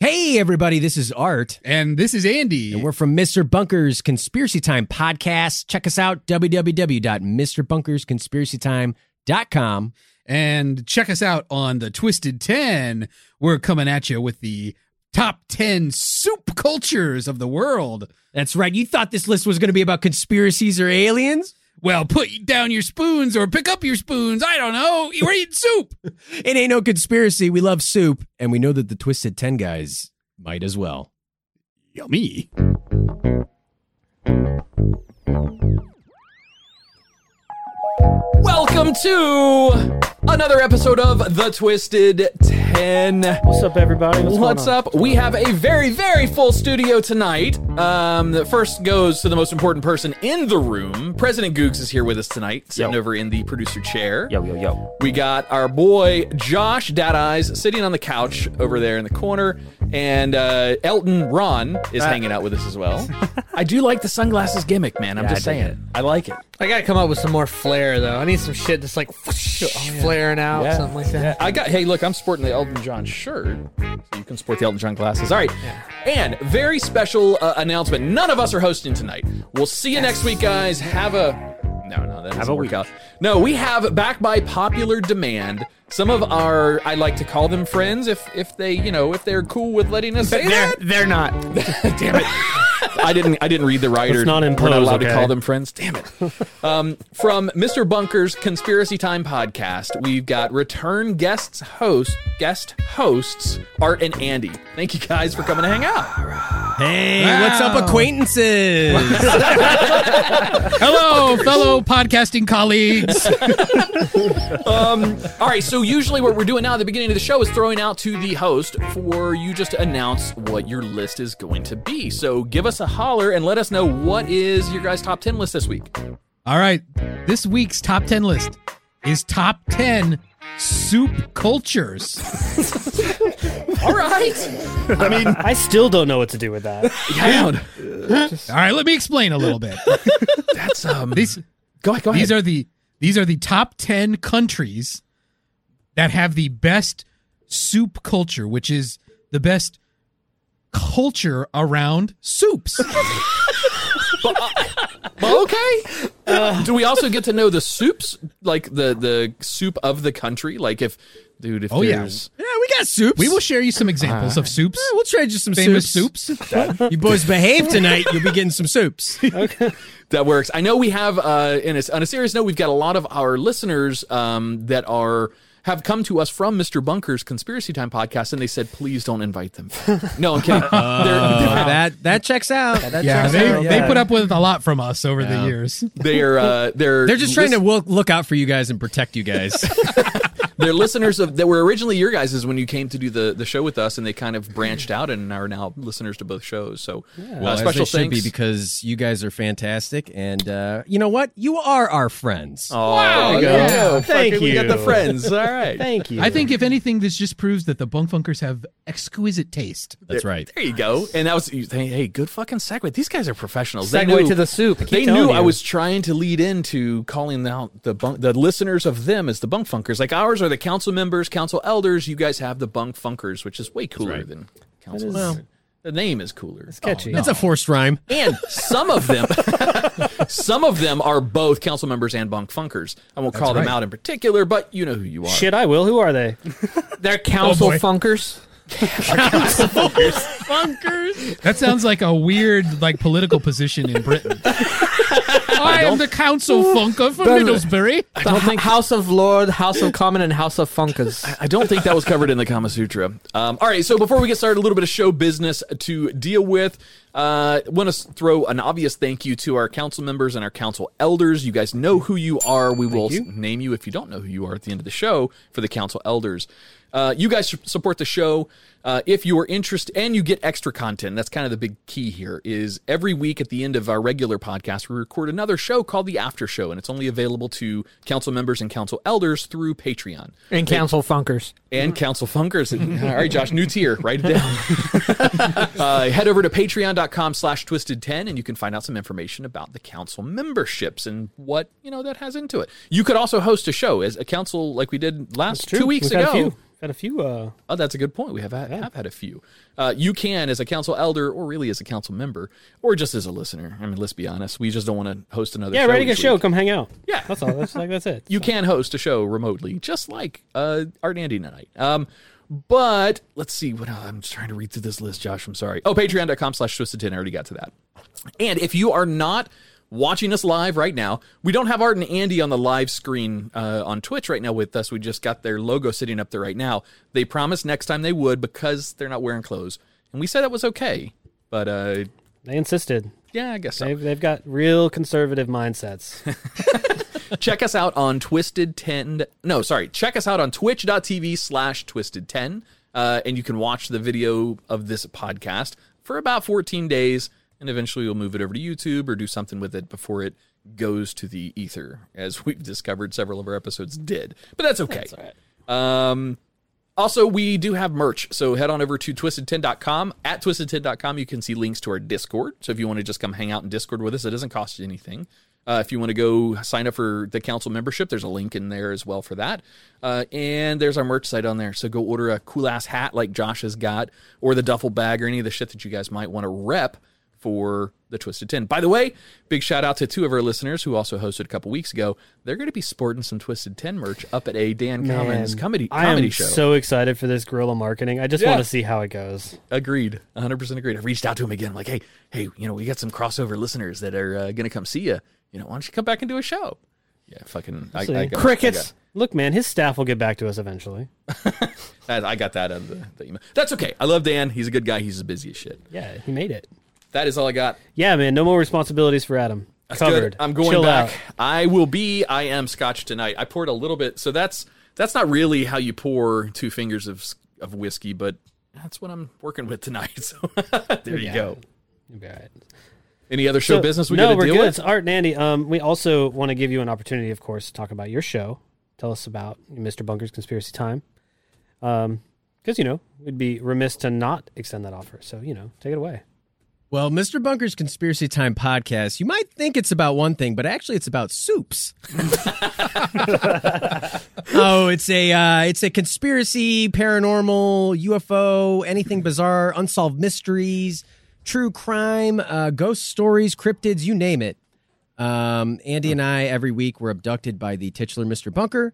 Hey, everybody, this is Art. And this is Andy. And we're from Mr. Bunker's Conspiracy Time podcast. Check us out, www.mrbunkersconspiracytime.com. And check us out on the Twisted 10. We're coming at you with the top 10 soup cultures of the world. That's right. You thought this list was going to be about conspiracies or aliens? Well, put down your spoons or pick up your spoons. I don't know. We're eating soup. It ain't no conspiracy. We love soup, and we know that the Twisted 10 guys might as well. Yummy. Welcome to another episode of The Twisted 10. What's up, everybody? What's, going What's on? up? We have a very, very full studio tonight. Um, that first goes to the most important person in the room. President Googs is here with us tonight, sitting Yo. over in the producer chair. Yo, yo, yo. We got our boy Josh Dad Eyes sitting on the couch over there in the corner, and uh, Elton Ron is Uh, hanging out with us as well. I do like the sunglasses gimmick, man. I'm Yeah, just I dig saying, it. I like it. I gotta come up with some more flair though. I need some shit that's like Oh, flaring out, something like that. I got. Hey, look, I'm sporting the Elton John shirt. So you can sport the Elton John glasses. All right. And very special uh, announcement. None of us are hosting tonight. We'll see you next week, guys. Have a. No, no, that doesn't a work week. out. No, we have back by popular demand. Some of our, I like to call them friends, if if they, you know, if they're cool with letting us say They're that. they're not. Damn it. I didn't. I didn't read the writer. Let's not We're not impose, allowed to okay? call them friends. Damn it. Um, from Mr. Bunker's Conspiracy Time podcast, we've got return guests host guest hosts Art and Andy. Thank you guys for coming to hang out. Hey, what's up, acquaintances? Hello, fellow podcasting colleagues. All right. So usually what we're doing now at the beginning of the show is throwing out to the host for you just to announce what your list is going to be. So give us a holler and let us know what is your guys' top ten list this week. All right. This week's top 10 list is top 10 soup cultures. All right. I mean, I still don't know what to do with that. Yeah. All right, let me explain a little bit. That's um. These go ahead. Go ahead. these are the these are the top 10 countries that have the best soup culture, which is the best culture around soups. Well, okay. Uh. Do we also get to know the soups, like the the soup of the country? Like if, dude, if Oh yeah. there's yeah, we got soups. We will share you some examples of soups. Yeah, we'll try just some famous soups. soups. You boys behave tonight, you'll be getting some soups. that works. I know we have. Uh, in a, on a serious note, we've got a lot of our listeners um, that are have come to us from Mr. Bunker's Conspiracy Time podcast, and they said, please don't invite them. no, I'm kidding. They're- Uh, that that checks out. That Yeah, checks they, out. they put up with a lot from us over the years. they're uh, they're They're just trying to lis- wo- look out for you guys and protect you guys. they're listeners of that were originally your guys's when you came to do the the show with us, and they kind of branched out and are now listeners to both shows. So uh, Well, as special they should thanks. be because you guys are fantastic, and uh, you know what? You are our friends. Oh, wow, go. Yeah, Thank thank you. We got you. the friends. All right. Thank you. I think if anything, this just proves that the bunk funkers have exquisite taste. That's right. There you go. And that was you think, hey, good fucking segue. These guys are professionals. They Segue knew- to the soup. They telling knew I you. was trying to lead into calling out the bunk, the listeners of them as the bunk funkers. Like ours are the council members, council elders. You guys have the bunk funkers, which is way cooler than council. members. the name is cooler. Oh. catchy. It's a forced rhyme. And some of them, some of them are both council members and bunk funkers. I won't call them right. out in particular, but you know who you are. Shit, I will. Who are they? They're council Oh, boy. funkers. That sounds like a weird like political position in Britain. I am the council funker for uh, Middlesbury. The H- House of Lord, House of Common, and House of Funkers. I don't think that was covered in the Kama Sutra. Um, all right, so before we get started, a little bit of show business to deal with. Uh, Want to throw an obvious thank you to our council members and our council elders. You guys know who you are. We will s- name you if you don't know who you are at the end of the show for the council elders. Uh, you guys su- support the show uh, if you are interested, and you get extra content. That's kind of the big key here. Is every week at the end of our regular podcast, we record another show called the After Show, and it's only available to council members and council elders through Patreon And council funkers. and Hmm. Council Funkers. uh, All right, Josh, new tier. Write it down. uh, head over to patreon.com slash twisted10 and you can find out some information about the council memberships and what, you know, that has into it. You could also host a show as a council like we did last two weeks We've ago. Had a few, had a few uh, Oh, that's a good point. We have had, have had a few. Uh, you can, as a council elder, or really as a council member, or just as a listener. I mean, let's be honest. We just don't want to host another. yeah, show writing a each show. week. Come hang out. Yeah. that's all. That's like that's it. You can host a show remotely, just like uh, Art and Andy tonight. Um, but let's see what I'm just trying to read through this list, Josh. I'm sorry. Oh, patreon.com slash twisted 10. I already got to that. And if you are not watching us live right now, we don't have Art and Andy on the live screen uh, on Twitch right now with us. We just got their logo sitting up there right now. They promised next time they would because they're not wearing clothes. And we said that was okay. But uh, They insisted. yeah, I guess so. They've, they've got real conservative mindsets. check us out on twisted 10 no sorry check us out on twitch.tv slash twisted 10 uh, and you can watch the video of this podcast for about 14 days and eventually you'll move it over to youtube or do something with it before it goes to the ether as we've discovered several of our episodes did but that's okay um, also, we do have merch, so head on over to twisted10.com. At twisted10.com, you can see links to our Discord. So if you want to just come hang out in Discord with us, it doesn't cost you anything. Uh, if you want to go sign up for the council membership, there's a link in there as well for that. Uh, and there's our merch site on there. So go order a cool ass hat like Josh has got, or the duffel bag, or any of the shit that you guys might want to rep for the Twisted 10. By the way, big shout out to two of our listeners who also hosted a couple weeks ago. They're going to be sporting some Twisted 10 merch up at a Dan Commons Man, comedy, I comedy am show. so excited for this guerrilla marketing. I just Yeah. want to see how it goes. Agreed. 100% agreed. I reached out to him again. I'm like, hey, hey, you know, we got some crossover listeners that are uh, going to come see you. You know, why don't you come back and do a show? Yeah, fucking. I, I See. got, I got- Crickets. Look, man, his staff will get back to us eventually. I, I got that out of the, the email. That's okay. I love Dan. He's a good guy. He's busy as shit. Yeah, he made it. That is all I got. Yeah, man, no more responsibilities for Adam. Good. Covered. I'm going Chill back. out. I will be. I am scotch tonight. I poured a little bit, so that's that's not really how you pour two fingers of of whiskey, but that's what I'm working with tonight. So there you go. You'll be all right. Any other show So- business we no, got to we're deal good. with? It's Art and Andy. Um, we also want to give you an opportunity, of course, to talk about your show. Tell us about Mr. Bunker's Conspiracy Time. Um, because you know we'd be remiss to not extend that offer. So you know, take it away. Well, Mr. Bunker's Conspiracy Time podcast, you might think it's about one thing, but actually it's about soups. oh, it's a uh, it's a conspiracy, paranormal, UFO, anything bizarre, unsolved mysteries, true crime, uh, ghost stories, cryptids, you name it. Um, Andy and I every week were abducted by the titular Mr. Bunker,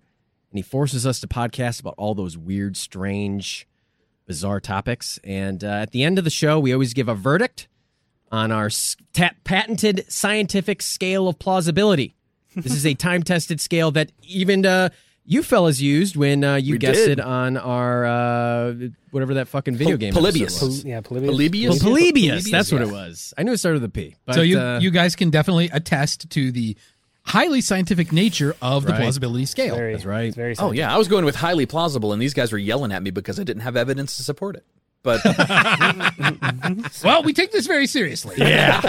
and he forces us to podcast about all those weird, strange, bizarre topics. And uh, at the end of the show, we always give a verdict on our s- ta- patented scientific scale of plausibility. This is a time tested scale that even uh, you fellas used when uh, you We guessed did. it on our uh, whatever that fucking video Pol- game. Polybius. episode was. Yeah, Polybius. Polybius. Well, Polybius, Polybius, that's what yeah. it was. I knew it started with a P. But, so you uh, you guys can definitely attest to the highly scientific nature of the Right. plausibility scale. Very- That's right. it's Very. Oh yeah, I was going with highly plausible, and these guys were yelling at me because I didn't have evidence to support it. But Well, we take this very seriously. very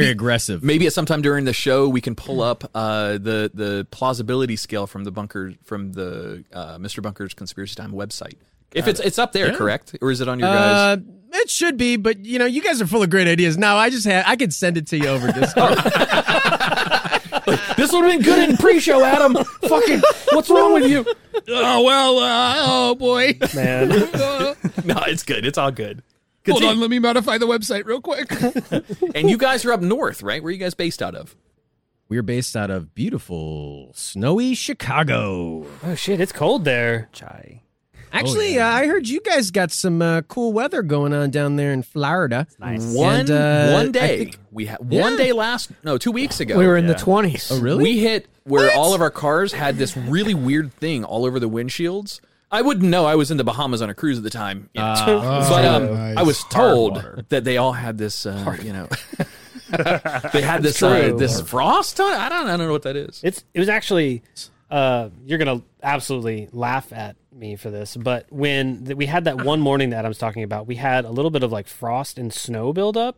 maybe- aggressive. maybe at some time during the show, we can pull up uh, the the plausibility scale from the bunker from the uh, Mr. Bunker's Conspiracy Time website. if it's it's up there, correct, or is it on your guys? Uh, it should be, but you know, you guys are full of great ideas. Now I just had I could send it to you over Discord. This would have been good in pre-show, Adam. Fucking, what's wrong with you? oh well. Uh, oh boy. man. Uh, No, it's good. It's all good. hold Continue. on. Let me modify the website real quick. And you guys are up north, right? Where are you guys based out of? We're based out of beautiful, snowy Chicago. oh shit, it's cold there. Chai. Actually, Oh, uh, I heard you guys got some uh, cool weather going on down there in Florida. Nice. One And, uh, one I day think- we had Yeah. one day last no two weeks ago We were in the 20s. oh, really? We hit where all of our cars had this really weird thing all over the windshields. I wouldn't know. I was in the Bahamas on a cruise at the time, you know. but um, nice. I was told that they all had this. Uh, you know, they had this uh, true. this frost. On, I don't I don't know what that is. It's it was actually. Uh, you're gonna absolutely laugh at me for this, but when th- we had that one morning that I was talking about, we had a little bit of like frost and snow buildup.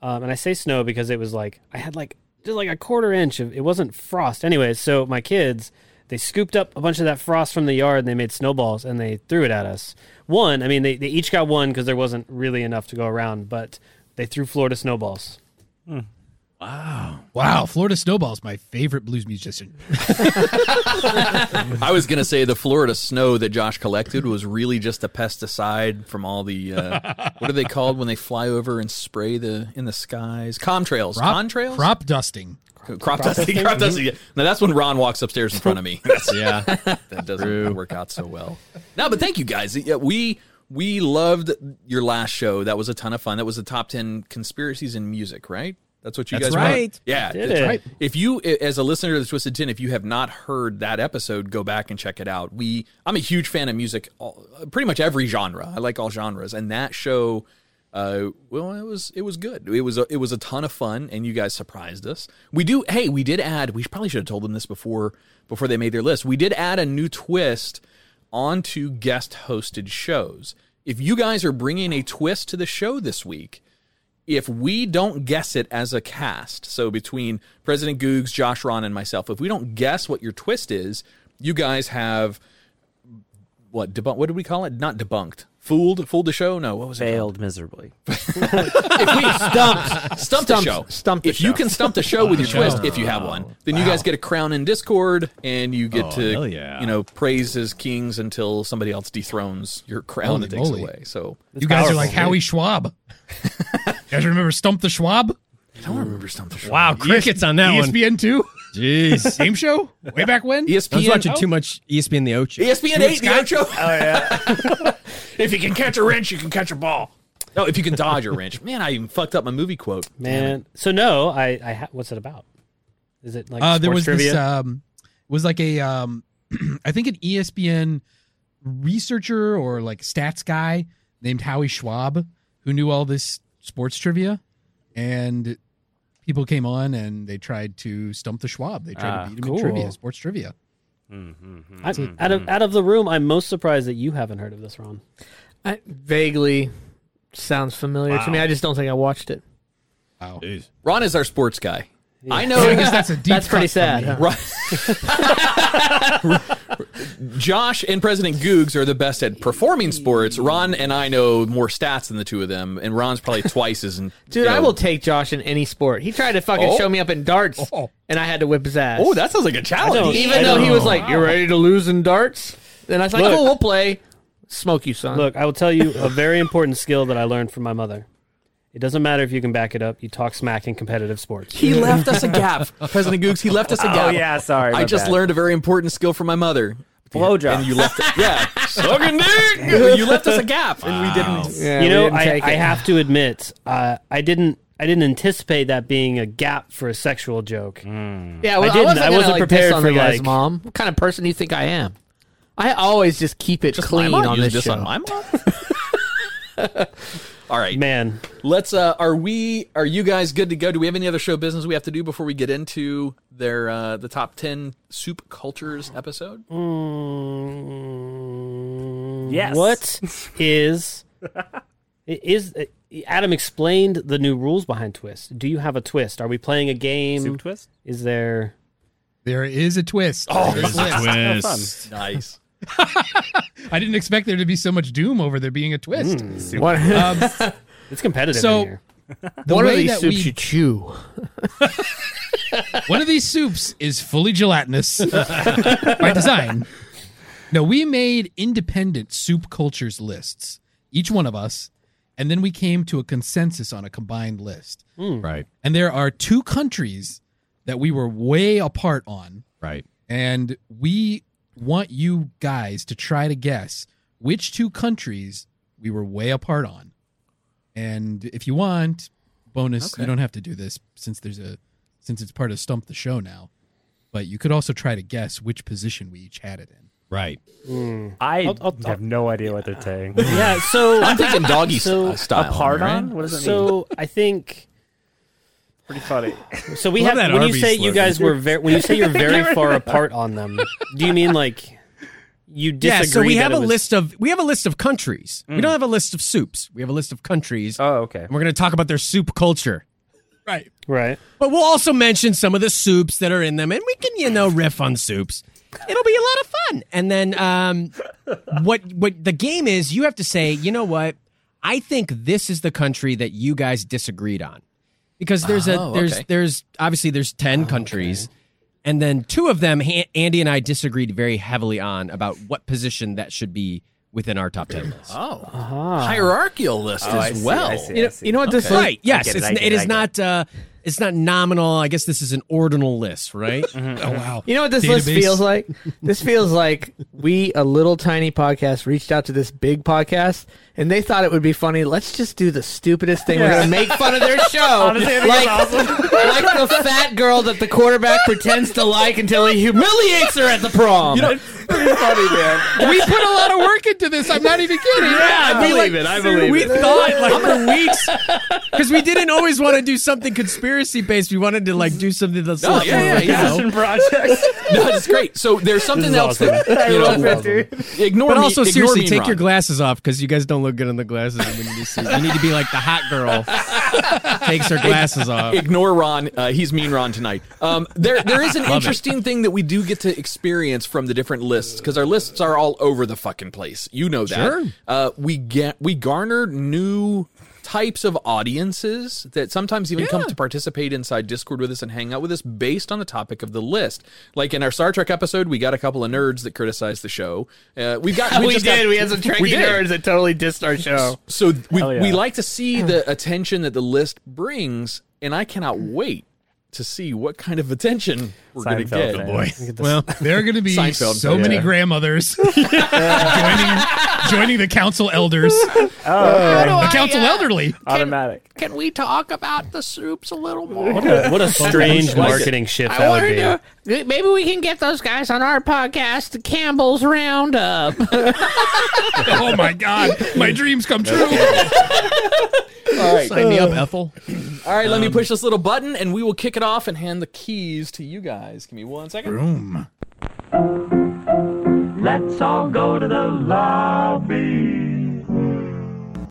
Um, and I say snow because it was like I had like just like a quarter inch of it wasn't frost. Anyways, so my kids they scooped up a bunch of that frost from the yard and they made snowballs and they threw it at us. One, I mean, they, they each got one because there wasn't really enough to go around, but they threw Florida snowballs. Wow, Florida Snowball's my favorite blues musician. I was gonna say the Florida snow that Josh collected was really just a pesticide from all the uh, what are they called when they fly over and spray the in the skies? Contrails, contrails, Crop dusting. crop, dusting, crop dusting. Yeah. Now that's when Ron walks upstairs in front of me. That's- Yeah. that doesn't work out so well. No, but thank you guys. Yeah, we we loved your last show. That was a ton of fun. That was the top ten conspiracies in music, right? That's what you That's guys right. want. Yeah, Did that's it. right. If you, i- as a listener to the Twisted Tin, if you have not heard that episode, go back and check it out. We, I'm a huge fan of music, all, pretty much every genre. I like all genres, and that show, uh, well, it was it was good. It was a, it was a ton of fun, and you guys surprised us. We do. Hey, we did add. We probably should have told them this before before they made their list. We did add a new twist onto guest hosted shows. If you guys are bringing a twist to the show this week, if we don't guess it as a cast, so between President Googs, Josh Ron, and myself, if we don't guess what your twist is, you guys have what debunk? What did we call it? Not debunked, fooled, fooled the show. No, what was it? Failed miserably. If we stumped, stumped the Stumped- show, stumped the if you show. can stump the show with your twist, if you have one, then you guys get a crown in Discord, and you get Oh, hell to yeah. you know praise as kings until somebody else dethrones your crown Holy and takes moly. it away. So you guys are like Howie Schwab. you guys remember Stump the Schwab? E I don't remember stump the show. Wow, crickets Oh, on E that one. ESPN two Jeez. E game show way back when. ESPN. I was watching oh. E too much E ESPN the Ocho. ESPN eight, the outro. Oh yeah. if you can catch a wrench, you can catch a ball. No, if you can dodge a wrench. Man, I even fucked up my movie quote. Man, so no, I, I ha- what's it about? Is it like Uh, there sports was trivia? this. Um, was like a. Um, I think an E ESPN researcher or like stats guy named Howie Schwab who knew all this sports trivia, and people came on and they tried to stump the Schwab. They tried Ah, to beat him cool. in trivia, sports trivia. I, Hmm. out of out of the room, I'm most surprised that you haven't heard of this, Ron. I, vaguely sounds familiar to me. I just don't think I watched it. Wow, Ron is our sports guy. I know. I guess that's a deep. That's pretty cut from sad. me. Huh? Ron- Josh and President Googs are the best at performing sports. Ron and I know more stats than the two of them, and Ron's probably twice as. in- Dude, you I know- will take Josh in any sport. He tried to fucking Oh. show me up in darts, Oh. and I had to whip his ass. Oh, that sounds like a challenge. Even though he was like, "You ready to lose in darts?" and I was like, "Oh, we'll play." Smoke you, son. Look, I will tell you a very important skill that I learned from my mother. It doesn't matter if you can back it up. You talk smack in competitive sports. He left us a gap, President Googs. He left us a gap. Oh, yeah, sorry. I my just bad. learned a very important skill from my mother. Blowjob. And you left it. Yeah. Sucking dick. You left us a gap, and we didn't. Yeah, you we know, didn't I, take I it. have to admit, uh, I didn't I didn't anticipate that being a gap for a sexual joke. Mm. Yeah, well, I, didn't. wasn't, I gonna, wasn't like, prepared diss on for, the guy's like- mom. What kind of person do you think I am? I always just keep it clean Mom on used this, show. on my mom. All right, Man, let's. Uh, are we? Are you guys good to go? Do we have any other show business we have to do before we get into their uh, the top ten soup cultures episode? Yes. What is i- is uh, Adam explained the new rules behind twist? Do you have a twist? Are we playing a game? Soup twist? Is there? There is a twist. There's a twist. Nice. I didn't expect there to be so much doom over there being a twist. What, Um, It's competitive So- in here. The what are way these that soups we- you chew? One of these soups is fully gelatinous by design. No, we made independent soup cultures lists, each one of us, and then we came to a consensus on a combined list. Right. And there are two countries that we were way apart on, Right. and we want you guys to try to guess which two countries we were way apart on. And if you want, bonus, you don't have to do this since there's a since it's part of Stump the Show now. But you could also try to guess which position we each had it in. Right. I I'll- I'll- have no idea what they're saying. Yeah. So I'm thinking doggy So- so, style. Hard right? on? What does it mean? so I think Pretty funny. so. We Love have that when you Arby's say you slogan. guys were very when you say you're very far apart on them. Do you mean like you disagree. Yeah, so we that have it a was- list of we have a list of countries. Mm. We don't have a list of soups. We have a list of countries, Uh, Oh, okay. and we're going to talk about their soup culture. Right. right? But we'll also mention some of the soups that are in them, and we can, you know, riff on soups. It'll be a lot of fun. And then um, what what the game is, you have to say, you know what? I think this is the country that you guys disagreed on. Because there's Oh, a there's okay. there's obviously there's Oh, 10 countries and then two of them Han- Andy and I disagreed very heavily on about what position that should be within our top 10 list. Oh, hierarchical list I as see, well. I see, You I know, see. you know what this Right. Yes, get it, it's I n- get it it, is I get not uh it's not nominal. I guess this is an ordinal list, right? Mm-hmm, Oh wow. You know what this list Database. feels like? This feels like we, a little tiny podcast, reached out to this big podcast and they thought it would be funny. Let's just do the stupidest thing. We're going to make fun of their show. Honestly, I think like, that's like the fat girl that the quarterback pretends to like until he humiliates her at the prom. Pretty funny, man. we put a lot of work into this. I'm not even kidding. I believe it. I believe we it. thought like for weeks because we didn't always want to do something conspiracy based. We wanted to like do something that's Oh, yeah, yeah, yeah. you Passion know? projects. No, it's great. So there's something else that you know. Ignore But me- also, ignore seriously, me, take Ron. your glasses off because you guys don't look good in the glasses. when you, do suits. you need to be like the hot girl takes her glasses off. ignore Ron. Uh, he's mean Ron tonight. Um, there, there is an interesting thing that we do get to experience from the different lists because our lists are all over the fucking place. You know that. Sure. Uh, we get we garner new types of audiences that sometimes even come to participate inside Discord with us and hang out with us based on the topic of the list. Like in our Star Trek episode, we got a couple of nerds that criticized the show. Uh, we've got we just did. got- we had some tricky did. nerds that totally dissed our show. So th- we, yeah. we like to see the attention that the list brings, and I cannot wait to see what kind of attention we're going to Seinfeld, get. man. Well, there are going to be Seinfeld, so many yeah. grandmothers joining, joining the council elders, Oh, the council elderly. automatic. Can we talk about the soups a little more? What a, what a strange like it. marketing shift that would be. Maybe we can get those guys on our podcast, Campbell's Roundup. Oh my God, my dreams come true. Sign me up, Ethel. All right, let me push this little button, and we will kick it off and hand the keys to you guys. Give me one second. Boom. Let's all go to the lobby.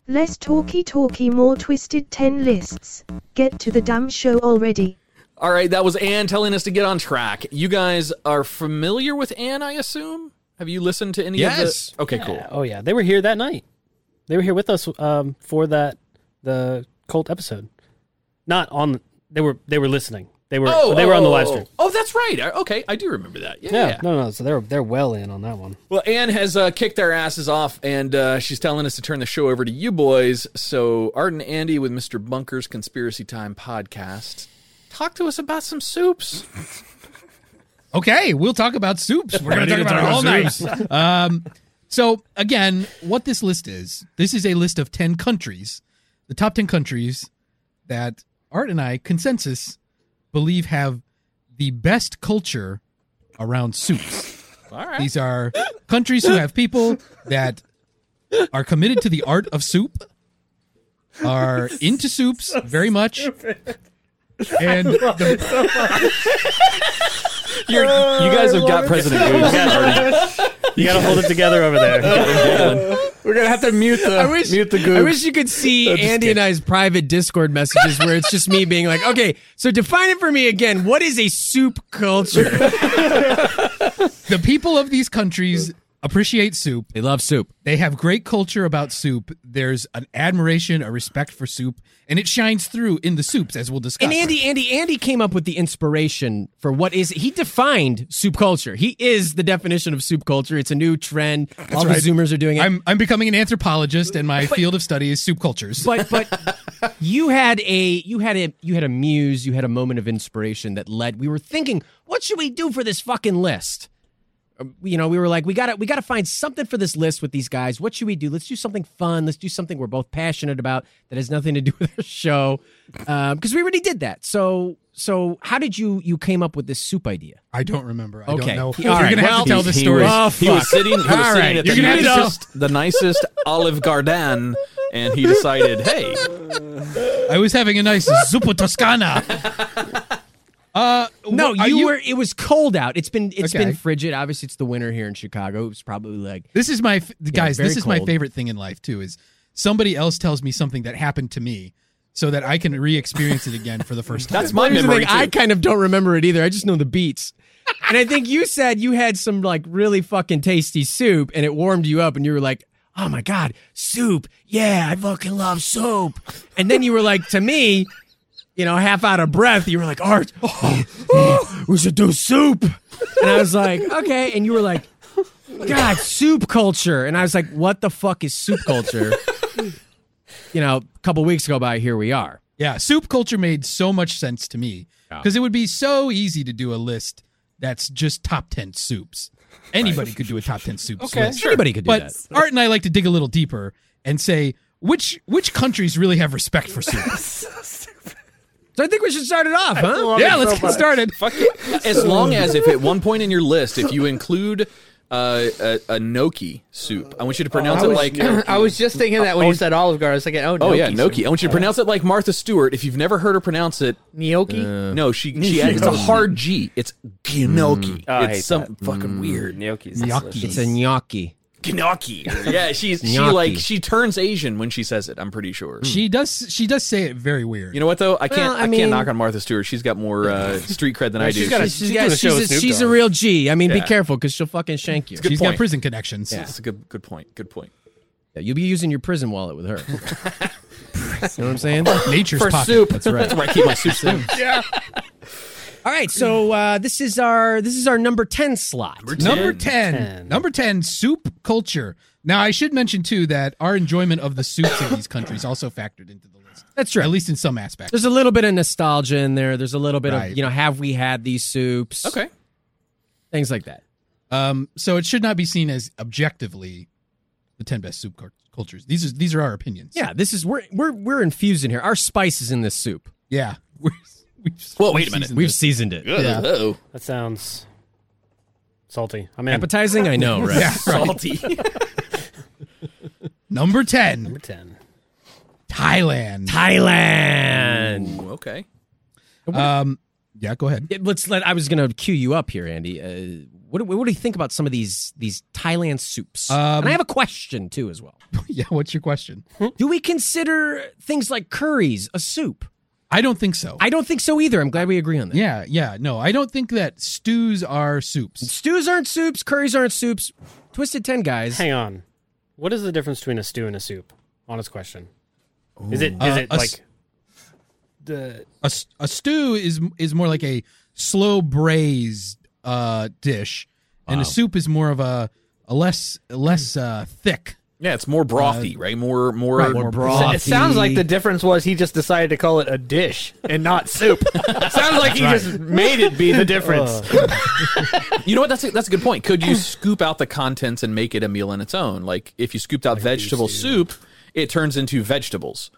Less talky talky, more twisted 10 lists. Get to the damn show already. All right, that was Anne telling us to get on track. You guys are familiar with Anne, I assume. Have you listened to any Yes. of the? Okay, cool. Oh yeah, they were here that night. They were here with us um, for that the cult episode. Not on. They were they were listening. They were they were on the live stream. Oh, oh, that's right. I- Okay, I do remember that. Yeah, Yeah, yeah. no, no. So they're they're well in on that one. Well, Anne has uh, kicked our asses off, and uh, she's telling us to turn the show over to you boys. So, Art and Andy with Mr. Bunker's Conspiracy Time podcast, talk to us about some soups. Okay, we'll talk about soups. We're going to talk about it all night. Um, so again, what this list is, this is a list of 10 countries, the top 10 countries that Art and I consensus believe have the best culture around soups. All right. These are countries who have people that are committed to the art of soup, are into soups very much. And the, You're, you guys have got President Goose. You gotta hold it together over there. We're going to have to mute the I wish, mute the goop. I wish you could see Andy and I's private Discord messages where it's just me being like, okay, so define it for me again. What is a soup culture? the people of these countries appreciate soup. they love soup. They have great culture about soup. There's an admiration, a respect for soup, and it shines through in the soups as we'll discuss. And Andy, Andy, Andy came up with the inspiration for what is he defined soup culture. He is the definition of soup culture. It's a new trend. All right. the Zoomers are doing it. I'm I'm becoming an anthropologist, and my field of study is soup cultures. but but you had a you had a you had a muse. You had a moment of inspiration that led. We were thinking, what should we do for this fucking list? Um, You know, we were like, we gotta we gotta find something for this list with these guys. What should we do? Let's do something fun. Let's do something we're both passionate about that has nothing to do with our show. Because we already did that. So so how did you you came up with this soup idea? I don't remember. I Okay. don't know. All You're right. gonna have Well, to tell the He story. Oh, was, he was fuck. sitting, he was All sitting right. at You're the gonna have to- nicest, the nicest Olive Garden, and he decided, hey, I was having a nice zuppa toscana. Uh, No, wh- are you, were. It was cold out. It's been It's Okay. been frigid. Obviously, it's the winter here in Chicago. It's probably like This is my f- guys. very This is my cold. favorite thing in life too. Is somebody else tells me something that happened to me, so that I can re-experience it again for the first time. That's my Here's the memory. thing, I too. kind of don't remember it either. I just know the beats. and I think you said you had some like really fucking tasty soup and it warmed you up and you were like, "Oh my god, soup. Yeah, I fucking love soup." And then you were like to me, you know, half out of breath, you were like, "Art, oh, oh, we should do soup." And I was like, "Okay." And you were like, "God, soup culture." And I was like, "What the fuck is soup culture?" you know, a couple weeks go by, here we are. Yeah, soup culture made so much sense to me because it would be so easy to do a list that's just top ten soups. Anybody could do a top ten soups list. Anybody could do but that. Art and I like to dig a little deeper and say which which countries really have respect for soup. So I think we should start it off, huh? yeah, let's get started. As long as if at one point in your list, if you include uh, a, a gnocchi soup, I want you to pronounce I it was, like. I was just thinking that when you said Olive Garden, I was thinking, oh, Oh gnocchi yeah, soup. gnocchi. I want you to pronounce it like Martha Stewart. If you've never heard her pronounce it, gnocchi. no, she she it's a hard G. It's gnocchi. Oh, I hate Mm, it's something fucking weird. Gnocchi's Gnocchi. It's a gnocchi. Gnocchi. Yeah, she's she Gnocchi. like she turns Asian when she says it. I'm pretty sure. She does she does say it very weird. You know what though? I can't. Well, I I, mean- can't knock on Martha Stewart. She's got more uh, street cred than I do. she's got a- She's- She's, She's got- doing a show she's with a, Snoop she's a Dogg. real G. I mean, be Yeah. careful because she'll fucking shank you. good She's point. got prison connections. That's a good good point. Good point. Yeah, you'll be using your prison wallet with her. you know what I'm saying? Nature's For pocket. soup. That's right. That's where I keep my soup. Soon. All right, so uh, this is our this is our number ten slot. Number 10, 10. Number 10, soup culture. Now, I should mention, too, that our enjoyment of the soups in these countries also factored into the list. That's right. At least in some aspects. There's a little bit of nostalgia in there. There's a little bit Right. of you know, have we had these soups? Okay. things like that. Um, so it should not be seen as objectively the 10 best soup cul- cultures. These are these are our opinions. Yeah, this is we're we're we're infusing here. Our spice is in this soup. Yeah. We're, we just, Well, wait a minute. seasoned We've this. seasoned it. Yeah. Oh, That sounds salty. I mean, Appetizing, I know, right? Yeah, right. salty. Number 10, number 10. Thailand. Thailand. okay. Um, yeah, go ahead. Yeah, let's let. I was going to cue you up here, Andy. Uh, what, do- what do you think about some of these these Thailand soups? Um, hmm? and I have a question too, as well. yeah, what's your question? Do we consider things like curries a soup? I don't think so. I don't think so either. I'm glad we agree on that. yeah, yeah. No, I don't think that stews are soups. Stews aren't soups. Curries aren't soups. Twisted Ten guys. Hang on. What is the difference between a stew and a soup? Honest question. Is it is Uh, it a like s- the a, s- a stew is is more like a slow braised uh, dish, and a soup is more of a, a less less uh, thick. Yeah, it's more brothy, right? More more more So It sounds like the difference was he just decided to call it a dish and not soup. sounds like he just made it be the difference. You know what? That's a, that's a good point. Could you scoop out the contents and make it a meal in its own? Like if you scooped out vegetable soup, it turns into vegetables.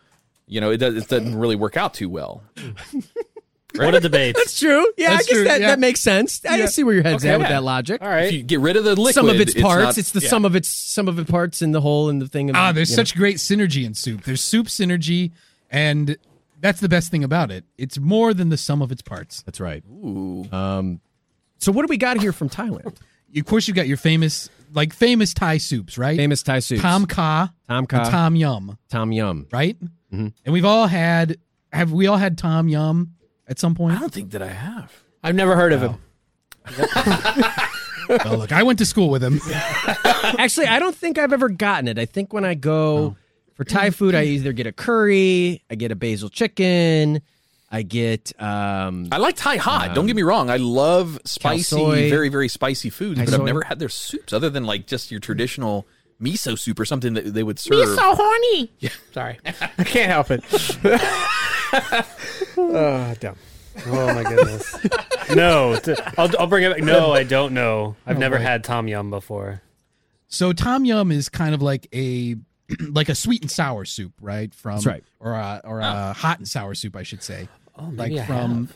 You know, it, does, it doesn't really work out too well. what a debate? That's true. Yeah, That's I guess true, that, yeah. that makes sense. I see where your head's Okay. at with that logic. All If right. you get rid of the liquid, Some of its parts. not- it's the yeah. sum of its some of its parts in the whole and the thing. Of, Ah, there's you know. such great synergy in soup. There's soup synergy, and that's the best thing about it. It's more than the sum of its parts. That's right. Um, so what do we got here from Thailand? You- Of course, you got your famous like famous Thai soups, right? Famous Thai soups. Tom Kha, Tom and Kha. Mm-hmm. Tom Yum, Tom Yum. right? And we've all had have we all had Tom Yum at some point? I don't think that I have. I've never heard of him. Oh, look, I went to school with him. Actually, I don't think I've ever gotten it. I think when I go for Thai food, I either get a curry, I get a basil chicken, I get um I like Thai hot. don't get me wrong. I love spicy, soy. very very spicy foods, but soy. I've never had their soups other than like just your traditional miso soup or something that they would serve. horny. Yeah, sorry, I can't help it. oh, dumb. Oh my goodness. no, t- I'll, I'll bring it back. No, I don't know. I've never boy. had Tom Yum before. So Tom Yum is kind of like a like a sweet and sour soup, right? From That's right. or a, or a hot and sour soup, I should say. Oh, maybe I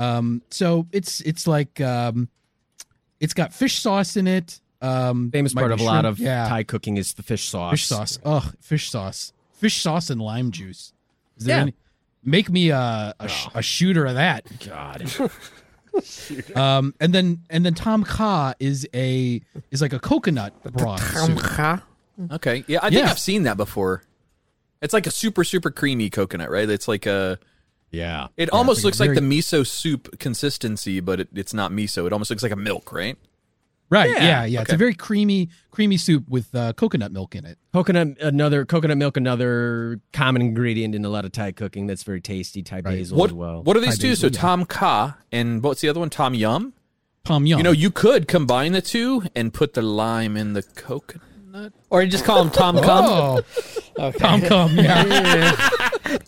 um so it's it's like um it's got fish sauce in it. Um famous might part be of a lot of shrimp. yeah. Thai cooking is the fish sauce. fish sauce. Oh, fish sauce. Fish sauce and lime juice. Is there Yeah. any Make me a a, sh- a shooter of that. God. Um, and then and then Tom Ka is a is like a coconut broth. soup. Okay. Yeah, I think Yeah. I've seen that before. It's like a super super creamy coconut, right? It's like a Yeah. it almost like a looks like very- the miso soup consistency, but it, it's not miso. It almost looks like a milk, right? Right? Yeah, yeah. It's a Okay. very creamy creamy soup with uh, coconut milk in it. Coconut another coconut milk another common ingredient in a lot of Thai cooking that's very tasty Thai basil What as Oh, well. what are these Thai two? So basil, yeah. Tom Ka and what's the other one? Tom Yum. Palm Uh-huh. yum. You know, you could combine the two and put the lime in the coconut. Or you just call him Tom Cum. oh, Tom Cum. Yeah.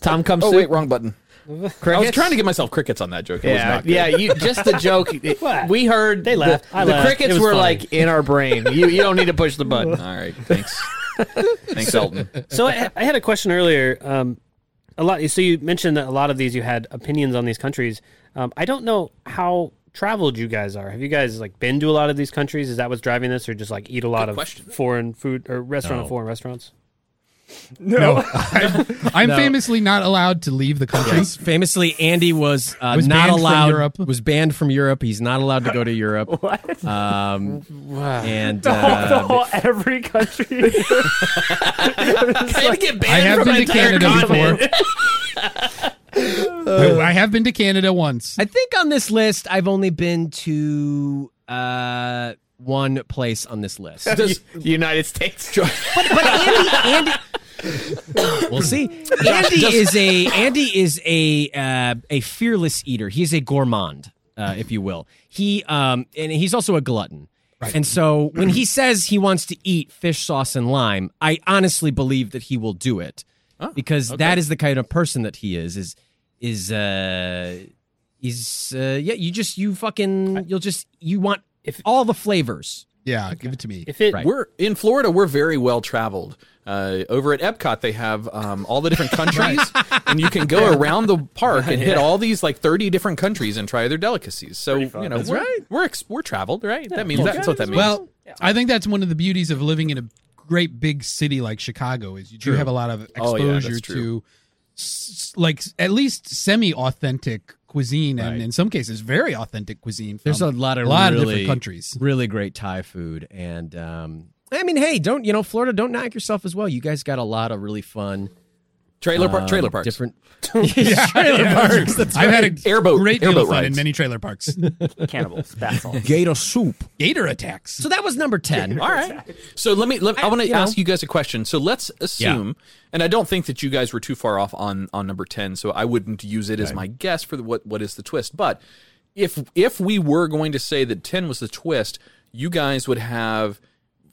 Tom Cum Oh soup. wait, wrong button. I was Crickets? trying to give myself crickets on that joke. It was Yeah, not good. yeah. You just the joke. it- What? we heard They laughed. The, I the laughed. It crickets was were funny. like in our brain. You you don't need to push the button. All right. Thanks. thanks, Elton. So I, I had a question earlier. Um, a lot. So you mentioned that a lot of these you had opinions on these countries. Um, I don't know how traveled you guys are. Have you guys like been to a lot of these countries? Is that what's driving this, or just like eat a lot Good of question. foreign food or restaurant foreign restaurants? No, I'm, I'm famously not allowed to leave the country. Famously, Andy was, uh, Was not banned from allowed. Europe. Was banned from Europe. He's not allowed to go to Europe. What? Um, and the uh, whole every country. I had to get I have from been my to entire Canada continent. before. I I have been to Canada once. I think on this list, I've only been to uh, one place on this list. Does- United States. but Andy, Andy, we'll see. Andy is a Andy is a uh, a fearless eater. He's a gourmand, uh, if you will. He um and he's also a glutton. And so when he says he wants to eat fish sauce and lime, I honestly believe that he will do it because that is the kind of person that he is. Is is uh is uh yeah? You just you fucking you'll just you want If- all the flavors. Yeah, give it to me. If it Right. We're in Florida. We're very well traveled. Uh, over at Epcot, they have um, all the different countries, and you can go around the park and hit all these like thirty different countries and try their delicacies. So you know, we're we're, ex- we're traveled, right? that means that's what that means. Well, I think that's one of the beauties of living in a great big city like Chicago is you do have a lot of Oh, yeah, that's exposure true. to s- like s- at least semi-authentic cuisine and in some cases very authentic cuisine. From There's a lot of Um, a lot really, of different countries. really great Thai food, and um, I mean, hey, don't you know, Florida? Don't knock yourself as well. You guys got a lot of really fun trailer park, um, trailer parks. different trailer parks. That's I've had a Airboat- great deal airboat of fun in rides. many trailer parks. Cannibals. That's all. gator soup. Gator attacks. So that was number ten. All right. So let me. Let, I, want to you know. ask you guys a question. So let's assume, and I don't think that you guys were too far off on on number ten. So I wouldn't use it as my guess for the, what what is the twist. But if if we were going to say that ten was the twist, you guys would have.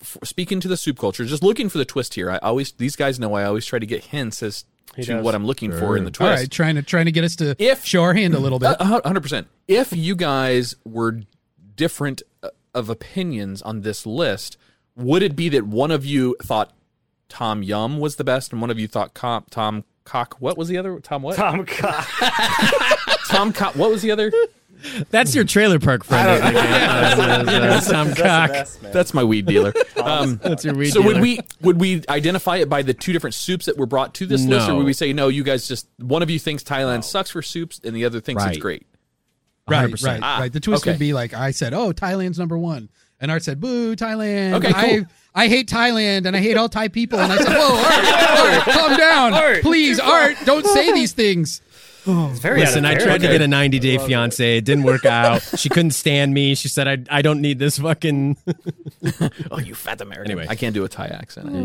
f- Speaking to the soup culture, just looking for the twist here. I always these guys know I always try to get hints as to does. what I'm looking for in the All twist. right, trying to trying to get us to If- Uh, show our hand a little bit. A- a hundred percent. If you guys were different uh, of opinions on this list, would it be that one of you thought Tom Yum was the best, and one of you thought Com- Tom Cock? What was the other? Tom what? Tom Cock. Tom Cock. What was the other? That's your trailer park friend. I think, uh, uh, Tom Cock. That's my weed dealer. Um, That's your weed so would dealer. we would we identify it by the two different soups that were brought to this list, or No. would we say no? You guys just one of you thinks Thailand sucks for soups, and the other thinks it's Right. great. Right, 100%. right, Ah, right. The twist okay. would be like I said, "Oh, Thailand's number one," and Art said, "Boo, Thailand." Okay, I, cool. I hate Thailand and I hate all Thai people. And I said, "Whoa, Art, Art calm down, Art, please, Art, don't say these things." it's very Listen, I out of tried to Okay. get a 90 day fiance. It didn't work out. She couldn't stand me. She said, I, I don't need this fucking. Oh, you fat American! Anyway. I can't do a Thai accent. I have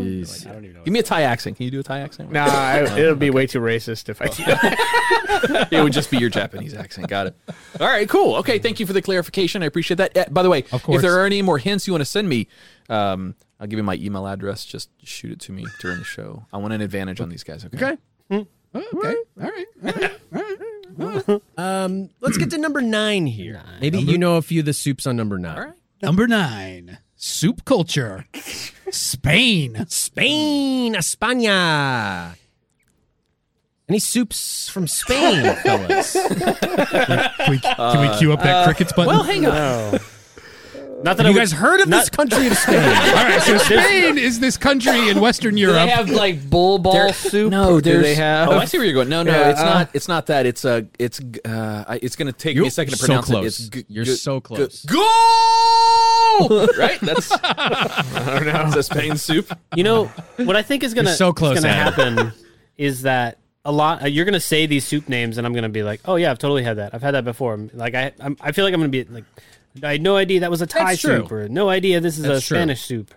no idea. Give me a Thai accent. Can you do a Thai accent? Nah, I, it'll be way too racist if I do. that. it would just be your Japanese accent. Got it. All right, cool. Okay, thank you for the clarification. I appreciate that. Uh, by the way, course. if there are any more hints you want to send me, um, I'll give you my email address. Just shoot it to me during the show. I want an advantage on these guys. Okay. Oh, okay, all right. all right. Um, let's get to number nine here. Maybe you know a few of the soups on number nine. All right. Number nine, soup culture, Spain. Spain, España. Any soups from Spain, fellas? Can we, can we cue up that crickets button? Well, hang on. No. Not that I you would- guys heard of this not- country of Spain? All right, so Spain is this country in Western Do they Europe. have like bull ball soup? No, do there's. they have? oh, I see where you're going. No, no, Yeah, it's uh, not. It's not that. It's uh, it's uh, I- it's gonna take me You're a second to so pronounce close. it. It's g- You're g- so g- close. Goal! right? That's. I don't know. It's a Spain soup. You know what I think is gonna You're so what's close, gonna Adam. happen is that a lot uh, you're gonna say these soup names and I'm gonna be like, oh yeah, I've totally had that. I've had that before. Like I I'm, I feel like I'm gonna be like, I had no idea that was a Thai That's true. soup or no idea this is That's a true. Spanish soup.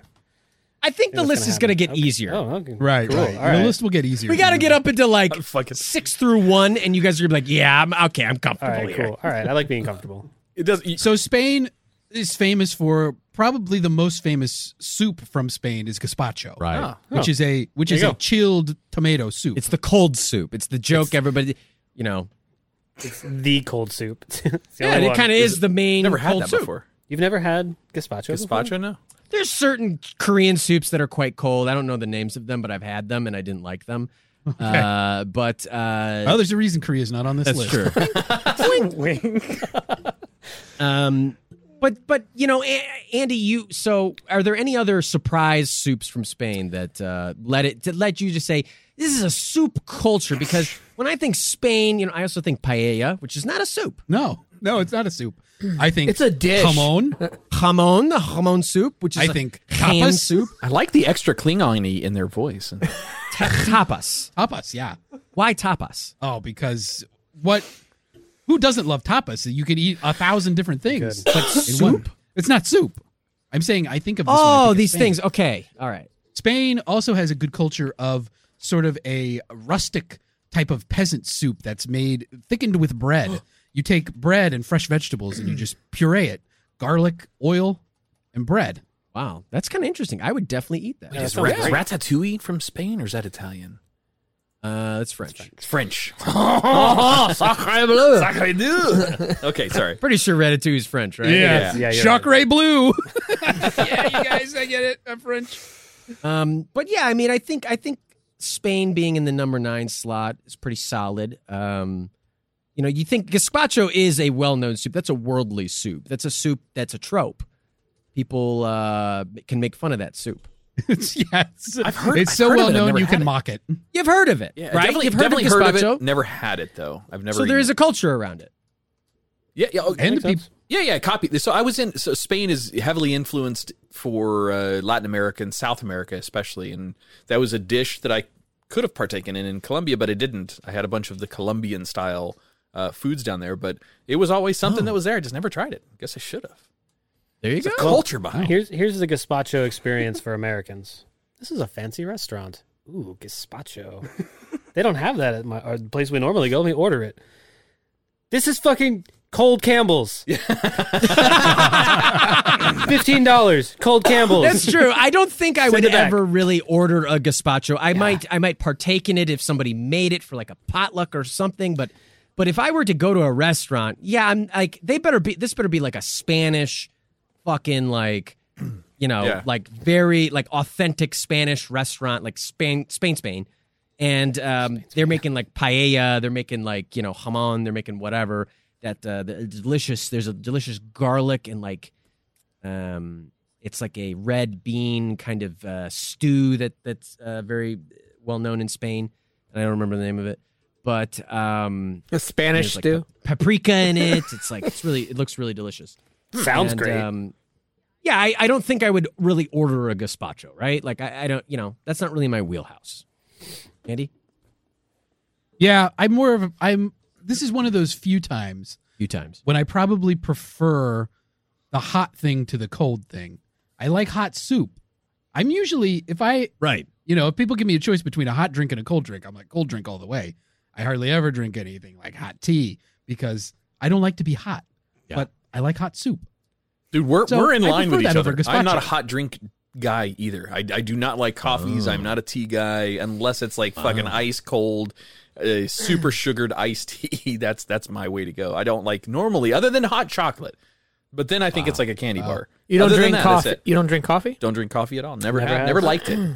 I think the That's list gonna is going to happen. get Okay. easier. Oh, okay. Right, right. all right. The list will get easier. We got to get up into like fucking- six through one, and you guys are gonna be like, "Yeah, I'm okay. I'm All comfortable right, here." cool. All right, I like being comfortable. It does. You, So Spain is famous for probably the most famous soup from Spain is gazpacho, Right. Which is a which There is you a go. chilled tomato soup. It's the cold soup. It's the joke everybody, you know. It's the cold soup. It's the Yeah, only and it one. kind of is the main never had cold that soup. before. You've never had gazpacho. before? Gazpacho, no. There's certain Korean soups that are quite cold. I don't know the names of them, but I've had them and I didn't like them. Uh, but uh, oh, there's a reason Korea's not on this that's list. true. Wink. Um, but but you know, A- Andy, you so are there any other surprise soups from Spain that uh, let it that let you just say this is a soup culture? Because when I think Spain, you know, I also think paella, which is not a soup. No, no, it's not a soup. I think It's a dish. Jamon. Jamon, the jamon soup, which is I a think ham tapas. soup, I like the extra Klingon-y in their voice. Ta- tapas. Tapas, yeah. Why tapas? Oh, because what? Who doesn't love tapas? You could eat a thousand different things. But in one- It's not soup. I'm saying I think of this when I Oh, think of these Spain. things. Okay, all right. Spain also has a good culture of sort of a rustic type of peasant soup that's made thickened with bread. you take bread and fresh vegetables and you just puree it, garlic, oil, and bread. Wow, that's kind of interesting. I would definitely eat that. Yeah, that Is sounds rat- great. ratatouille from Spain or is that Italian? Uh, that's French. It's French. Sacre bleu. Sacre bleu. Okay, sorry. Pretty sure Ratatouille is French, right? Yeah. Yeah, you're Chakra blue. yeah, you guys, I get it. I'm French. Um, but yeah, I mean, I think I think Spain being in the number nine slot is pretty solid. Um, you know, you think gazpacho is a well-known soup. That's a worldly soup. That's a soup that's a trope. People uh, can make fun of that soup. It's, yeah, it's, I've heard- it's I've so heard of well it. I've known never you had can it. mock it. You've heard of it, Yeah, right? definitely, You've heard definitely of heard gazpacho. of it. Never had it though. I've never. so there eaten is a culture around it. Yeah, yeah, oh, And Makes the people, sense. yeah, yeah. Copy. So I was in. So Spain is heavily influenced for uh, Latin America and South America, especially, and that was a dish that I could have partaken in in Colombia, but I didn't. I had a bunch of the Colombian style uh, foods down there, but it was always something Oh. that was there. I just never tried it. I guess I should have. There you It's go. a culture behind. it. Here's here's the gazpacho experience for Americans. This is a fancy restaurant. Ooh, gazpacho. they don't have that at my or the place we normally go. Let me order it. This is fucking cold Campbell's. Fifteen dollars, cold Campbell's. That's true. I don't think I Send would it back. ever really order a gazpacho. I might I might partake in it if somebody made it for like a potluck or something, but but if I were to go to a restaurant, yeah, I'm like they better be this better be like a Spanish fucking like you know, Yeah. like very like authentic Spanish restaurant like Spain Spain Spain. And um, they're making like paella, they're making like, you know, jamon, they're making whatever that uh, the delicious there's a delicious garlic and like um, it's like a red bean kind of uh, stew that that's uh, very well known in Spain, and I don't remember the name of it. But um, A Spanish there's, like, stew. pa- paprika in it. It's like it's really it looks really delicious. Sounds And, great. Um, yeah, I, I don't think I would really order a gazpacho, right? Like I, I don't, you know, that's not really my wheelhouse. Andy, yeah, I'm more of a, I'm. This is one of those few times few times. when I probably prefer the hot thing to the cold thing. I like hot soup. I'm usually if I Right. you know if people give me a choice between a hot drink and a cold drink, I'm like cold drink all the way. I hardly ever drink anything like hot tea because I don't like to be hot. Yeah. But I like hot soup. Dude, we're So we're in I line prefer with each that over other. I'm not a gazpacho. hot drink guy either. I, I do not like coffees. I'm not a tea guy unless it's like fucking ice cold, uh, super sugared iced tea. That's that's my way to go. I don't like normally other than hot chocolate. But then I think it's like a candy bar. You don't Other than drink that, that's coffee. it. You don't drink coffee. Don't drink coffee at all. Never Never had. has. Never liked it.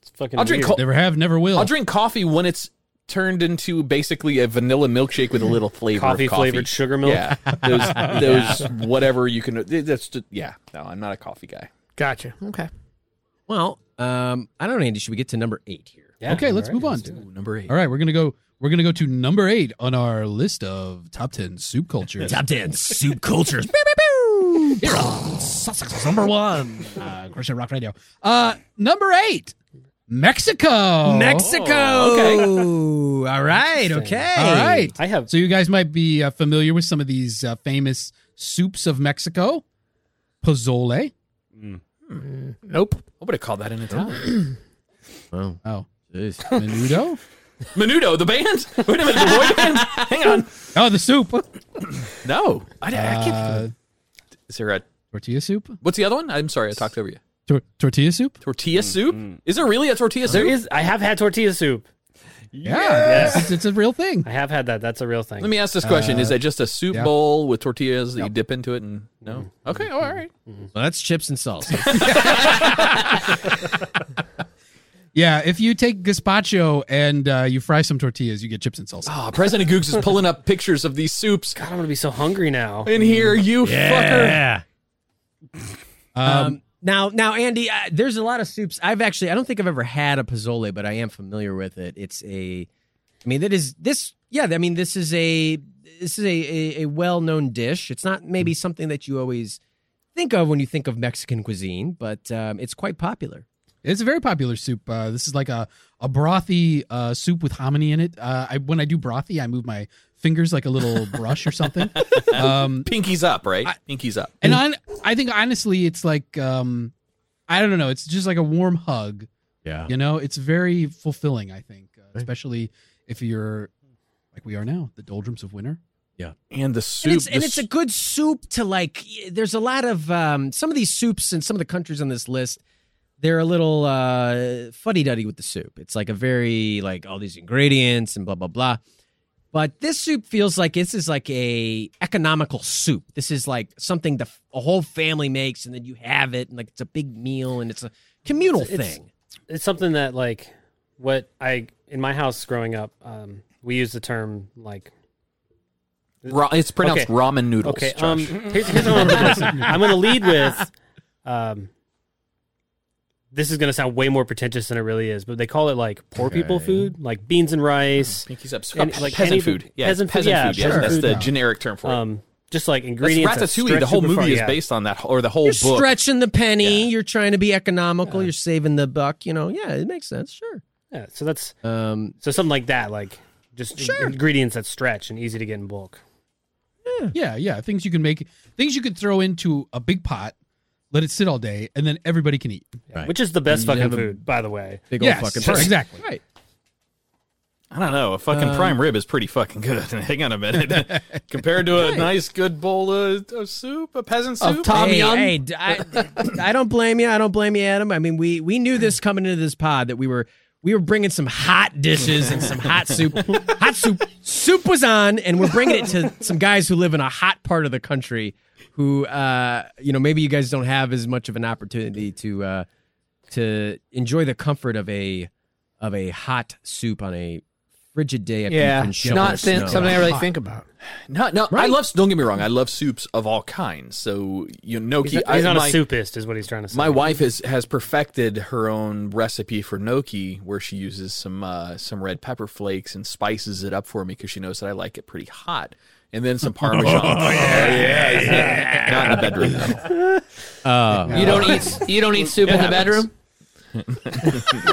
It's fucking I'll drink weird. cold- Never have, never will. I'll drink coffee when it's turned into basically a vanilla milkshake with a little flavor Coffee of coffee. flavored sugar milk? Yeah, Oh. those those whatever you can. That's just, yeah. No, I'm not a coffee guy. Gotcha. Okay. Well, um, I don't know, Andy. Should we get to number eight here? Yeah, okay, let's all right, move on. do it. Ooh, number eight. All right, we're gonna go. We're gonna go to number eight on our list of top ten soup cultures. Top ten soup cultures. Beep, beep, beep. Here on Sussex number one. uh, Christian Rock Radio. Uh, number eight, Mexico. Mexico. Oh, okay. All right. Okay. All right. I have So you guys might be uh, familiar with some of these uh, famous soups of Mexico. Pozole. Nope. I'm gonna call that an Italian. Wow. Oh, Jeez. menudo. Menudo, the band. Wait a minute, the boy band. Hang on. oh, the soup. No, I, I can't. Uh, Is there a tortilla soup. what's the other one? I'm sorry, I talked over you. Tor- tortilla soup. Tortilla soup? Is Mm, there really a tortilla there soup? is I have had tortilla soup. Yeah, It's, it's a real thing. I have had that. That's a real thing. Let me ask this question: Is that just a soup yeah. bowl with tortillas that you dip into it? And no, okay, all right. Well, that's chips and salsa. Yeah, if you take gazpacho and uh, you fry some tortillas, you get chips and salsa. Ah, President Googs is pulling up pictures of these soups God, I'm gonna be so hungry now. in here. You fucker! Um, now, now, Andy, uh, there's a lot of soups. I've actually, I don't think I've ever had a pozole, but I am familiar with it. It's a, I mean, that is this. Yeah, I mean, this is a this is a a, a well known dish. It's not maybe something that you always think of when you think of Mexican cuisine, but um, it's quite popular. It's a very popular soup. Uh, this is like a, a brothy uh, soup with hominy in it. Uh, I, when I do brothy, I move my fingers like a little brush or something. Um, Pinkies up, right? Pinkies up. Mm. and on, I think honestly, it's like um, I don't know. It's just like a warm hug. Yeah. You know, it's very fulfilling. I think, uh, especially if you're like we are now, the doldrums of winter. And the soup. And it's, and the it's a good soup to like. y- There's a lot of um, some of these soups and some of the countries on this list. They're a little uh, fuddy-duddy with the soup. It's like a very like all these ingredients and blah blah blah. But this soup feels like this is like a economical soup. This is like something the f- a whole family makes, and then you have it, and like it's a big meal, and it's a communal It's- it's- thing. it's something that like what I in my house growing up, um, we use the term like ra- it's pronounced Okay. ramen noodles. okay. Josh. Um, here's, here's what I'm gonna put this. I'm gonna lead with. Um, this is gonna sound way more pretentious than it really is, but they call it like poor people food, like beans and rice, Pinkies up. and, like like, peasant any- food. Yeah, peasant peasant, food, peasant yeah, food. Yeah, sure. that's the Yeah. generic term for it. um, just like That's ingredients. that Ratatouille. stretch The whole you before- movie is yeah. based on that, whole- or the whole You're book. stretching the penny. You're trying to be economical. You're saving the buck. You know, yeah, it makes sense. Sure. Yeah, so that's Um, so something like that, like just in- Sure. ingredients that stretch and easy to get in bulk. Yeah, yeah. Things you can make, things you could throw into a big pot, let it sit all day, and then everybody can eat. Right. Which is the best you fucking have a- food, by the way. Big Yes, sure, price. exactly. Right. I don't know. A fucking prime rib is pretty fucking good. Hang on a minute. Compared to a nice, good bowl of, of soup, a peasant soup. Of Tom hey, Yum. hey, d- I, I don't blame you. I don't blame you, Adam. I mean, we we knew this coming into this pod that we were we were bringing some hot dishes and some hot soup. hot soup. Soup was on, and we're bringing it to some guys who live in a hot part of the country, who uh, you know maybe you guys don't have as much of an opportunity to uh, to enjoy the comfort of a of a hot soup on a frigid day. after you've Yeah. been It's shoveling not snow. sin- something I really think about. No, no. I love. Don't get me wrong. I love soups of all kinds. So you know, He's gnocchi. not, he's I, not my, a soupist, is what he's trying to say. My wife has has perfected her own recipe for gnocchi, where she uses some uh, some red pepper flakes and spices it up for me because she knows that I like it pretty hot, and then some parmesan. oh, yeah, yeah, yeah. Not in the bedroom. though. You don't eat. You don't eat soup in the happens. bedroom.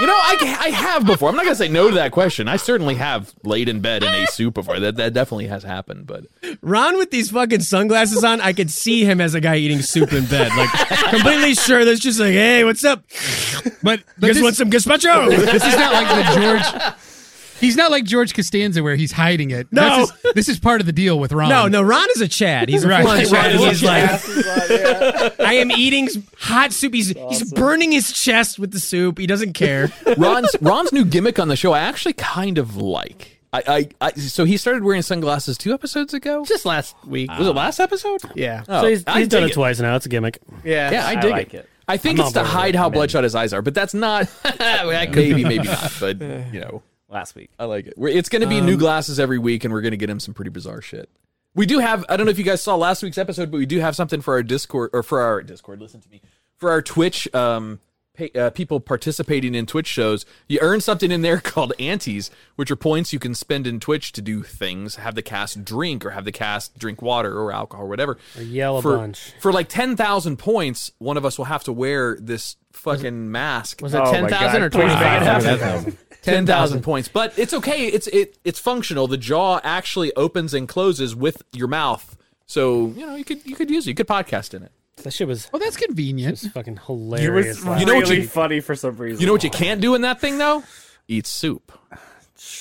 You know, I, I have before. I'm not gonna say no to that question. I certainly have laid in bed and ate soup before. That that definitely has happened. But Ron with these fucking sunglasses on, I could see him as a guy eating soup in bed. Like, completely sure that's just like, hey, what's up? But, You but guys this, want some gazpacho? this is not like the George. He's not like George Costanza where he's hiding it. No. That's his- this is part of the deal with Ron. No, no, Ron is a Chad. He's a Right. full-on Chad. Ron is a He's like, I am eating hot soup. He's, he's burning his chest with the soup. He doesn't care. Ron's Ron's new gimmick on the show, I actually kind of like. I, I, I so he started wearing sunglasses two episodes ago. Just last week. Was it last episode? yeah. Oh, so he's, I he's done dig it twice now. It's a gimmick. yeah. Yeah, I dig like it. it. I think I'm it's to on board with hide it. how I'm in. bloodshot his eyes are, but that's not. maybe, maybe not. But you know, last week. I like it. We're, it's going to be Um, new glasses every week, and we're going to get him some pretty bizarre shit. We do have. I don't know if you guys saw last week's episode, but we do have something for our Discord or for our Discord. Listen to me. For our Twitch um, pay, uh, people participating in Twitch shows, you earn something in there called antes, which are points you can spend in Twitch to do things, have the cast drink or have the cast drink water or alcohol or whatever. Or yell a for, bunch. For like 10,000 points, one of us will have to wear this fucking mask. Was it Oh my 10,000 or God, please make it 25,000? happen. 10,000 points. But it's okay. It's it it's functional. The jaw actually opens and closes with your mouth. So, you know, you could you could use it. You could podcast in it. That shit was Oh, that's convenient. It's fucking It hilarious. was last you know week. really funny for some reason. You know what you can't do in that thing though? Eat soup.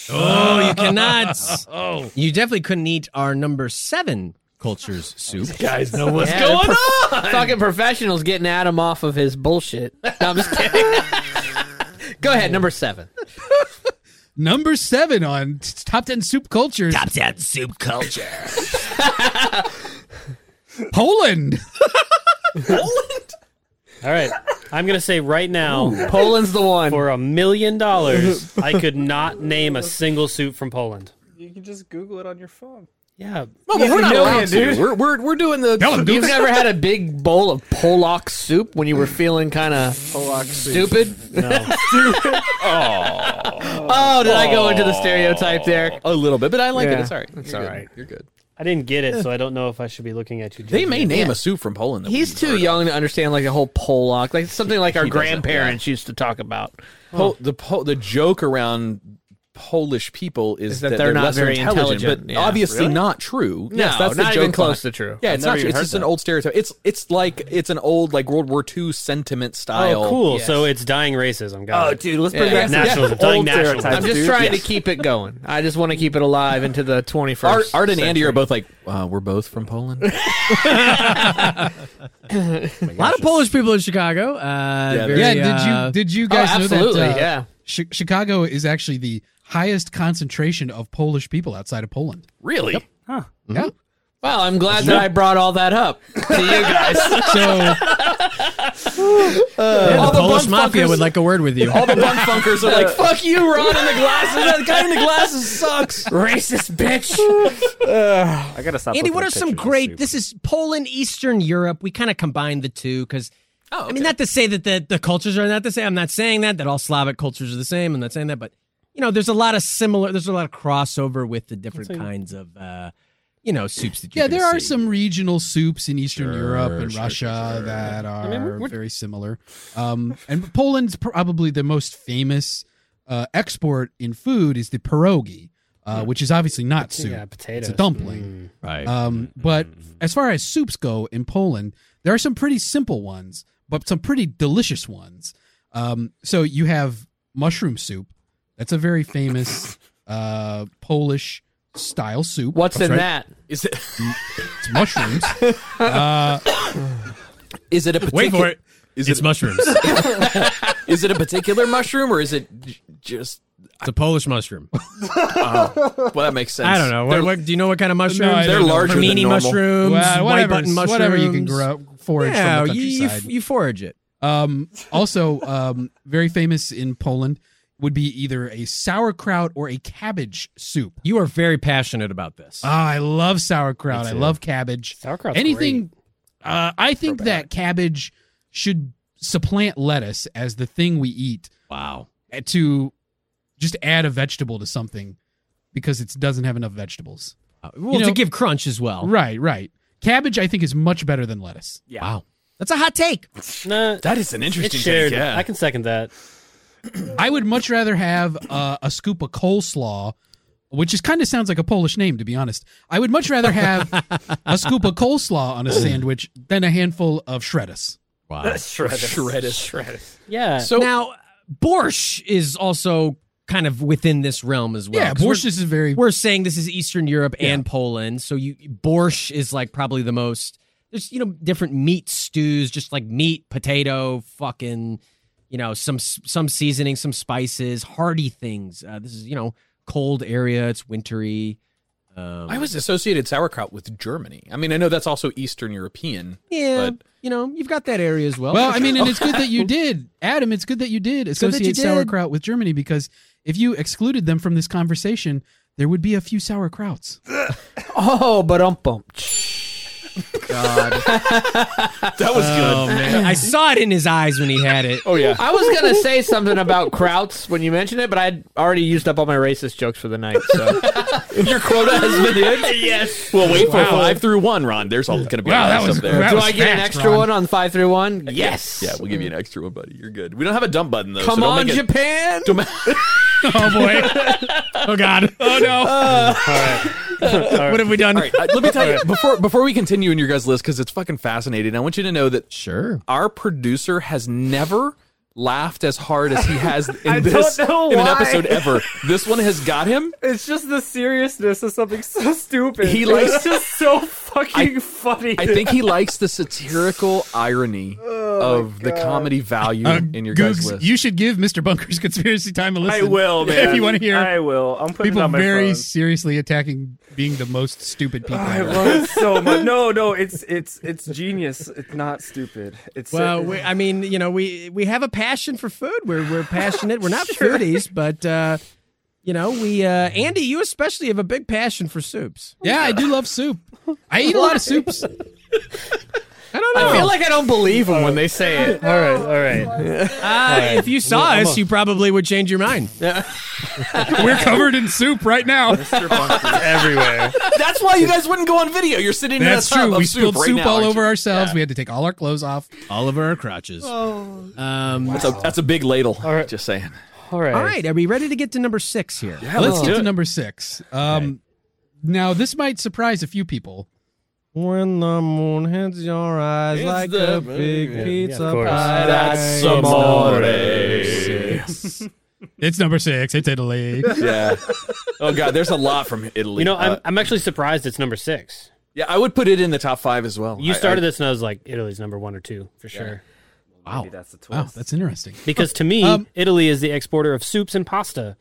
Oh, you cannot. oh, you definitely couldn't eat our number seven cultures soup. Guys know what's Yeah, the pro- Fucking professionals getting Adam off of his bullshit. No, I'm just kidding. Go ahead, number seven. Number seven on t- top ten soup cultures. Top ten soup culture. Poland. All right. I'm going to say right now Poland's the one. for a million dollars, I could not name a single suit from Poland. You can just Google it on your phone. Yeah. No, but we're not Million, allowed to. dude. We're, we're, we're doing the You've never had a big bowl of Polak soup when you were feeling kind of stupid? No. Oh, did I go into the stereotype there? a little bit, but I like it. Yeah. It's all right. It's all right. You're good. I didn't get it, so I don't know if I should be looking at you. They judging may me. name a soup from Poland. That He's we've too heard young to understand like the whole Polak, like something like our He doesn't, grandparents used to talk about. of. Po- the po- the joke around Polish people is, that they're not lesser very intelligent, but yeah. obviously not true. yes, that's the not joke even behind- close to true. Yeah, it's I've not true. never even It's heard just an that. old stereotype. It's it's like it's an old like World War II sentiment style. Oh, cool. Yes. So it's dying racism. Got Oh, it. dude, let's bring Yeah. back some Nationalism, old dying nationalism. stereotypes, I'm just dude. trying Yeah. to keep it going. I just want to keep it alive into the 21st. Art, Art and Andy century. are both like uh, we're both from Poland. A lot of Polish people in Chicago. Uh, Yeah, very, yeah, uh, did you did you Oh, guys know that? absolutely, uh, yeah. Chi- Chicago is actually the highest concentration of Polish people outside of Poland. really? Yeah. Well, I'm glad that I brought all that up to you guys. So yeah, the all the Polish bumfuckers- mafia would like a word with you. All the bun funkers are like fuck Fuck you, Ron, in the glasses. that guy in the glasses sucks. Racist bitch. I gotta stop. Andy, looking what at are some pictures of great? soup. This is Poland, Eastern Europe. We kind of combined the two because. I mean, not to say that the, the cultures are not the same. I'm not saying that that all Slavic cultures are the same. I'm not saying that, but you know, there's a lot of similar. There's a lot of crossover with the different kinds of, uh, you know, soups that you. yeah, can there are see. some regional soups in Eastern Europe and Russia that are mean, we're- very similar. Um, and Poland's probably the most famous uh, export in food is the pierogi, uh, which is obviously not soup. Yeah, potatoes. It's a dumpling. right. Um, but as far as soups go in Poland, there are some pretty simple ones, but some pretty delicious ones. Um, so you have mushroom soup. That's a very famous uh, Polish style soup. What's in that? Is it It's mushrooms. uh, is it a particular Wait for it. Is it's it, mushrooms. it's is it a particular mushroom or is it j- just a Polish mushroom. well that makes sense. I don't know. What, what- do you know what kind of mushrooms? I don't They're know. Larger than Bernini normal. mushrooms, well, white whatever, button mushrooms, whatever you can grow forage Yeah, from the you, you, countryside. you forage it. Um, also, um, very famous in Poland would be either a sauerkraut or a cabbage soup. You are very passionate about this. Ah, I love sauerkraut. Me I too. love cabbage. Sauerkraut's Anything. Uh, I think that cabbage should supplant lettuce as the thing we eat eh, wow. to just add a vegetable to something because it doesn't have enough vegetables. Uh, well, You to know- give crunch as well. Right, right. Cabbage, I think, is much better than lettuce. Wow. That's a hot take. Nah, That is an it's interesting shared. take, yeah. I can second that. I would much rather have uh, a scoop of coleslaw, which is kind of sounds like a Polish name, to be honest. I would much rather have a scoop of coleslaw on a sandwich than a handful of shredders. Wow. Shredded. Yeah. So now, borscht is also kind of within this realm as well. yeah, 'Cause borscht we're, is very we're saying this is Eastern Europe and Poland, so you borscht is like probably the most. There's you know different meat stews, just like meat, potato, fucking, you know some some seasoning, some spices, hearty things. Uh, this is you know cold area. It's wintry. Um, I was associated sauerkraut with Germany. I mean, I know that's also Eastern European. Yeah, But you know, you've got that area as well. Well, I mean, and it's good that you did, Adam. It's good that you did It's good that associate you did. sauerkraut with Germany because if you excluded them from this conversation, there would be a few sauerkrauts. oh, but um, bump. God, that was Oh, man. I saw it in his eyes when he had it. Oh yeah. I was gonna say something about krauts when you mentioned it, but I'd already used up all my racist jokes for the night. So your quota has been hit. yes. Well, wait for Wow. five through one, Ron. There's all going to be Wow, a that mess was- up there. that Do was I get an fast, extra Ron. one on five through one? Yes. Yeah, we'll give you an extra one, buddy. You're good. We don't have a dump button though. so Come don't on, make it- Japan. Don't ma- Oh boy. Oh god. Oh no. What have we done? All right, uh, let me tell you before before we continue in your guys' list because it's fucking fascinating. I want you to know that sure our producer has never laughed as hard as he has I in don't this know in an why. episode ever. This one has got him. It's just the seriousness of something so stupid. He It likes- was just so fucking funny. I think he likes the satirical irony of the comedy value Uh, in your guys' Googs, list. you should give Mr. Bunker's conspiracy time a I listen. will, man. If you want to hear I will. I'm putting people it on my very phone. Ah, seriously attacking being the most stupid people. I ever. love it so much. No, no, it's it's it's genius. It's not stupid. It's Well, it- we, I mean, you know, we we have a passion for food. We're we're passionate. We're not foodies, but uh, you know, we uh, Andy, you especially have a big passion for soups. Yeah, I do love soup. I eat a lot of soups. I don't know. I feel like I don't believe them when they say it. All right, all right. uh, if you saw I'm a- us, you probably would change your mind. We're covered in soup right now. Everywhere. That's why you guys wouldn't go on video. You're sitting That's in a tub true. of We spilled right soup now, all aren't you? over ourselves. We had to take all our clothes off. all over our crotches. Um, That's a, that's a big ladle. All right. Just saying. All right. All right, are we ready to get to number six here? Yeah, Let's get do to it. number six. Um, Now, this might surprise a few people. When the moon hits your eyes It's like the- a big Yeah, pizza course. pie. That's some It's number six. It's Italy. Yeah. Oh god, there's a lot from Italy. You know, I'm, Uh, I'm actually surprised it's number six. yeah, I would put it in the top five as well. You I- started I- this, and I was like, Italy's number one or two for sure. wow. that's the twist. Wow, that's interesting. Because to me, Um, Italy is the exporter of soups and pasta.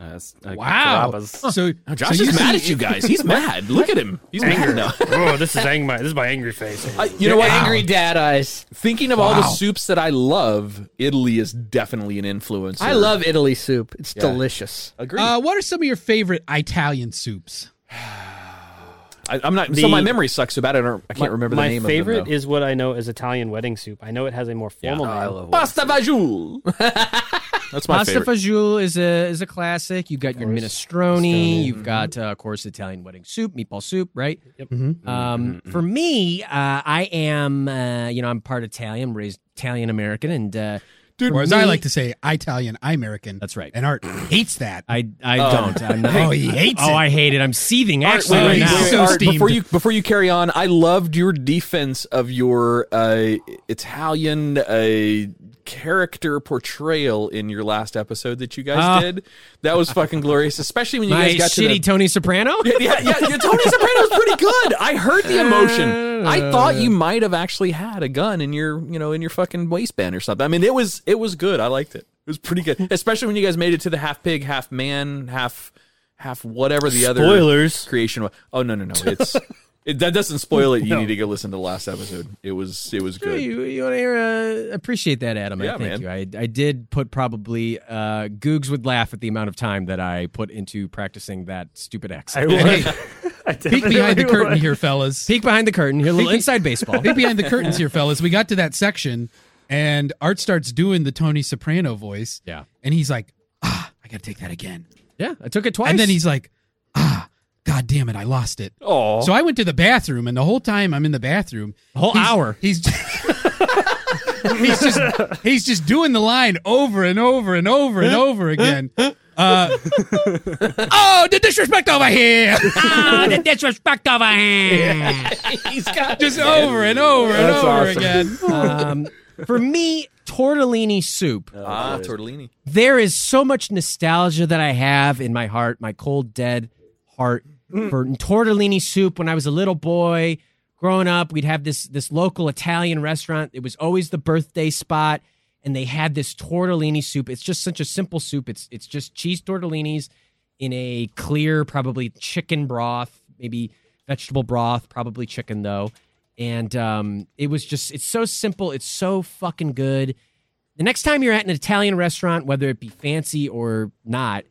Uh, that's, uh, Wow. Carrabba's. So, Oh, so Josh is see- mad at you guys. He's mad. Look at him. He's angry now. oh, this is angry. This is my angry face. I- you know what? Angry dad eyes. Thinking of all the Wow. soups that I love, Italy is definitely an influence. I love Italy soup. It's delicious. Agree. Uh, what are some of your favorite Italian soups? I, I'm not. the- so my memory sucks so bad. I don't. I can't remember the my name. favorite of them, is what I know as Italian wedding soup. I know it has a more Oh, formal name. pasta fagioli. That's my Pasta favorite. fagioli is a is a classic. You've got your minestrone. You've got, uh, of course, Italian wedding soup, meatball soup, right? Yep. Mm-hmm. Um, For Mm-hmm. me, uh, I am, uh, you know, I'm part Italian, raised Italian American, and uh, Or as me- I like to say, Italian, I American. That's right. And Art hates that. I I don't. I'm not, Oh, he hates Oh, it. I hate it. I'm seething actually wait, right wait, now. wait. so Art, steamed. before you before you carry on, I loved your defense of your uh, Italian uh, character portrayal in your last episode that you guys Ah. did. That was fucking glorious, especially when you My guys got to shitty the- Tony Soprano. yeah, yeah, yeah. Tony Soprano's pretty good. I heard the emotion. I thought you might have actually had a gun in your, you know, in your fucking waistband or something. I mean, it was it was good. I liked it. It was pretty good, especially when you guys made it to the half pig, half man, half half whatever the other Spoilers. creation was. Oh no, no, no. It's it, that doesn't spoil it. You need to go listen to the last episode. It was it was Sure, good. You, you want to hear? Uh, appreciate that, Adam. I Yeah, thank man. you. I, I did put probably uh, Googs would laugh at the amount of time that I put into practicing that stupid accent. Hey, I peek definitely behind the curtain would. here, fellas. Peek behind the curtain. Here, a little Peek- inside baseball. Peek behind the curtains here, fellas. We got to that section, and Art starts doing the Tony Soprano voice. Yeah. And he's like, ah, I got to take that again. yeah, I took it twice. And then he's like, ah, god damn it, I lost it. Oh, So I went to the bathroom, and the whole time I'm in the bathroom, A whole he's- hour. He's he's just he's just doing the line over and over and over and over again. Uh, oh, the disrespect over here! Oh, the disrespect over here! He's got Just over and over and That's over again. awesome. um, for me, tortellini soup. ah, tortellini. There is so much nostalgia that I have in my heart, my cold dead heart for tortellini soup. When I was a little boy, growing up, we'd have this this local Italian restaurant. It was always the birthday spot, and they had this tortellini soup. It's just such a simple soup. It's it's just cheese tortellinis in a clear, probably chicken broth, maybe vegetable broth, probably chicken though. And um, it was just, it's so simple. It's so fucking good. The next time you're at an Italian restaurant, whether it be fancy or not,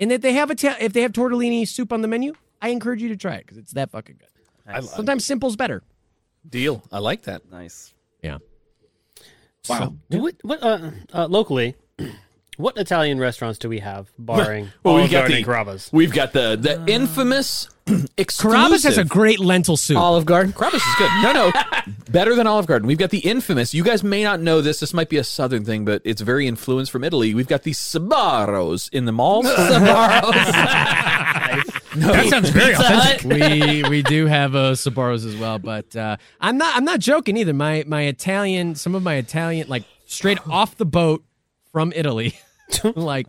and if they have a if they have tortellini soup on the menu, I encourage you to try it because it's that fucking good. I love- Sometimes simple's better. Deal. I like that. Nice. Yeah. Wow. what, what uh, uh, locally? What Italian restaurants do we have, barring Well, Olive we've got Garden the and Carrabba's? Oh, We've got the the infamous exclusive. Carrabba's has a great lentil soup. Olive Garden. Carrabba's is good. No, no, better than Olive Garden. We've got the infamous. You guys may not know this. This might be a Southern thing, but it's very influenced from Italy. We've got the Sabaros in the mall. that sounds very authentic. we we do have uh, Sabaros as well, but uh, I'm not I'm not joking either. My my Italian, some of my Italian, like straight off the boat from Italy, like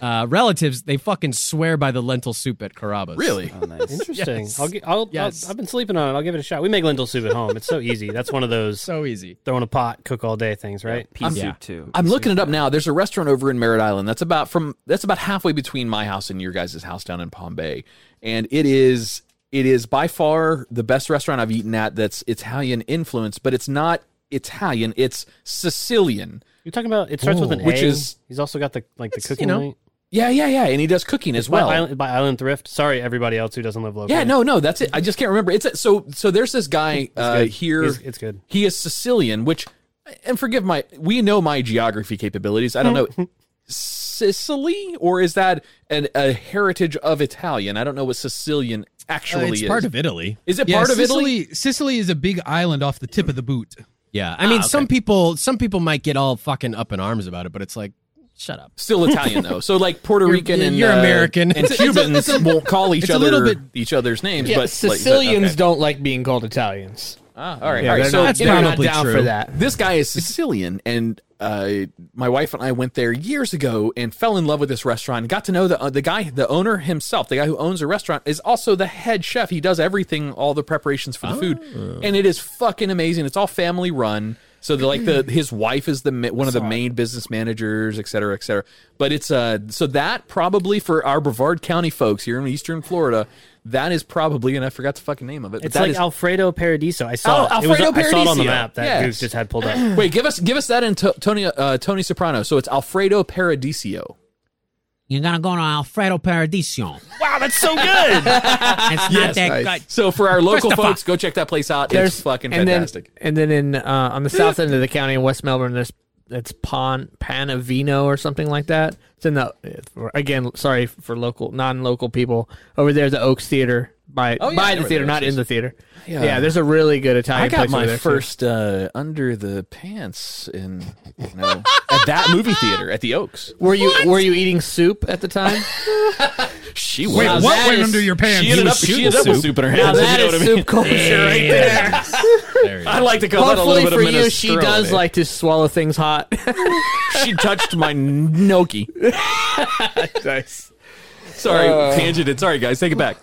uh, relatives, they fucking swear by the lentil soup at Carrabba's. Really? Oh, nice. Interesting. Yes. I'll, gi- I'll, Yes. I'll, I've been sleeping on it. I'll give it a shot. We make lentil soup at home. It's so easy. That's one of those so easy. throw in a pot, cook all day things, right? Pea yeah. soup too. I'm looking it up now. There's a restaurant over in Merritt Island. That's about from that's about halfway between my house and your guys' house down in Palm Bay. And it is it is by far the best restaurant I've eaten at that's Italian influenced, but it's not Italian, it's Sicilian. You're talking about it starts with an Which A. is- He's also got the like the It's, you cooking know, light. Yeah, yeah, yeah. And he does cooking as well. by, island, by Island Thrift. Sorry, everybody else who doesn't live locally. Yeah, no, no, that's it. I just can't remember. It's so so. There's this guy uh, good. here. He's- it's good. He is Sicilian, which and forgive my. We know my geography capabilities. I don't know Sicily or is that an, a heritage of Italian? I don't know what Sicilian actually it's is. part of Italy. Is it Yeah, part of Italy? Sicily, Sicily is a big island off the tip of the boot. Yeah, ah, I mean, some people some people might get all fucking up in arms about it, but it's like, shut up. Still Italian though. So like Puerto You're- Rican and you're uh, American. and It's a- it's a- Cubans won't call each it's a other little bit- each other's names. Yeah, but Sicilians Like, don't like being called Italians. ah, all right, Yeah, all right. they're So not, that's they're not probably down true. for that. This guy is Sicilian, and uh, my wife and I went there years ago and fell in love with this restaurant. Got to know the uh, the guy, the owner himself, the guy who owns the restaurant, is also the head chef. He does everything, all the preparations for the food, Oh. and it is fucking amazing. It's all family run. So the, like the his wife is the ma- one of the main business managers, et cetera, et cetera. But it's uh so that probably for our Brevard County folks here in Eastern Florida, that is probably and I forgot the fucking name of it. but It's that like is- Alfredo Paradiso. I saw Oh, it. It was- Alfredo I saw it on Paradiso. the map that Yes. Goose just had pulled up. Wait, give us give us that in to, Tony uh, Tony Soprano. So it's Alfredo Paradiso. You're gonna go to Alfredo Paradiso. wow, that's so good. It's not that good. So for our local Christopher. folks, go check that place out. There's it's fucking and fantastic. Then, and then in uh, on the south end of the county in West Melbourne, there's it's Pan Panavino or something like that. It's in the again. Sorry for local non-local people over there. The Oaks Theater by Oh, yeah, I by know the where theater, that not is. in the theater. Yeah. Yeah, there's a really good Italian. I got place over my there, too. first uh, under the pants in you know at that movie theater at the Oaks. Were you were you eating soup at the time? She Wait, was. what went under your pants? She ended up, she ended up with soup in her hands. if you know what I mean. culture right there. I like to call that a Hopefully little bit for of you, she minestrone. does like to swallow things hot. She touched my gnocchi. Nice. Sorry, tangented. Sorry, guys, take it back.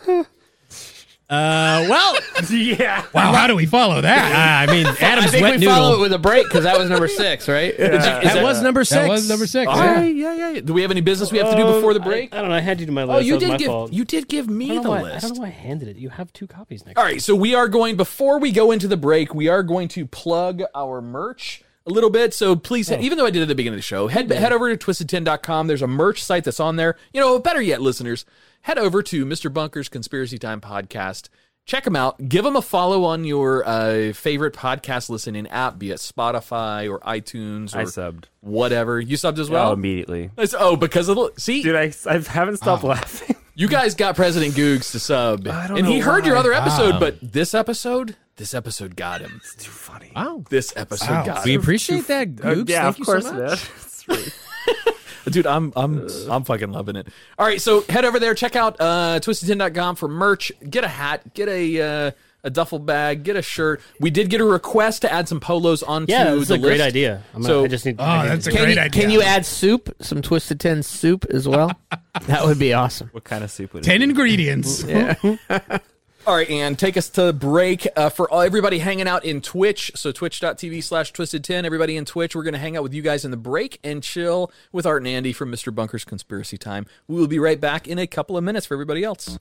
Uh, well, Yeah. Wow, how do we follow that? I mean, I Adam's think wet we follow it noodle. with a break because that was number six, right? That was number six. that was number six. All yeah. right, Uh, yeah, yeah, yeah. Do we have any business we have to do before the break? I, I don't know. I handed you my list. Oh, you that was my did give fault. you did give I me don't, the know why, I list. don't know why I handed it. You have two copies next. All right, so we are going before we go into the break. We are going to plug our merch a little bit. So please, Oh. even though I did it at the beginning of the show, head head over to twistedtin.com. There's a merch site that's on there. You know, better yet, listeners, head over to Mr. Bunker's Conspiracy Time podcast. Check them out. Give them a follow on your uh, favorite podcast listening app, be it Spotify or iTunes or I subbed. whatever. You subbed as Well, well. Oh, immediately. It's- oh, because of the see, Dude, I, I haven't stopped laughing. you guys got President Googs to sub, don't and he know heard your why. other episode, but this episode, this episode got him. It's too funny. Wow. This episode got We him. appreciate that, Uh, Goops. yeah, Thank of you so course, much. man. It's really- Dude, I'm I'm I'm fucking loving it. All right, so head over there, check out uh, twistedtin.com for merch. Get a hat, get a uh, a duffel bag, get a shirt. We did get a request to add some polos onto the Yeah, this is a great list. idea. I'm So- gonna, I just need. I Oh, need that's a to- Can great you, idea. can you add soup, some Twisted Ten soup as well? that would be awesome. what kind of soup would it ten be? ingredients? All All right, and take us to break uh, for all, everybody hanging out in Twitch. So twitch.tv slash twisted10. Everybody in Twitch, we're going to hang out with you guys in the break and chill with Art and Andy from Mr. Bunker's Conspiracy Time. We will be right back in a couple of minutes for everybody else.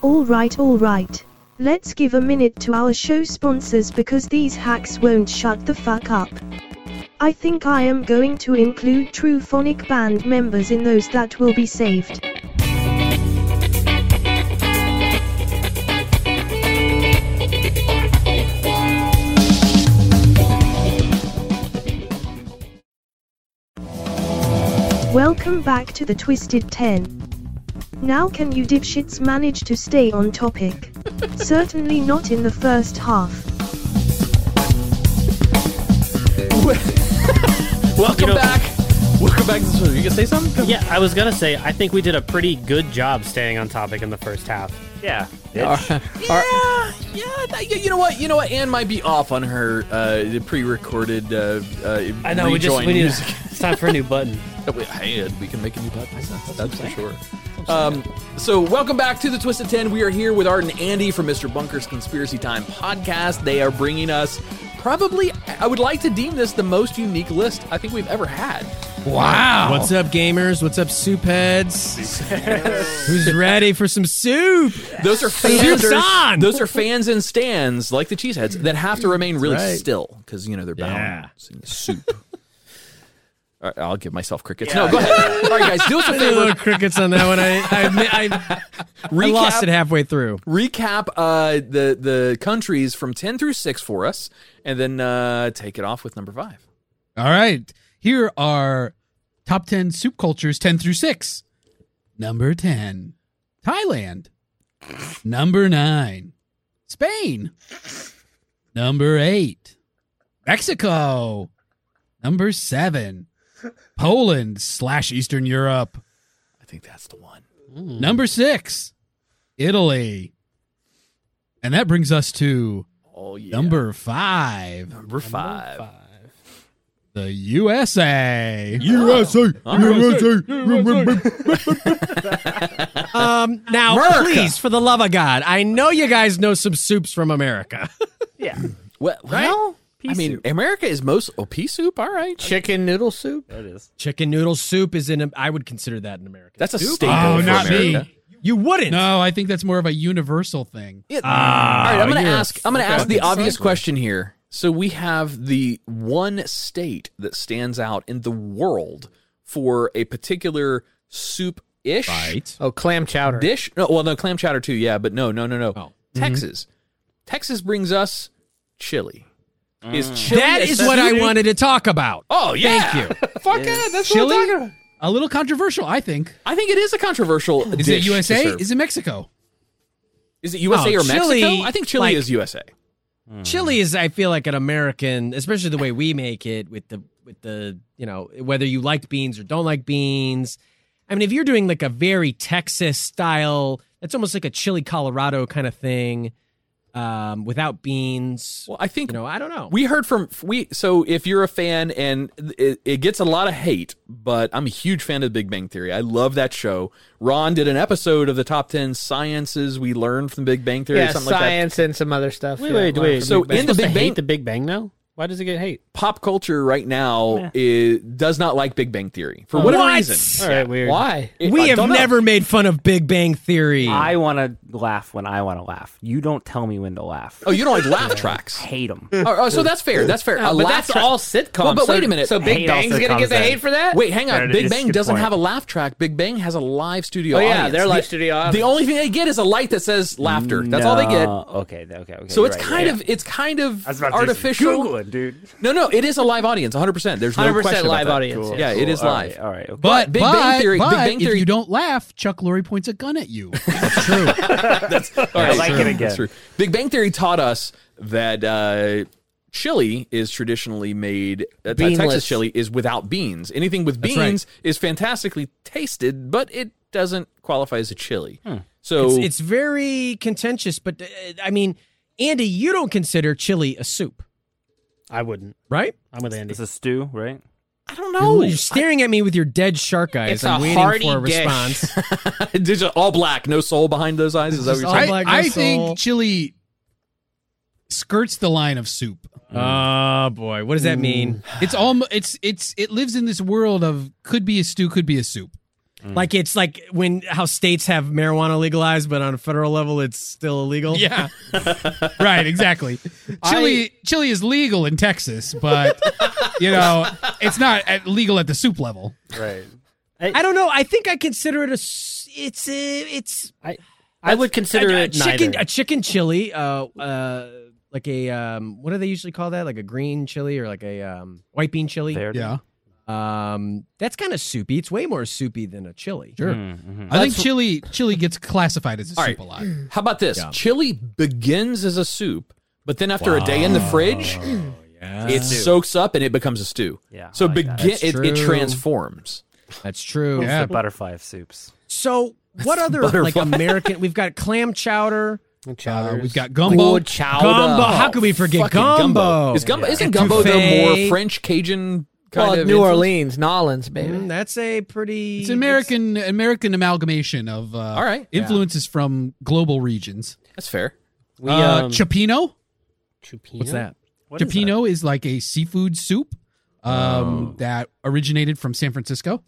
All right, all right. Let's give a minute to our show sponsors because these hacks won't shut the fuck up. I think I am going to include true phonic band members in those that will be saved. Welcome back to the Twisted 10. Now can you dipshits manage to stay on topic? Certainly not in the first half. Welcome back. Welcome back. To the you gonna say something? Yeah, I was gonna say I think we did a pretty good job staying on topic in the first half. Yeah. yeah, yeah. th- You know what? You know what? Anne might be off on her uh, the pre-recorded. Uh, uh, I know we just rejoin we need music. it's time for a new button. Hey, uh, we can make a new button. That's for sure. Um, so, welcome back to the Twisted Ten. We are here with Art and Andy from Mr. Bunker's Conspiracy Time podcast. They are bringing us probably, I would like to deem this the most unique list I think we've ever had. What's up, gamers? What's up, soup heads? Who's ready for some soup? Those are fans. Soup's on. Those are fans and stands like the cheeseheads that have to remain really right. still because you know they're bound in soup. All right, I'll give myself crickets. Yeah. No, go ahead. All right, guys, do us a favor. Little Oh, crickets on that one. I I, admit- I, I Recap. lost it halfway through. recap uh, the the countries from ten through six for us, and then uh, take it off with number five. All right. Here are top 10 soup cultures 10 through 6. Number 10, Thailand. Number 9, Spain. Number 8, Mexico. Number 7, Poland slash Eastern Europe. I think that's the one. Number 6, Italy. And that brings us to Oh yeah, number 5, number five. the USA. Oh. Um, now, America. please, for the love of God, I know you guys know some soups from America. Well, well I mean, America is most oh pea soup. All right, Chicken noodle soup. That is. Chicken noodle soup is in. I would consider that in America. that's a Soup? staple. Oh, for not me. America. You wouldn't. No, I think that's more of a universal thing. Yeah. All right, I'm gonna you're a ask. I'm gonna ask fucking the obvious psycho. question here. So we have the one state that stands out in the world for a particular soup ish Right. Oh. Oh, clam chowder. dish. No, well, no clam chowder too. Yeah, but no, no, no, no. Texas, Mm-hmm. Texas brings us chili. Is chili Mm. That a is soup? what I wanted to talk about. Oh yeah, thank you. Fuck yeah, that's what I'm talking about. A little controversial, I think. I think it is a controversial. Is dish it to USA? serve. Is it Mexico? Is it No, USA or Mexico? Oh, chili, I think chili like- is USA. Chili is, I feel like, an American, especially the way we make it with the with the you know whether you like beans or don't like beans. I mean, if you're doing like a very Texas style, that's almost like a chili Colorado kind of thing, um, without beans. Well, I think you know, I don't know. We heard from we so if you're a fan and it, it gets a lot of hate, but I'm a huge fan of The Big Bang Theory. I love that show. Ron did an episode of the top ten sciences we learned from The Big Bang Theory, or Yeah, something like that. science and some other stuff. Wait, Yeah, wait, learn wait. from So Big Bang. in the Supposed to Big Bang- hate the Big Bang now? Why does it get hate? Pop culture right now is, does not like Big Bang Theory for Oh. whatever What? reason. All right, weird. why? It- I we have don't know. never made fun of Big Bang Theory. I want to laugh when I want to laugh. You don't tell me when to laugh. Oh, you don't like laugh tracks. Hate them. Oh, oh, so that's fair. That's fair. A but laugh that's track- all sitcoms. Well, but So- wait a minute. So Big Hate all Bang's gonna sitcoms get the then. hate for that? Wait, hang on. That Big is a Bang good doesn't point. have a laugh track. Big Bang has a live studio Oh, yeah, audience. their live The- studio The audience. only thing they get is a light that says laughter. That's all they get. No, Okay, th- okay, okay. So you're it's right, kind you're of right. it's kind of I was about to artificial. Google it, dude. No, no, it is a live audience, 100%. There's no 100% question about live that. audience, Cool, Yeah, Cool, it is all live. right, all right. Okay. But Big but, Bang Theory- Big But Bang Theory- if you don't laugh, Chuck Lorre points a gun at you. All I like true. it again. That's true. Big Bang Theory taught us that uh, chili is traditionally made. Uh, Texas Beanless. chili is without beans. Anything with right. beans is fantastically tasted, but it doesn't qualify as a chili. So it's, it's very contentious, but uh, I mean, Andy, you don't consider chili a soup, I wouldn't. right? I'm with Andy. It's a stew, right? I don't know. You're staring at me with your dead shark eyes. It's I'm a waiting hearty for a dish. response. Did you- all black, no soul behind those eyes. Is that what you're I, saying? I think chili skirts the line of soup. Oh boy, what does that mean? Mm. It's all it's it's it lives in this world of could be a stew, could be a soup. Mm. Like it's like when how states have marijuana legalized, but on a federal level, it's still illegal. Yeah. right, exactly. Chili chili is legal in Texas, but you know, it's not at, legal at the soup level. Right. I, don't know. I think I consider it a. s- It's a, it's. I I would consider a, a it chicken neither. a chicken chili. Uh, uh, like a um, what do they usually call that? Like a green chili or like a um, white bean chili. There it Yeah. Um, that's kind of soupy. It's way more soupy than a chili. Sure. I think chili chili gets classified as a Mm, mm-hmm. All soup right. a lot. Uh, How about this? Yeah. Chili begins as a soup, but then after a day in the fridge, it soaks up and it becomes a stew. Yeah, I So like that. begin That's it, it true. transforms. That's true. Yeah. The butterfly of soups. So what other like butterfly. American? We've got clam chowder. Uh, Chowders. we've got gumbo. Good chowder. Gumbo. How could we Fucking forget gumbo? Is gumbo Oh, Yeah. isn't gumbo the more Etouffee. French Cajun kind Well, of New influence? Orleans, Nolans, baby. Mm, that's a pretty. It's an American American amalgamation of uh, All right. influences from global regions. That's fair. we, uh, um, Chipino. Chupino? What's that? What is that? Chipino is, like a seafood soup um, Oh. that originated from San Francisco.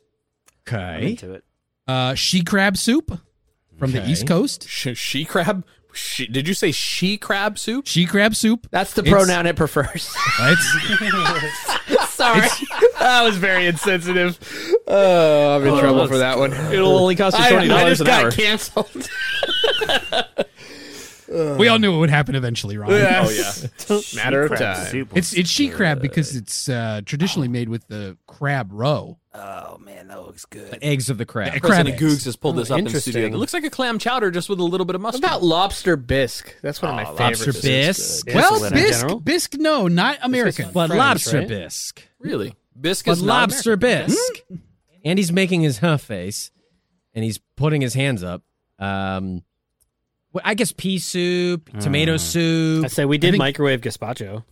I'm Okay. into it. Uh, she crab soup from the Okay. East Coast. She, she crab. She, did you say she crab soup? She crab soup. That's the It's- pronoun it prefers. It's, Sorry, that was very insensitive. Oh, I'm in trouble for that one. It'll only cost you twenty I dollars just an got hour. canceled. we all knew it would happen eventually, Ron. Oh yeah, matter of Crab time. soup was- It's it's she crab because it's uh, traditionally made with the crab roe. Eggs of the crab. crab President eggs. Googs has pulled this up in the studio. It interesting. looks like a clam chowder just with a little bit of What mustard. about lobster bisque? That's one of Oh, my Lobster favorites. bisque. Yeah, well, so in bisque, general? bisque, no, not American. But French, lobster right? bisque. really But biscuits? lobster Hmm? bisque. And he's making his huh face, and he's putting his hands up. Um, well, I guess pea soup, tomato Hmm. I soup. say we did think- microwave gazpacho.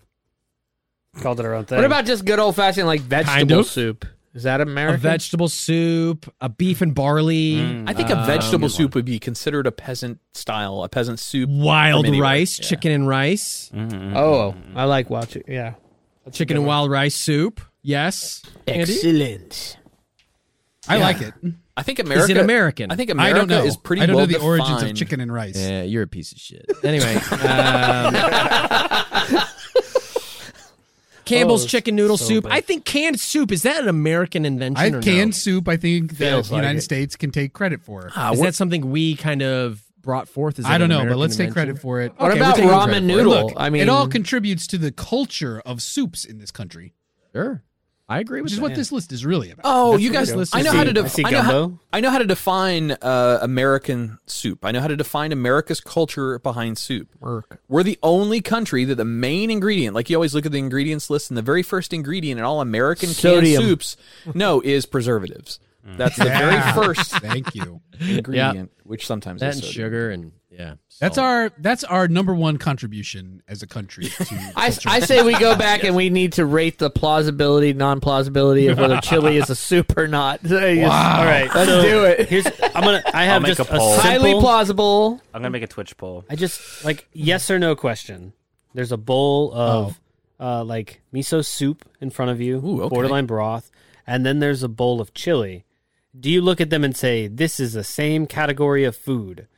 Called it our own thing. What about just good old fashioned like vegetable of. soup? Is that A American? vegetable soup, a beef and barley, Hmm. I think a vegetable soup would be considered a peasant style, a peasant soup. wild from anywhere. rice, Yeah. chicken and rice, Hmm. oh, I like watching. Yeah, chicken and wild rice soup. Yes, Andy? excellent. I like it. I think America American? I think I America don't know. is pretty. I don't well know the origins of defined. chicken and rice. Yeah, you're a piece of shit. Anyway, um, Campbell's Oh, chicken noodle so soup. bad. I think canned soup is that an American invention? I or canned No? soup. I think that Feels the like United it. States can take credit for. Ah, is that something we kind of brought forth? Is I don't know, but let's take credit for it. What Okay, we're about taking ramen credit for it. noodle? Look, I mean, it all contributes to the culture of soups in this country, Sure, I agree with which is that. what this list is really about. Oh, you guys! weirdo. I know how to. I Def- see I, know how, gumbo. I know how to define uh, American soup. I know how to define America's culture behind soup. Work. We're the only country that the main ingredient, like you always look at the ingredients list, and the very first ingredient in all American Sodium. canned soups, no, is preservatives. That's the very Yeah. first Ah, Thank you. ingredient, which sometimes that is and sodium. sugar and yeah. That's salt. our that's our number one contribution as a country. To I, I say we go back and we need to rate the plausibility, non plausibility of whether chili is a soup or not. Wow. All right, Let's so do it. Here's I'm gonna. I have I'll make just a poll. Highly simple- plausible. I'm gonna make a Twitch poll. I just like yes or no question. There's a bowl of uh, like miso soup in front of you, Ooh, okay. borderline broth, and then there's a bowl of chili. Do you look at them and say this is the same category of food?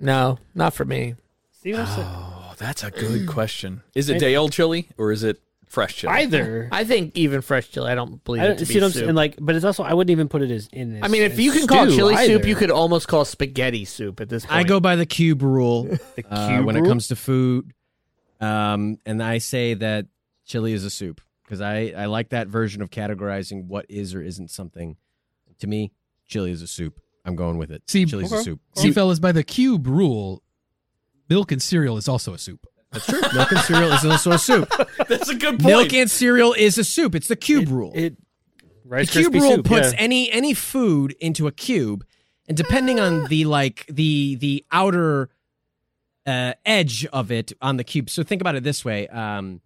No, not for me. See what I'm saying? Oh, that's a good question. Is it day old chili or is it fresh chili? Either I think even fresh chili, I don't believe I it don't, to see be what I'm soup. saying. Like, but it's also I wouldn't even put it as in. As, I mean, if as you can call stew chili soup, either. you could almost call spaghetti soup at this point. I go by the cube rule uh, cube when it rule? comes to food, um, and I say that chili is a soup because I, I like that version of categorizing what is or isn't something. To me, chili is a soup. I'm going with it. See, chili's a soup. See, fellas, by the cube rule, milk and cereal is also a soup. That's true. Milk and cereal is also a soup. that's a good Milk and cereal is a soup. It's the cube rule. it the rice cube Krispie rule soup, puts yeah. any any food into a cube, and depending on the like the the outer uh, edge of it on the cube. So think about it this way: um,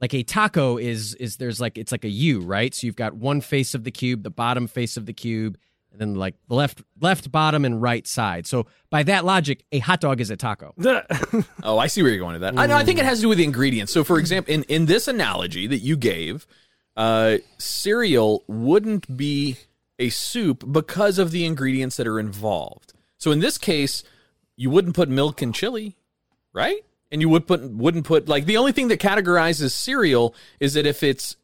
like a taco is is there's like it's like a U, right? So you've got one face of the cube, the bottom face of the cube, and then like the left left bottom and right side. So by that logic, a hot dog is a taco. oh, I see where you're going with that. I, know, I think Mm. it has to do with the ingredients. So, for example, in, in this analogy that you gave, uh, cereal wouldn't be a soup because of the ingredients that are involved. So, in this case, you wouldn't put milk and chili, right? And you would put wouldn't put like the only thing that categorizes cereal is that if it's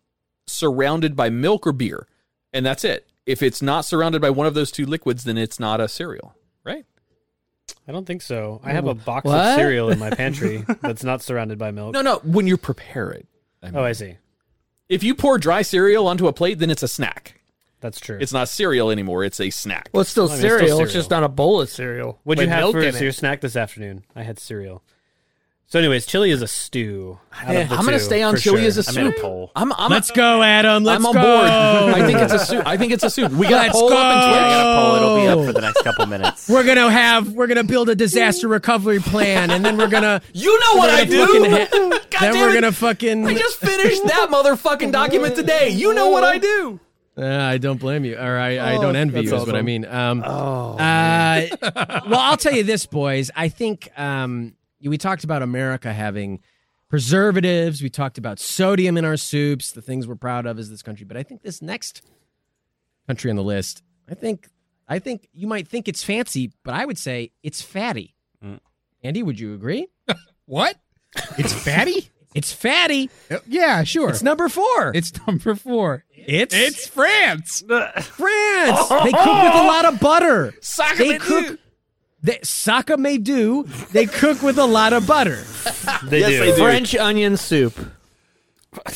surrounded by milk or beer, and that's it. If it's not surrounded by one of those two liquids, then it's not a cereal. I don't think so. I have Ooh. a box What? of cereal in my pantry that's not surrounded by milk. No, no. When you prepare it. oh, I see. If you pour dry cereal onto a plate, then it's a snack. That's true. It's not cereal anymore. It's a snack. Well, it's still, I mean, it's cereal. still it's cereal. just not a bowl of cereal. What'd you with have milk for in it. your snack this afternoon? I had cereal. So, anyways, chili is a stew. out Yeah, of the I'm gonna two, stay on for chili sure. as a I'm in soup. a poll. I'm, I'm Let's go, Adam. Let's I'm on go. board. I think it's a suit. I think it's a suit. We got a Let's poll up go. and Yeah, I got a poll. It'll be up for the next couple minutes. We're gonna have we're gonna build a disaster recovery plan, and then we're gonna You know what I do. God then damn we're it. gonna fucking. I just finished that motherfucking document today. You know what I do. Uh, I don't blame you, or I, I don't Oh, envy you, that's Oh, is what I awesome. mean. Um, uh, well, I'll tell you this, boys. I think um, we talked about America having preservatives. We talked about sodium in our soups, the things we're proud of as this country. But I think this next country on the list, I think, I think you might think it's fancy, but I would say it's fatty. Andy, would you agree? What? It's fatty? It's fatty. Yeah, sure. It's number four. It's number four. It's It's France. France. They cook with a lot of butter. Soccer they cook. They, Saka may do. They cook with a lot of butter. They do. French onion soup.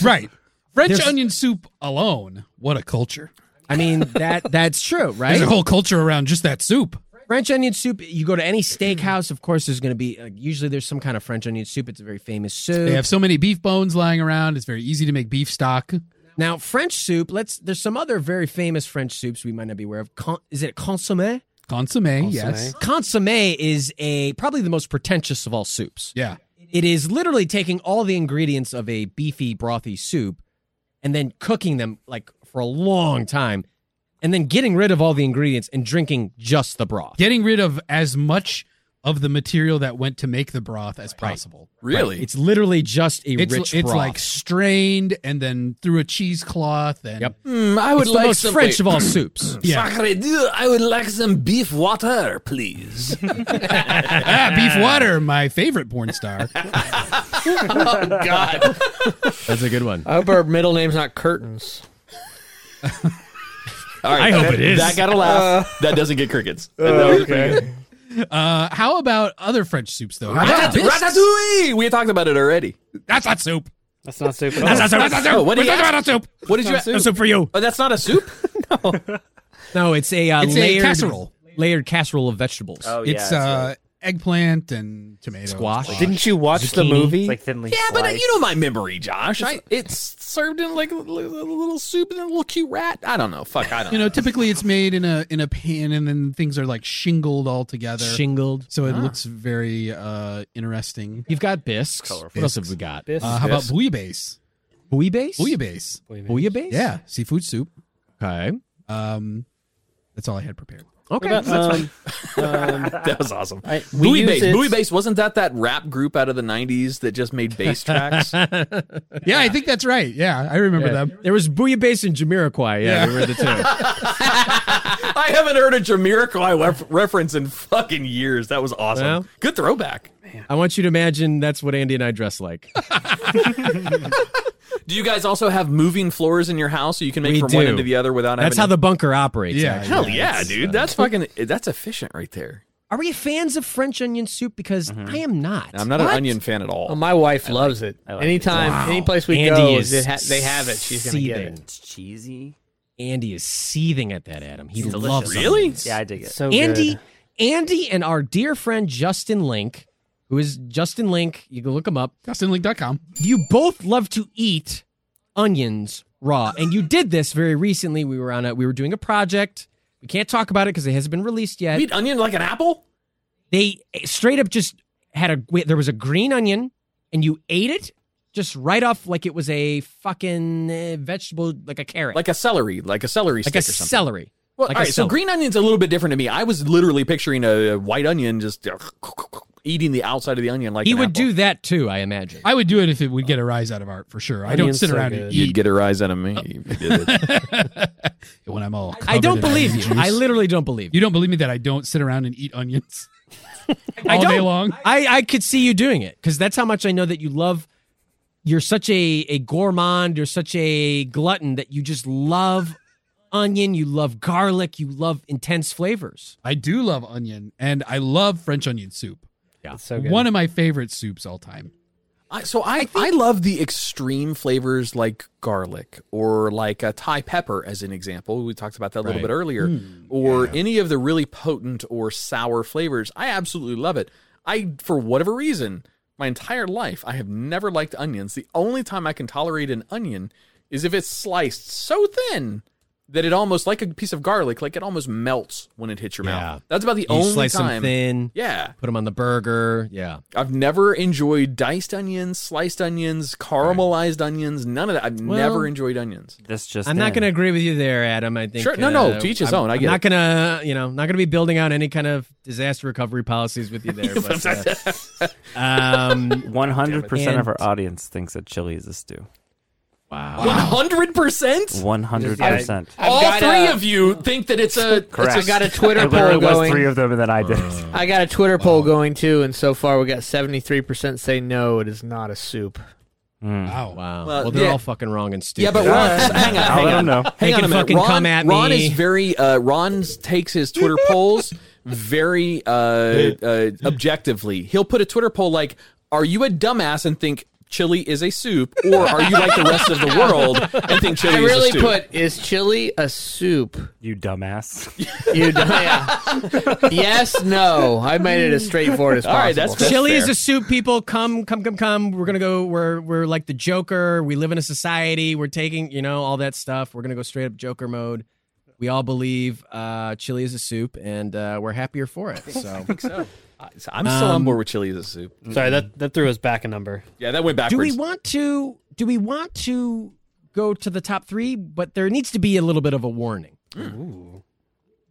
Right. French There's- onion soup alone. What a culture. I mean that that's true, right? There's a whole culture around just that soup. French onion soup. You go to any steakhouse, of course, there's going to be uh, usually there's some kind of French onion soup. It's a very famous soup. They have so many beef bones lying around. It's very easy to make beef stock. now French soup. Let's. There's some other very famous French soups we might not be aware of. Con, is it consommé? Consomme, yes. Consommé is a probably the most pretentious of all soups. Yeah. It is literally taking all the ingredients of a beefy, brothy soup and then cooking them like for a long time and then getting rid of all the ingredients and drinking just the broth. Getting rid of as much of the material that went to make the broth as possible. Really? It's literally just a It's, rich it's broth. like strained and then through a cheesecloth and Yep. Hmm, I would it's like the most some French of all soups. Yeah. Sacre Dieu, I would like some beef water, please. ah, beef water, my favorite porn star. oh God. That's a good one. Uh, I hope our middle name's not curtains. All right. I hope it is. That got a Uh, laugh. that doesn't get crickets. That was pretty good. Uh, how about other French soups though? Ratat- Ratatouille. We talked about it already. That's not soup. That's not soup. at all. That's not soup. That's not soup. Oh, what do We're you talking ask? about soup. What did you? No soup for you. Oh, that's not a soup. No, it's a uh, It's a layered casserole. layered casserole of vegetables. Oh yeah, it's right. uh, eggplant and tomato. Squash. Didn't you watch the it's movie? like thinly Yeah, sliced. but uh, you know my memory, Josh. I, it's served in like a little, little soup and a little cute rat. I don't know. Fuck, I don't You know. know, typically it's made in a in a pan, and then things are like shingled all together. shingled. so it looks very uh, interesting. You've got bisques. What else have we got? Uh, Bisque. Uh, how about Yes. bouillabaisse? Bouillabaisse? Bouillabaisse. Bouillabaisse? Yeah, seafood soup. Okay. Um, that's all I had prepared. Okay. What about, um, um, That was awesome. I- we Bowie use Bass. it- Bowie Bass. Wasn't that that rap group out of the 90s that just made bass tracks? Yeah, I think that's right. Yeah, I remember Yeah. them. There was Bouillabaisse and Jamiroquai. Yeah, Yeah. we were the two. I haven't heard a Jamiroquai ref- reference in fucking years. That was awesome. Well. Good throwback. I want you to imagine that's what Andy and I dress like. Do you guys also have moving floors in your house so you can make We from one do. end to the other without That's how having the bunker operates. Yeah, actually. Hell yeah, it's, dude. That's fucking that's efficient right there. Are we fans of French onion soup? Because I am not. Mm-hmm. I'm not an onion fan at all. Oh, my wife loves it. like it. Anytime, any place we Andy go, is it ha- they have it. She's gonna get seething. it. it's cheesy. Andy is seething at that, Adam. He Delicious. loves it. Really? Yeah, I dig it. so Andy, good. Andy, and our dear friend Justin Link, who is Justin Link. You can look him up. DustinLink.com. You both love to eat onions raw, and you did this very recently. We were on a we were doing a project. We can't talk about it because it hasn't been released yet. You eat onion like an apple? eh, they straight up just had a wait, there was a green onion and you ate it just right off like it was a fucking uh, vegetable, like a carrot, like a celery, like a celery like stick a or something. celery. Well, like all a right, so celery. green onion's a little bit different to me. I was literally picturing a white onion just uh, eating the outside of the onion like he an would apple. do that too, I imagine. I would do it if it would get a rise out of art for sure. I don't Onion's sit so around good. and You'd eat get a rise out of me Oh. if you did it. when I'm all. I don't covered in believe onion you. I juice. literally don't believe you. You don't believe me that I don't sit around and eat onions I all don't. day long. I, I could see you doing it because that's how much I know that you love. You're such a, a gourmand. You're such a glutton that you just love onion. You love garlic. You love intense flavors. I do love onion, and I love French onion soup. It's so good. One of my favorite soups all time. I, so I, I, love the extreme flavors like garlic or like a Thai pepper as an example. We talked about that a little Right. bit earlier, Hmm. or any of the really potent or sour flavors. I absolutely love it. I for whatever reason, my entire life I have never liked onions. The only time I can tolerate an onion is if it's sliced so thin that it almost like a piece of garlic, like it almost melts when it hits your mouth. That's about the You only slice time. them thin. Yeah. Put them on the burger. Yeah. I've never enjoyed diced onions, sliced onions, caramelized onions, none of that. I've Well, never enjoyed onions. That's just. I'm not it. going to agree with you there, Adam. I think uh, Sure. No, no, to each his I'm- own. I I'm get not going to, you know, not going to be building out any kind of disaster recovery policies with you there. but, uh, um, 100% of And- our audience thinks that chili is a stew. wow. One hundred percent. 100%. I've All got three a- of you think that it's a. Correct. It's a, I got a Twitter There literally poll was three going. of them, and then I did. it. I got a Twitter poll going too, and so far we got seventy three percent say no, it is not a soup. Mm. Wow. Wow. Well, Well, they're yeah. all fucking wrong and stupid. yeah, but Ron, hang on, I'll hang let them on. know. Hang They on can a minute. fucking Ron, come at Ron me. is very. Uh, Ron takes his Twitter polls very uh, uh, objectively. He'll put a Twitter poll like, "Are you a dumbass?" and think chili is a soup, or are you like the rest of the world and think chili I is a really stew? put is chili a soup? You dumbass. You don't- yeah. yes, no. I made it as straightforward as All possible. right, that's fair. Chili is a soup, people. Come, come, come, come. We're gonna go. We're we're like the Joker. We live in a society. We're taking, you know, all that stuff. We're gonna go straight up Joker mode. We all believe uh, chili is a soup, and uh, we're happier for it. So, So I'm still on Um, board with chili as a soup. Sorry, that, that threw us back a number. Yeah, that went do backwards. we want to? Do we want to go to the top three? But there needs to be a little bit of a warning.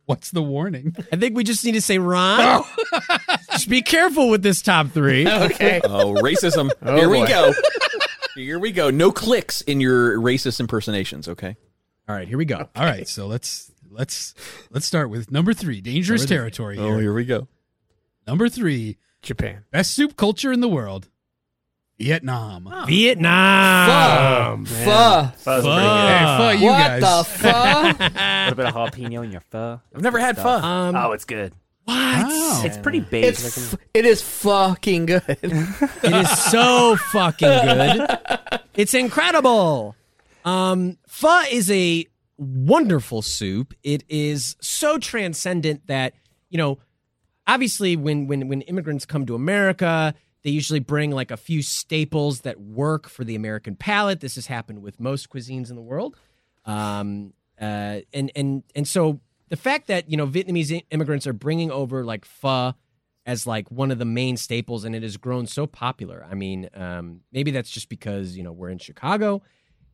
What's the warning? I think we just need to say, Ron, just be careful with this top three. okay. oh, racism. Here we boy. go. Here we go. No clicks in your racist impersonations, okay? All right, here we go. All right, so let's let's let's start with number three, dangerous territory. Oh, Here. we go. Number three, Japan. best soup culture in the world, Vietnam. Ah. Vietnam. Fuh. That was Fuck. Hey, pretty fuck good. you guys. What the fuck? A little bit of jalapeno in your pho. I've never had pho. Um, oh, it's good. What? Wow. It's pretty basic. It's f- it is fucking good. It is so fucking good. It's incredible. Um, pho is a wonderful soup. It is so transcendent that, you know, obviously when when when immigrants come to America, they usually bring like a few staples that work for the American palate. This has happened with most cuisines in the world. Um, uh, and and and so the fact that, you know, Vietnamese i- immigrants are bringing over like pho as like one of the main staples and it has grown so popular. I mean, um, maybe that's just because, you know, we're in Chicago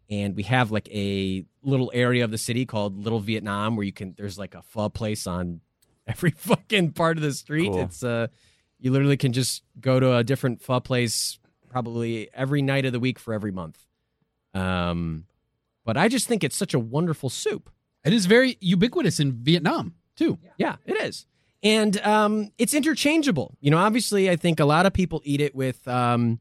and we have like a little area of the city called Little Vietnam where you can there's like a pho place on every fucking part of the street. Cool. It's uh you literally can just go to a different pho place probably every night of the week for every month. Um but I just think it's such a wonderful soup. It is very ubiquitous in Vietnam too. Yeah, it is. And um, it's interchangeable. You know, obviously, I think a lot of people eat it with. Um,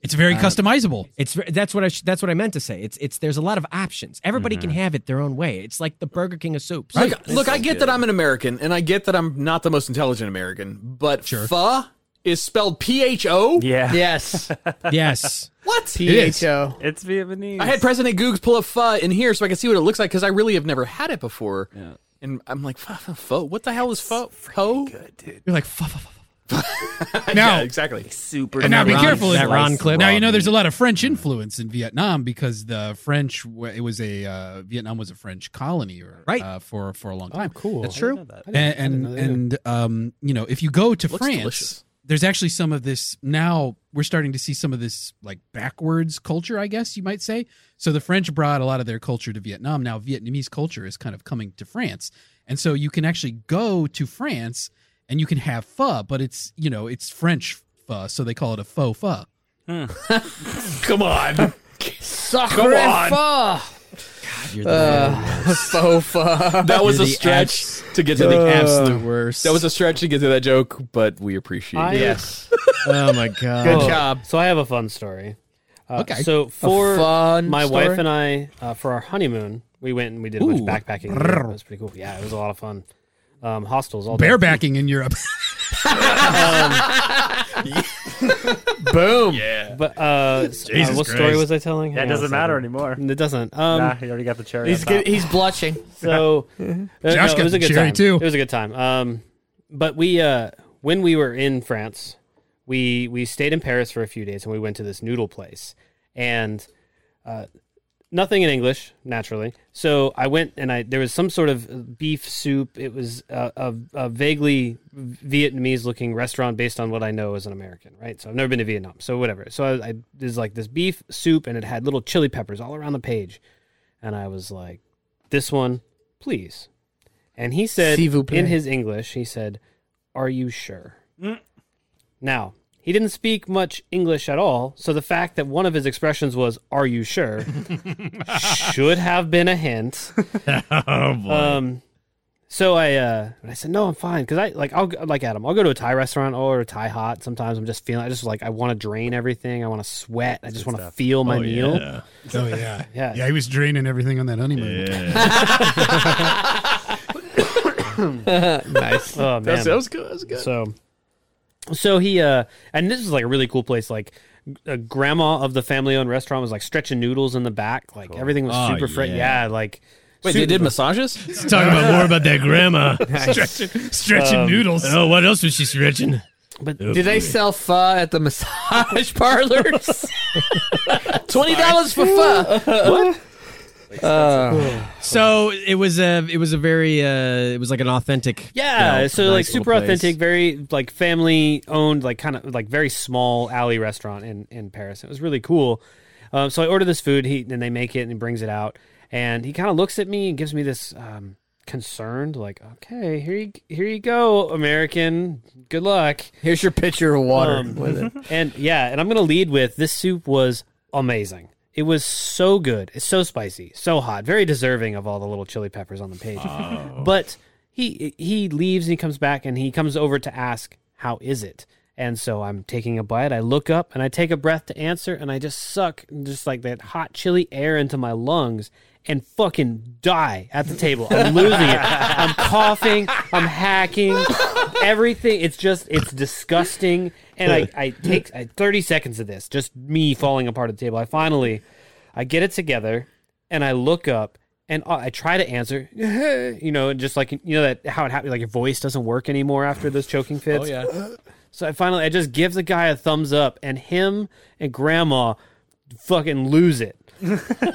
It's very Uh, customizable. it's that's what I sh- that's what I meant to say. It's it's there's a lot of options. Everybody Mm-hmm. can have it their own way. It's like the Burger King of soups. Look, look I get that I'm an American and I get that I'm not the most intelligent American, but pho is spelled P H O? yeah. yes. yes, What? P H O. It's Vietnamese. I had President Googs pull up pho in here so I could see what it looks like because I really have never had it before. Yeah. And I'm like, pho, pho, pho? What the hell is pho? Pho? good, dude. you're like "Fuh, fuh, fuh, fuh." Now- yeah, exactly. Super. And now be Ron- careful. that Ron clip. Now you know there's a lot of French influence in Vietnam because the French it was a uh, Vietnam was a French colony or Right. uh, for for a long time. cool. That's true. And and, um you know if you go to Looks France delicious. there's actually some of this now we're starting to see some of this like backwards culture i guess you might say so the french brought a lot of their culture to vietnam now vietnamese culture is kind of coming to france and so you can actually go to france and you can have pho but it's you know it's french pho so they call it a faux pho come on Sucker Come and on. pho. You're the uh, faux pho. That was a stretch to get to You're the the absolute worst. That was a stretch to get to that joke, but we appreciate I- it. Yes. oh my god. Good job. So I have a fun story. Uh, Okay. So A for fun my story? wife and I, uh, for our honeymoon, we went and we did a bunch of Ooh. backpacking. It was pretty cool. Yeah, it was a lot of fun. Um, hostels all day. barebacking in europe Boom. Yeah. But uh, s- uh, Jesus what story Christ. was I telling? Yeah, it Hang on a doesn't matter second. anymore. It doesn't. Um, nah, you already got the cherry. on He's top. good, he's blushing. So uh, no, Josh it got was a good cherry, time. too. It was a good time. Um, but we uh, when we were in France, we we stayed in Paris for a few days and we went to this noodle place and uh, nothing in English naturally. So I went and I there was some sort of beef soup. It was a, a, a vaguely Vietnamese looking restaurant based on what I know as an American, right? So I've never been to Vietnam, so whatever. So I, I there's like this beef soup and it had little chili peppers all around the page, and I was like, this one, please. And he said S'il vous plaît. in his English, he said, "Are you sure?" Now, he didn't speak much English at all, so the fact that one of his expressions was, Are you sure? should have been a hint. Um, so I, uh, I said, No, I'm fine. Cause I, like, I'll, go- like Adam, I'll go to a Thai restaurant or a Thai hot. Sometimes I'm just feeling, I just like, I want to drain everything. I want to sweat. I just want to feel my meal. Yeah. oh yeah Yeah. yeah he was draining everything on that honeymoon nice. Oh, man. That's, that was good. That was good. So, so he uh, and this is like a really cool place. Like, a grandma of the family-owned restaurant was like stretching noodles in the back. Like everything was Oh, super fresh. yeah. Yeah, like Wait, they super- did massages? Let's talk about more about that grandma stretching, stretching Um, noodles. Oh, what else was she stretching? Oh, But Do they sell pho at the massage parlors? Twenty dollars for pho. So it was a it was a very uh it was like an authentic Yeah, you know, so nice like little super place. authentic, very like family owned, like kind of like very small alley restaurant in in Paris. It was really cool. Um, so I order this food, he and they make it and he brings it out, and he kind of looks at me and gives me this um, concerned, like, okay, here you here you go, American, good luck. Here's your pitcher of water Um, with it. and yeah, and I'm gonna lead with this soup was amazing. It was so good. It's so spicy, so hot, very deserving of all the little chili peppers on the page. But he he leaves and he comes back and he comes over to ask, "How is it?" And so I'm taking a bite. I look up and I take a breath to answer, and I just suck just like that hot chili air into my lungs and fucking die at the table. I'm losing it. I'm coughing. I'm hacking. Everything. It's just. It's disgusting. And I, I take I, 30 seconds of this, just me falling apart at the table. I finally, I get it together, and I look up. And I I try to answer, you know, and just like you know that how it happened, like your voice doesn't work anymore after those choking fits. Oh, yeah. So I finally, I just give the guy a thumbs up, and him and grandma fucking lose it.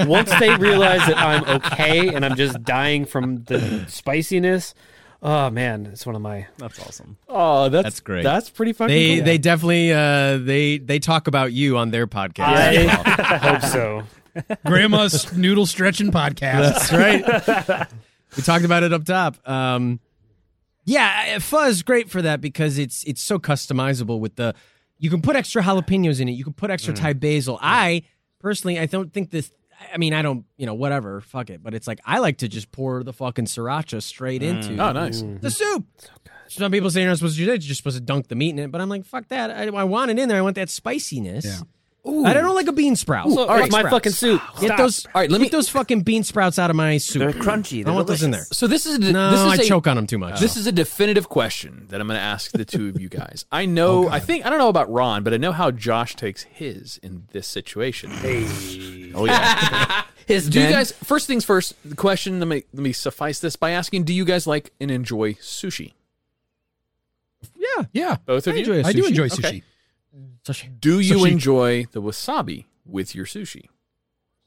Once they realize that I'm okay and I'm just dying from the spiciness, oh man, it's one of my. That's awesome. Oh, that's, That's great. That's pretty fucking They cool. they definitely uh they they talk about you on their podcast. I hope so. grandma's noodle stretching podcast That's right. we talked about it up top. Um, yeah, I- pho is great for that because it's it's so customizable with the you can put extra jalapenos in it. You can put Mm. extra Thai basil. I personally, I don't think this. I mean, I don't. You know, whatever. Fuck it. But it's like I like to just pour the fucking sriracha straight into Oh, nice. the soup. Some people say you're not supposed to do that. You're just supposed to dunk the meat in it. But I'm like, fuck that. I, I want it in there. I want that spiciness. I don't like a bean sprout. So, Fuck it's my sprouts. fucking soup. Get Stop. those. All right, let get me- those fucking bean sprouts out of my soup. They're crunchy. I don't They're want those in there. delicious. So this is a, No, this is I a- choke on them too much. This is a definitive question that I'm going to ask the two of you guys. I know, I think, I don't know about Ron, but I know how Josh takes his in this situation. Oh yeah. His do you men. guys? First things first. The question. Let me let me suffice this by asking: Do you guys like and enjoy sushi? yeah. yeah Both of I you. enjoy a i do sushi. enjoy Okay. sushi Sushi. Do you Sushi. enjoy the wasabi with your sushi?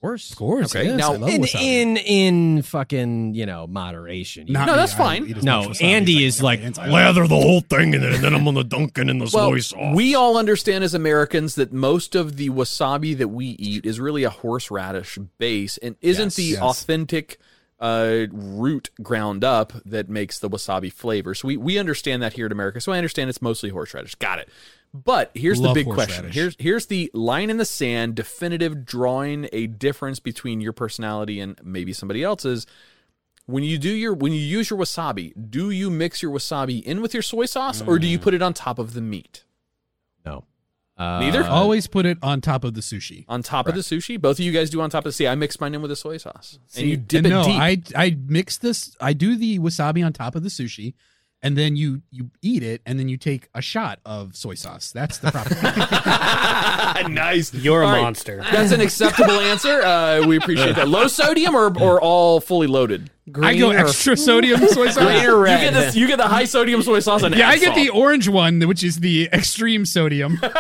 course, of course. Okay, yes, now- I love in, wasabi. in in fucking you know moderation. Not No, me. that's I don't fine. eat as much No, wasabi Andy is like Lather the whole thing in it, and then I'm gonna dunk it in the Well, soy sauce. we all understand as Americans that most of the wasabi that we eat is really a horseradish base and isn't Yes. the Yes. authentic uh, root ground up that makes the wasabi flavor. So we, we understand that here in America. So I understand it's mostly horseradish. Got it. But here's Love the big question. horseradish. Here's here's the line in the sand, definitive drawing a difference between your personality and maybe somebody else's when you do your when you use your wasabi, do you mix your wasabi in with your soy sauce or do you put it on top of the meat? No. Neither? Uh, Uh, Always put it on top of the sushi. On top of the sushi? Both of you guys do on top of the see, I mix mine in with the soy sauce. and you dip and it no, deep. I I mix this. I do the wasabi on top of the sushi, and then you you eat it, and then you take a shot of soy sauce. That's the proper. nice. You're a All right. monster. That's an acceptable answer. Uh, we appreciate that. Low sodium or, or all fully loaded? I go extra sodium soy sauce. Green or red? You get, the, you get the high sodium soy sauce and yeah, I add get the salt. orange one, which is the extreme sodium. All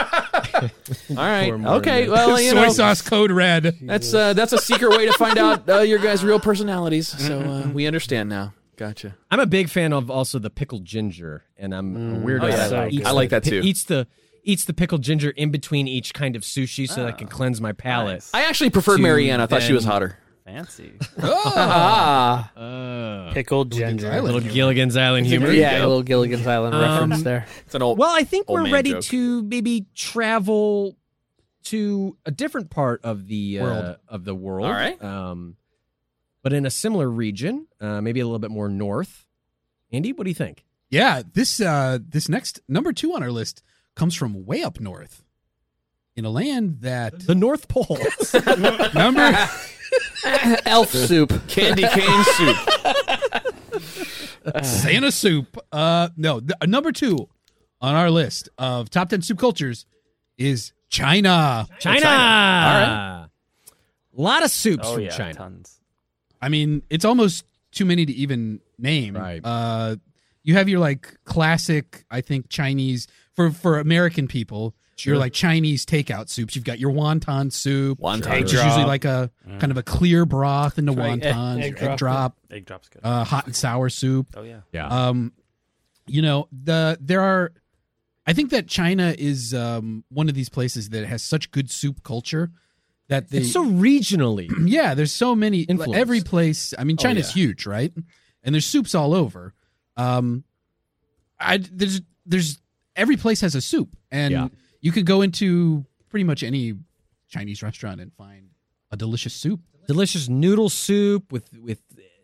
right. Okay. Well, you soy know, sauce code red. That's uh, that's a secret way to find out uh, your guys' real personalities. So uh, we understand now. Gotcha. I'm a big fan of also the pickled ginger, and I'm a weirdo Oh, yeah, that so eats good. I like the that pi- too. Eats the eats the pickled ginger in between each kind of sushi, so that I can Ah. cleanse my palate. I actually preferred to Marianne. I thought she was then- hotter. Fancy. Ah. Pickled ginger. little Gilligan's Island It's a- humor. yeah, a little Gilligan's Island reference Um, there. It's an Oh, old. Well, I think old we're man ready joke. to maybe travel to a different part of the uh, World. of the world. All right. Um, but in a similar region, uh, maybe a little bit more north. Andy, what do you think? Yeah, this uh this next number two on our list comes from way up north, in a land that the North Pole. number Elf soup. Candy cane soup. Santa soup. Uh, no, th- number two on our list of top ten soup cultures is China. China. All right. A lot of soups Oh, from yeah, China. I mean, it's almost too many to even name. Right. Uh, you have your like classic, I think Chinese for for American people. Sure. Your like Chinese takeout soups. You've got your wonton soup, Wonton. which Egg is usually drop. like a Mm. kind of a clear broth into That's right. wontons, Egg- egg, egg drop. drop, Egg drop's good. uh, hot and sour soup. Oh, yeah. yeah. Um, you know the there are. I think that China is um, one of these places that has such good soup culture that they It's so regionally. yeah, there's so many Influenced. every place. I mean, Oh, China's yeah. huge, right? And there's soups all over. Um, I there's there's every place has a soup, and Yeah. you could go into pretty much any Chinese restaurant and find a delicious soup. delicious noodle soup with with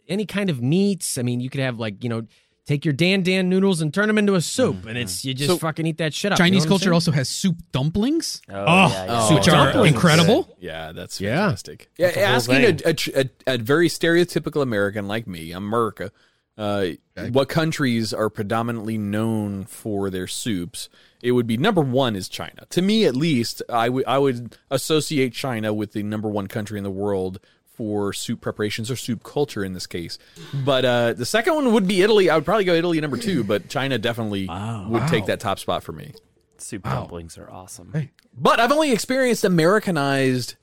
any kind of meats. I mean, you could have like you know, take your dan dan noodles and turn them into a soup, and it's you just So, fucking eat that shit up. Chinese culture also has soup dumplings. Oh, yeah, yeah, which yeah. are Dumplings. incredible. Yeah, that's Yeah. fantastic. Yeah, That's a whole asking a, a, a, a very stereotypical American like me, America, uh, what countries are predominantly known for their soups? It would be number one is China. To me, at least, I would I would associate China with the number one country in the world for soup preparations or soup culture in this case. But uh, the second one would be Italy. I would probably go Italy number two, but China definitely would Wow. take that top spot for me. Soup dumplings are awesome. But I've only experienced Americanized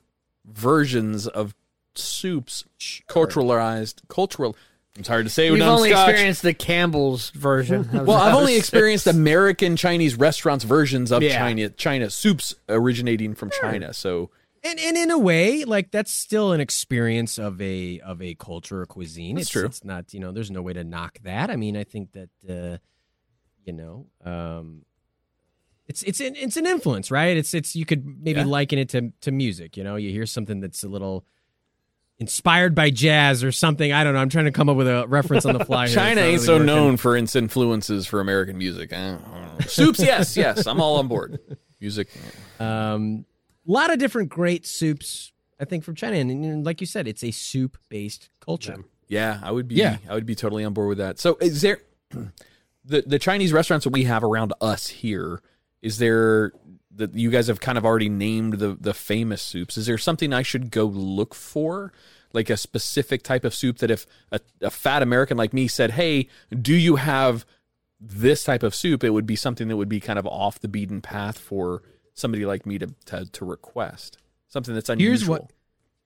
versions of soups, culturalized, cultural. I'm sorry to say You've we've only scotch. experienced the Campbell's version. of well, I've those. only experienced American Chinese restaurants versions of Yeah. China China soups originating from China. So and and in a way, like that's still an experience of a of a culture or cuisine. That's it's true. It's not you know, there's no way to knock that. I mean, I think that uh, you know. Um, it's it's an, it's an influence, right? It's it's you could maybe Yeah. liken it to to music. You know, you hear something that's a little inspired by jazz or something. I don't know. I'm trying to come up with a reference on the fly. here. China It's not ain't really so working. known for its influences for American music. I don't know. Soups, yes, yes, I'm all on board. Music, Um, a lot of different great soups, I think, from China, and, and like you said, it's a soup based culture. Yeah, I would be. Yeah. I would be totally on board with that. So, is there the the Chinese restaurants that we have around us here? Is there that you guys have kind of already named the the famous soups? Is there something I should go look for? Like a specific type of soup that if a, a fat American like me said, "Hey, do you have this type of soup?" It would be something that would be kind of off the beaten path for somebody like me to to, to request. Something that's unusual. Here's what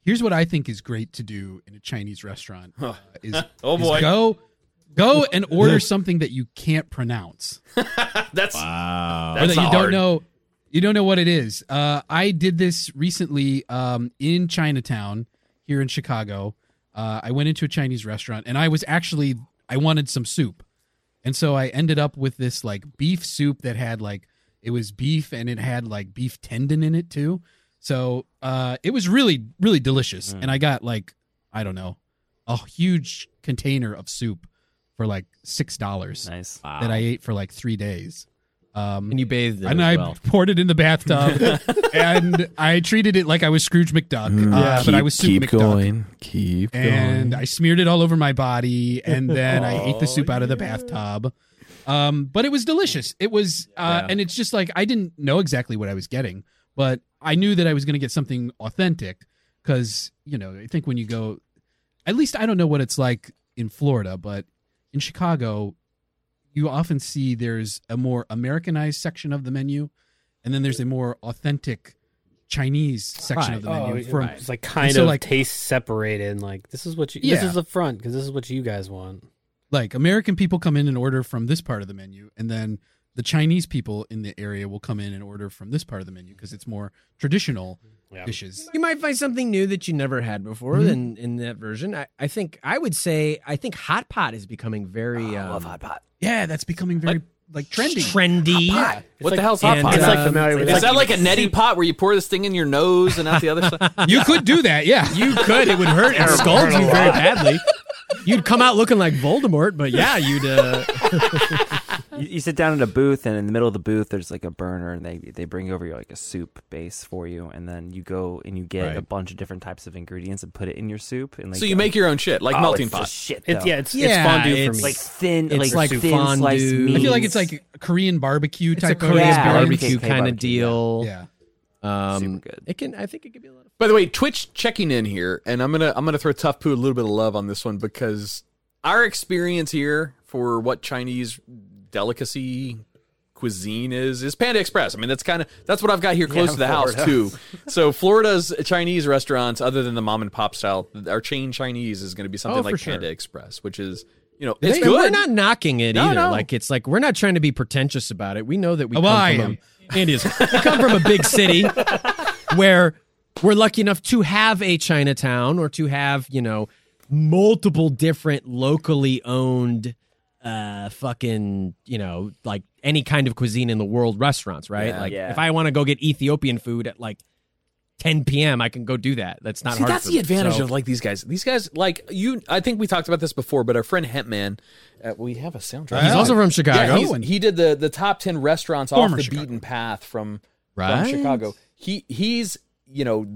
Here's what I think is great to do in a Chinese restaurant: uh, is, Oh, is boy. go go and order something that you can't pronounce That's or That's that you not don't hard. know you don't know what it is. Uh, I did this recently um, in Chinatown here in Chicago. Uh, I went into a Chinese restaurant and I was actually I wanted some soup, and so I ended up with this like beef soup that had like it was beef and it had like beef tendon in it too. So uh, it was really really delicious, Mm. and I got like I don't know a huge container of soup for like six dollars. Nice. That I ate for like three days. Um, and you bathed it and as I well. poured it in the bathtub, and I treated it like I was Scrooge McDuck, Hmm. uh, but I was Soup Hmm. keep McDuck. going. Keep And going. I smeared it all over my body, and then I ate the Oh, soup out of the bathtub. Um, but it was delicious. It was, uh, and it's just like I didn't know exactly what I was getting, but I knew that I was going to get something authentic because you know I think when you go, at least I don't know what it's like in Florida, but in Chicago, you often see there's a more Americanized section of the menu, and then there's a more authentic Chinese section of the Oh, menu. yeah, from- it's like and kind so, of like taste separated. And like this is what you. This Yeah. is the front because this is what you guys want. like American people come in and order from this part of the menu, and then the Chinese people in the area will come in and order from this part of the menu because it's more traditional dishes. You might find something new that you never had before Mm-hmm. Mhm. in, in that version. I, I think I would say I think hot pot is becoming very. Oh, I love hot pot. Yeah, that's becoming very like trendy. Trendy. What the hell's hot uh, pot? And, um, is that like a neti pot where you pour this thing in your nose and out the other side? You could do that, yeah. You could. It would hurt and It'd scald hurt you a very lot. badly. You'd come out looking like Voldemort, but yeah, you'd. Uh, You, you sit down at a booth, and in the middle of the booth, there's like a burner, and they they bring over like a soup base for you, and then you go and you get a Right. bunch of different types of ingredients and put it in your soup. And like, So you make your own shit, like oh, melting it's the pot. shit, It's- though. yeah, it's- it's Yeah, fondue for it's- me. Like thin, it's like, like thin sliced fondue. I feel like meats. it's like a Korean barbecue it's a type of Korean experience. barbecue kind of deal. Yeah. Um, It can. I think it could be a lot. By the way, Twitch checking in here, and I'm gonna I'm gonna throw Tough Poo a little bit of love on this one because our experience here for what Chinese delicacy cuisine is is Panda Express. I mean, that's kind of that's what I've got here Yeah, close to the house Florida. too. so Florida's Chinese restaurants, other than the mom and pop style, our chain Chinese is going to be something Oh, for like sure. Panda Express, which is you know They- it's and good. We're not knocking it No, either. no. Like it's like we're not trying to be pretentious about it. We know that we Oh, come well, I from am. a- Andy is we come from a big city where we're lucky enough to have a Chinatown or to have you know multiple different locally owned uh fucking you know like any kind of cuisine in the world restaurants right Yeah. like Yeah. if i want to go get ethiopian food at like 10 p.m i can go do that that's not See, hard that's for the me. advantage So- of like these guys. These guys, like you, I think we talked about this before, but our friend Hempman, uh, we have a soundtrack. He's also from Chicago. Yeah, he's- he did the the top ten restaurants Former off the Chicago. beaten path from, Right. from Chicago. He he's you know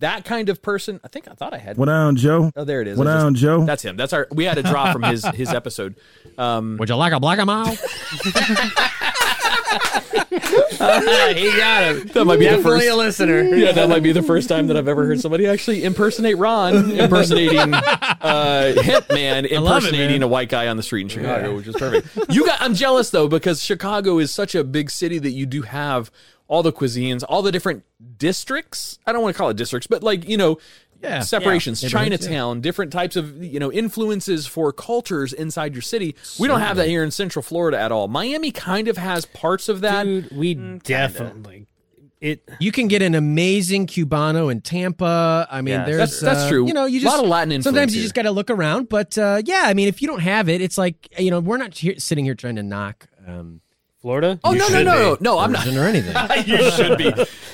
that kind of person. I think I thought I had. What down, Joe? Oh, there it is. What I just- down, Joe? That's him. That's our. We had a drop from his his episode. Um, Would you like a black mile? he got him. That might be the Definitely first a listener. Yeah, that might be the first time that I've ever heard somebody actually impersonate Ron, impersonating uh, Hip Man, I love it, impersonating man. a white guy on the street in Chicago, Yeah. which is perfect. You got. I'm jealous though because Chicago is such a big city that you do have all the cuisines, all the different districts. I don't want to call it districts, but like you know. Yeah. separations, Yeah. Neighborhoods, yeah. Chinatown, different types of you know influences for cultures inside your city. We don't have that here in Central Florida at all. Miami kind of has parts of that. Dude, we definitely it. You can get an amazing cubano in Tampa. I mean, Yeah, there's that's- that's uh, true. You know, you A just lot of Latin influence Sometimes you here. just got to look around. But uh, yeah, I mean, if you don't have it, it's like you know, we're not here, sitting here trying to knock um, Florida. Oh, no, no, no, no, no, I'm not. or anything. you should be.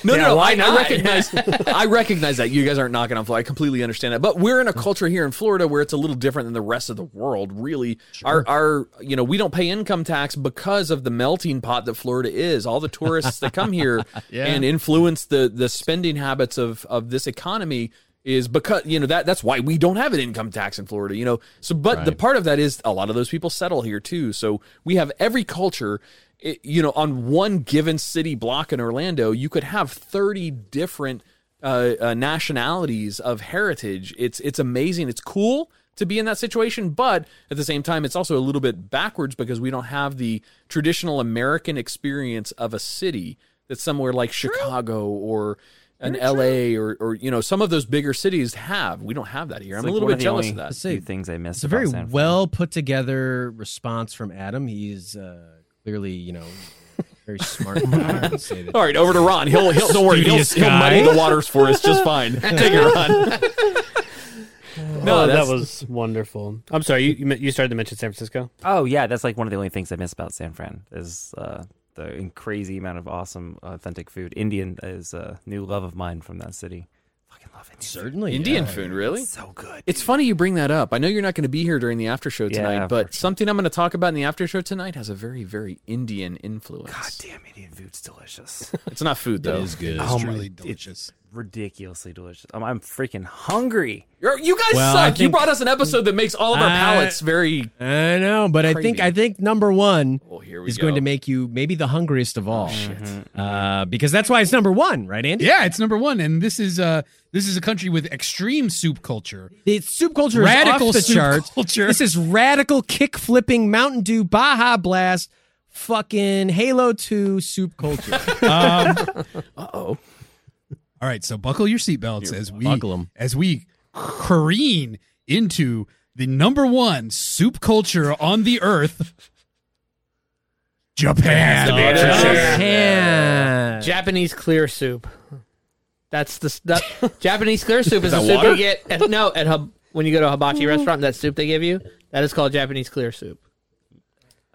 No, Yeah, no, no. why I, I not? recognize. I recognize that you guys aren't knocking on Florida. I completely understand that. But we're in a culture here in Florida where it's a little different than the rest of the world. Really, our our you know we don't pay income tax because of the melting pot that Florida is. All the tourists that come here Yeah. and influence the the spending habits of of this economy is because you know that that's why we don't have an income tax in Florida, you know. So but the part of that is a lot of those people settle here too. So we have every culture it- you know on one given city block in Orlando, you could have 30 different uh, uh nationalities of heritage. It's it's amazing. It's cool to be in that situation, but at the same time it's also a little bit backwards because we don't have the traditional American experience of a city that's somewhere like Chicago or an LA or, or you know some of those bigger cities have. We don't have that here. I'm like a little one bit of the jealous only of that. few things I It's missed. a about very San well put together response from Adam. He's uh, clearly, you know, very smart. I would say that- All right, over to Ron. He'll, he'll don't worry. He'll, Studious he'll muddy guy. the waters for us just fine. Take it, Ron. Oh, that that's- was wonderful. I'm sorry, you- you men- you started to mention San Francisco. Oh yeah, that's like one of the only things I miss about San Fran is uh, the in- crazy amount of awesome, authentic food. Indian is a new love of mine from that city. Certainly, uh, Indian yeah. food, really? It's so good. It's funny you bring that up. I know you're not going to be here during the after show Yeah, tonight, but something I'm going to talk about in the after show tonight has a very, very Indian influence. God damn, Indian food's delicious. It's not food though. Oh my- It's ridiculously delicious. Um, I'm freaking hungry. You're, you guys Well, I suck. You think- brought us an episode that makes all of our I- palates very. I know, but I think Craving. I think number one here we is going go. Oh, to make you maybe the hungriest of all, uh, because that's why it's number one, right, Andy? Yeah, it's number one, and this is uh this is a country with extreme soup culture. The soup culture Radical is off the soup charts. culture. This is radical kick flipping Mountain Dew Baja Blast, fucking Halo Two soup culture. Um, Uh-oh. All right, so buckle your seatbelts as we as we careen into the number one soup culture on the earth. Japan. Oh, bitches. Japan. Japanese clear soup. That's the s- that, Japanese clear soup is, Is the that soup water? you get at, no at hub, when you go to a Mm-hmm. hibachi restaurant. That soup they give you that is called Japanese clear soup.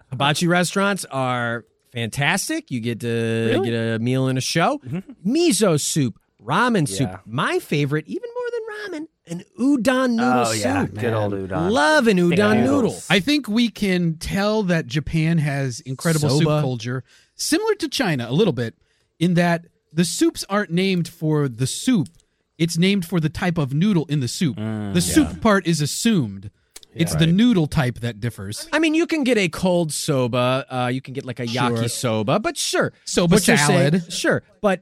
Hibachi restaurants are fantastic. You get to Really? get a meal and a show. Miso soup, ramen Mm-hmm. Yeah. soup, my favorite, even more than ramen, an udon noodle Oh, soup. yeah. Good old udon. Love an Thick udon noodles. noodle. I think we can tell that Japan has incredible soup Soba. culture, similar to China a little bit, in that the soups aren't named for the soup; it's named for the type of noodle in the soup. the soup part is assumed. It's the noodle type that differs. I mean, you can get a cold soba. Uh, you can get like a Sure. yakisoba, but sure, Soba What you're saying- salad. sure, but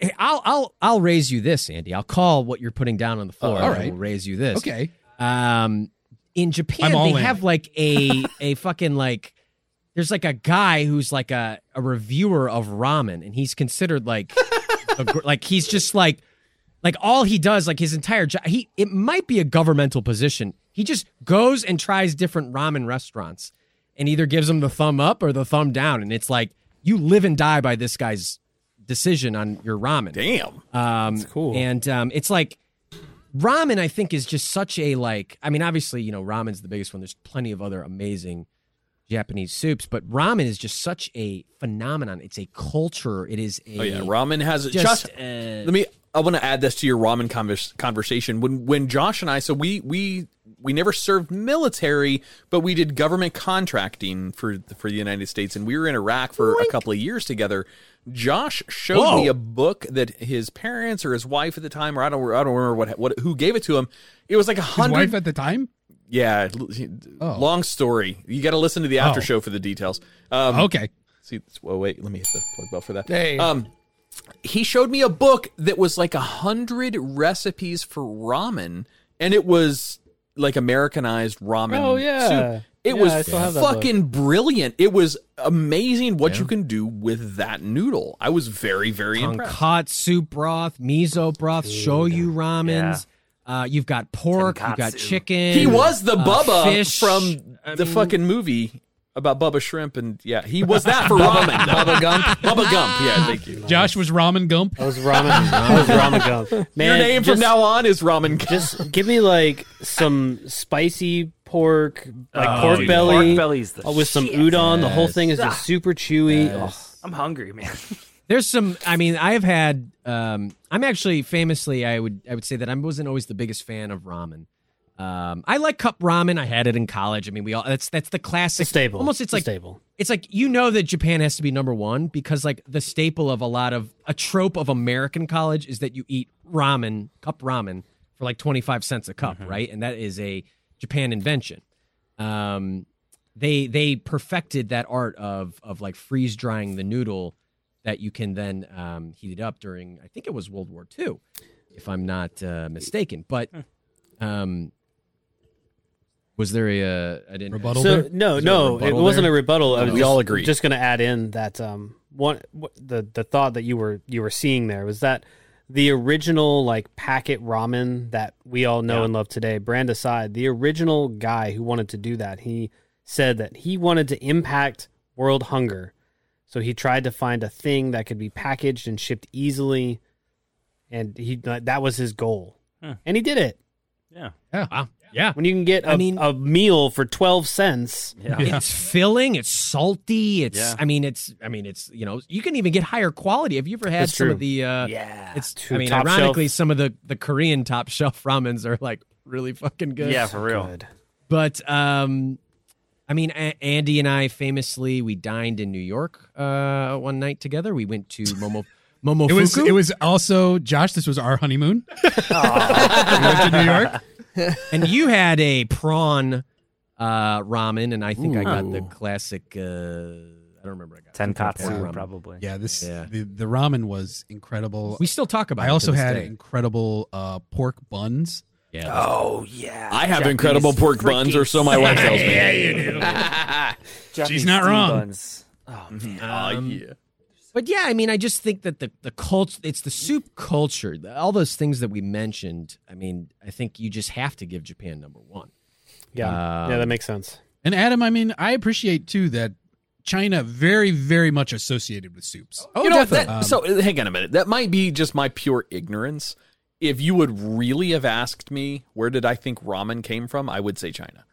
eh, I'll I'll I'll raise you this, Andy. I'll call what you're putting down on the floor. Oh, and all I right. will raise you this. Okay. Um, in Japan, I'm all they in. have like a a fucking like. There's like a guy who's like a a reviewer of ramen, and he's considered like, a gr- like he's just like. Like all he does, like his entire job, he it might be a governmental position. He just goes and tries different ramen restaurants, and either gives them the thumb up or the thumb down, and it's like you live and die by this guy's decision on your ramen. Damn, um, cool. And um, it's like ramen. I think is just such a like. I mean, obviously, you know, ramen's the biggest one. There's plenty of other amazing Japanese soups, but ramen is just such a phenomenon. It's a culture. It is a Oh yeah, ramen has just, just. a- let me. I want to add this to your ramen convers- conversation. When when Josh and I, so we we we never served military, but we did government contracting for for the United States, and we were in Iraq for a couple of years together. Josh showed Whoa. me a book that his parents or his wife at the time, or I don't I don't remember what what who gave it to him. It was like a His hundred wife at the time. yeah, l- he- long story. You got to listen to the after Oh. show for the details. Um, Okay. See, oh wait, let me hit the plug bell for that. Hey. Um, he showed me a book that was like a hundred recipes for ramen, and it was like Americanized ramen. Oh, yeah. soup. It Yeah, I was still have that book. fucking brilliant. It was amazing what you can do with that noodle. I was very, very impressed. tonkatsu broth, miso broth, shoyu ramens. Uh, you've got pork, you've got Tenkatsu. chicken. He was the uh, Bubba fish. from I the mean- fucking movie about Bubba Shrimp, and yeah, he was that for ramen. though. Bubba Gump? Bubba Gump. Yeah, thank you. Josh was ramen gump. I was ramen. I was ramen gum. Your name from just- now on is ramen. Gump. Just give me like some spicy pork, like Oh, pork dude. belly, Pork belly's the uh, with some shit. udon. The whole thing is Ah. just super chewy. I'm hungry, man. There's some. I mean, I've had. Um, I'm actually famously. I would. I would say that I wasn't always the biggest fan of ramen. Um, I like cup ramen. I had it in college. I mean, we all. That's that's the classic Oh, It's a staple. Almost. It's a like staple. It's like you know that Japan has to be number one because like the staple of a lot of a trope of American college is that you eat ramen, cup ramen for like twenty five cents a cup, right? And that is a Japan invention. Um, they they perfected that art of of like freeze drying the noodle that you can then um, heat it up during. I think it was World War II, if I'm not uh, mistaken. But um, was there a, uh, I didn't rebuttal? So no, Was there a no, it rebuttal wasn't there? a rebuttal. I was We just, all agree. Just going to add in that um, one wh- the the thought that you were you were seeing there was that the original like packet ramen that we all know Yeah. and love today, brand aside, the original guy who wanted to do that, he said that he wanted to impact world hunger. So he tried to find a thing that could be packaged and shipped easily and he that was his goal. And he did it. Yeah. Yeah. Yeah. When you can get a, mean, a meal for 12 cents. It's filling. It's salty. It's. Yeah. I mean, it's. I mean, it's. You know, you can even get higher quality. Have you ever had That's some true. of the? Uh, yeah. It's. I True. mean, Top shelf. ironically, some of the the Korean top shelf ramens are like really fucking good. Yeah, for real. But um, I mean, a- Andy and I famously we dined in New York uh one night together. We went to Momo. Momofuku. It was it was also Josh. This was our honeymoon. we went to New York. and you had a prawn uh, ramen, and I think I got the Ooh. classic. Uh, I don't remember. I got Tenkatsu, ramen. probably. Yeah, this The, the ramen was incredible. We still talk about I it also to this had day. incredible uh, pork buns. Yeah. Oh, yeah. I have incredible pork buns, or so my wife tells me. Yeah, you do. She's not wrong. Oh, yeah. But yeah, I mean, I just think that the the cult, it's the soup culture, the- all those things that we mentioned. I mean, I think you just have to give Japan number one. Yeah. Um, yeah, that makes sense. And Adam, I mean, I appreciate too that China very, very much associated with soups. Oh, you know, what, that, Um, so uh, hang on a minute. That might be just my pure ignorance. If you would really have asked me where did I think ramen came from, I would say China.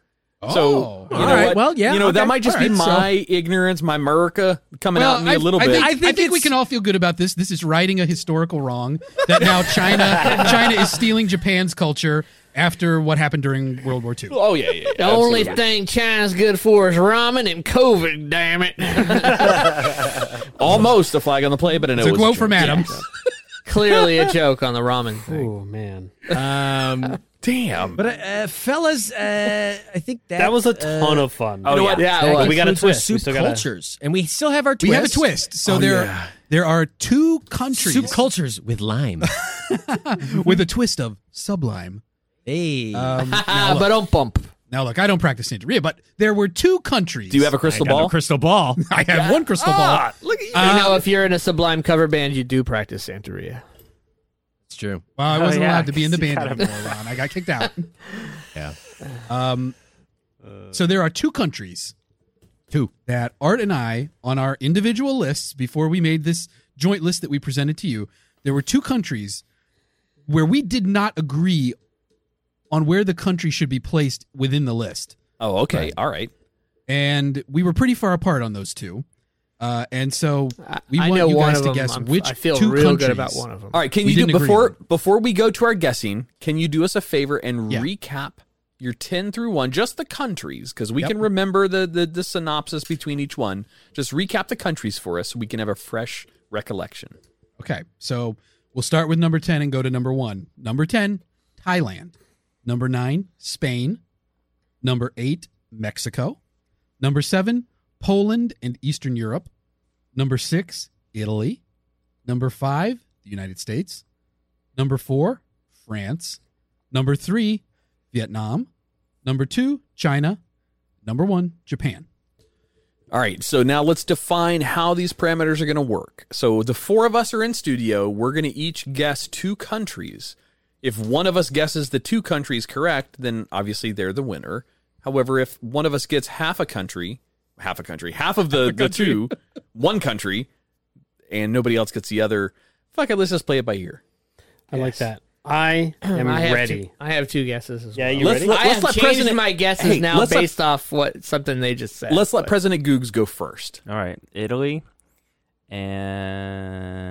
Oh, so you all know right, what? well, yeah, you know that okay, might just all be right, so- my ignorance, my America coming out in me I- a little I bit. Think, I think, we can all feel good about this. This is righting a historical wrong that now China China is stealing Japan's culture after what happened during World War II. Oh yeah, yeah. The only thing China's good for is ramen and COVID. Damn it! almost a flag on the play, but I know It's a was quote joke. from Adam. Yeah. Clearly a joke on the ramen. Thing. Oh man. Um, Damn. But uh, fellas, uh, I think that That was a ton uh, of fun. you know what? That Yeah, we got concludes a our twist. We Soup still got cultures, and we still have our twist. We have a twist. So Oh, there yeah. there are two countries soup cultures with lime. with a twist of sublime. Hey, um, but don't bump. Now look, I don't practice Santeria, but there were two countries. Do you have a crystal I got no ball? Ah! crystal ball. I have one crystal ball. Look at you. Um, I know if you're in a Sublime cover band, you do practice Santeria. It's true. Well, I Oh, wasn't yeah, allowed to be in the 'cause you band gotta- anymore, Ron. I got kicked out. yeah. Um, so there are two countries, two that Art and I on our individual lists before we made this joint list that we presented to you. There were two countries where we did not agree on where the country should be placed within the list. Oh, okay, all right. And we were pretty far apart on those two. Uh, and so we I want know you one guys of to them. guess I'm- which I feel two real countries. good about one of them. All right, can we you didn't do agree before on. before we go to our guessing? Can you do us a favor and recap your ten through one, just the countries, because we Yep. can remember the, the the synopsis between each one. Just recap the countries for us, so we can have a fresh recollection. Okay, so we'll start with number 10 and go to number one. Number 10, Thailand. Number nine, Spain. Number eight, Mexico. Number seven, Poland and Eastern Europe. Number six, Italy. Number five, the United States. Number four, France. Number three, Vietnam. Number two, China. Number one, Japan. All right, so now let's define how these parameters are going to work. So the four of us are in studio. We're going to each guess two countries. If one of us guesses the two countries correct, then obviously they're the winner. However, if one of us gets half a country, half a country, half of the, the two, one country, and nobody else gets the other, fuck it, let's just play it by ear. I like that. I am I have ready. Two, I have two guesses as Yeah, well. you Let's- ready? let- I let's have let changed President- my guesses Hey, now let's let- based off what something they just said. Let's let but- President Googs go first. All right. Italy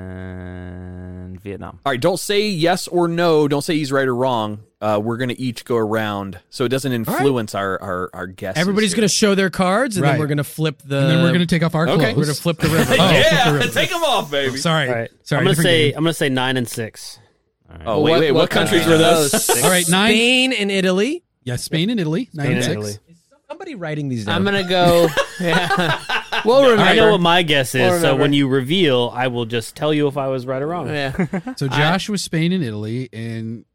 and Vietnam. All right, don't say yes or no. Don't say he's right or wrong. Uh, we're going to each go around so it doesn't influence our, our, our guesses. Everybody's here. going to show their cards, and Right. then we're going to flip the. And then we're gonna take off our Okay. clothes. We're going to flip the river. yeah, take them off, baby. Sorry. All right. Sorry, I'm gonna different say game. I'm gonna say nine and six. Oh wait, wait. What, countries were those? All right, nine. Spain and Italy. Yes, Spain and Italy. Nine Spain and and six. Italy. Somebody writing these down. I'm gonna go. yeah. We'll remember. I know what my guess We'll is, so remember. when you reveal, I will just tell you if I was right or wrong. Yeah. So Josh was Spain and Italy, and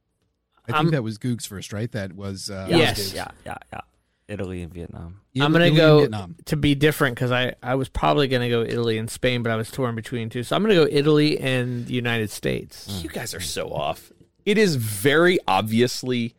I think I'm- that was Goog's first, right? That was uh, Yes. Yeah, yeah, yeah. Italy and Vietnam. I'm gonna Italy and go Vietnam. to be different because I I was probably gonna go Italy and Spain, but I was torn between two. So I'm gonna go Italy and the United States. You guys are so off. It is very obviously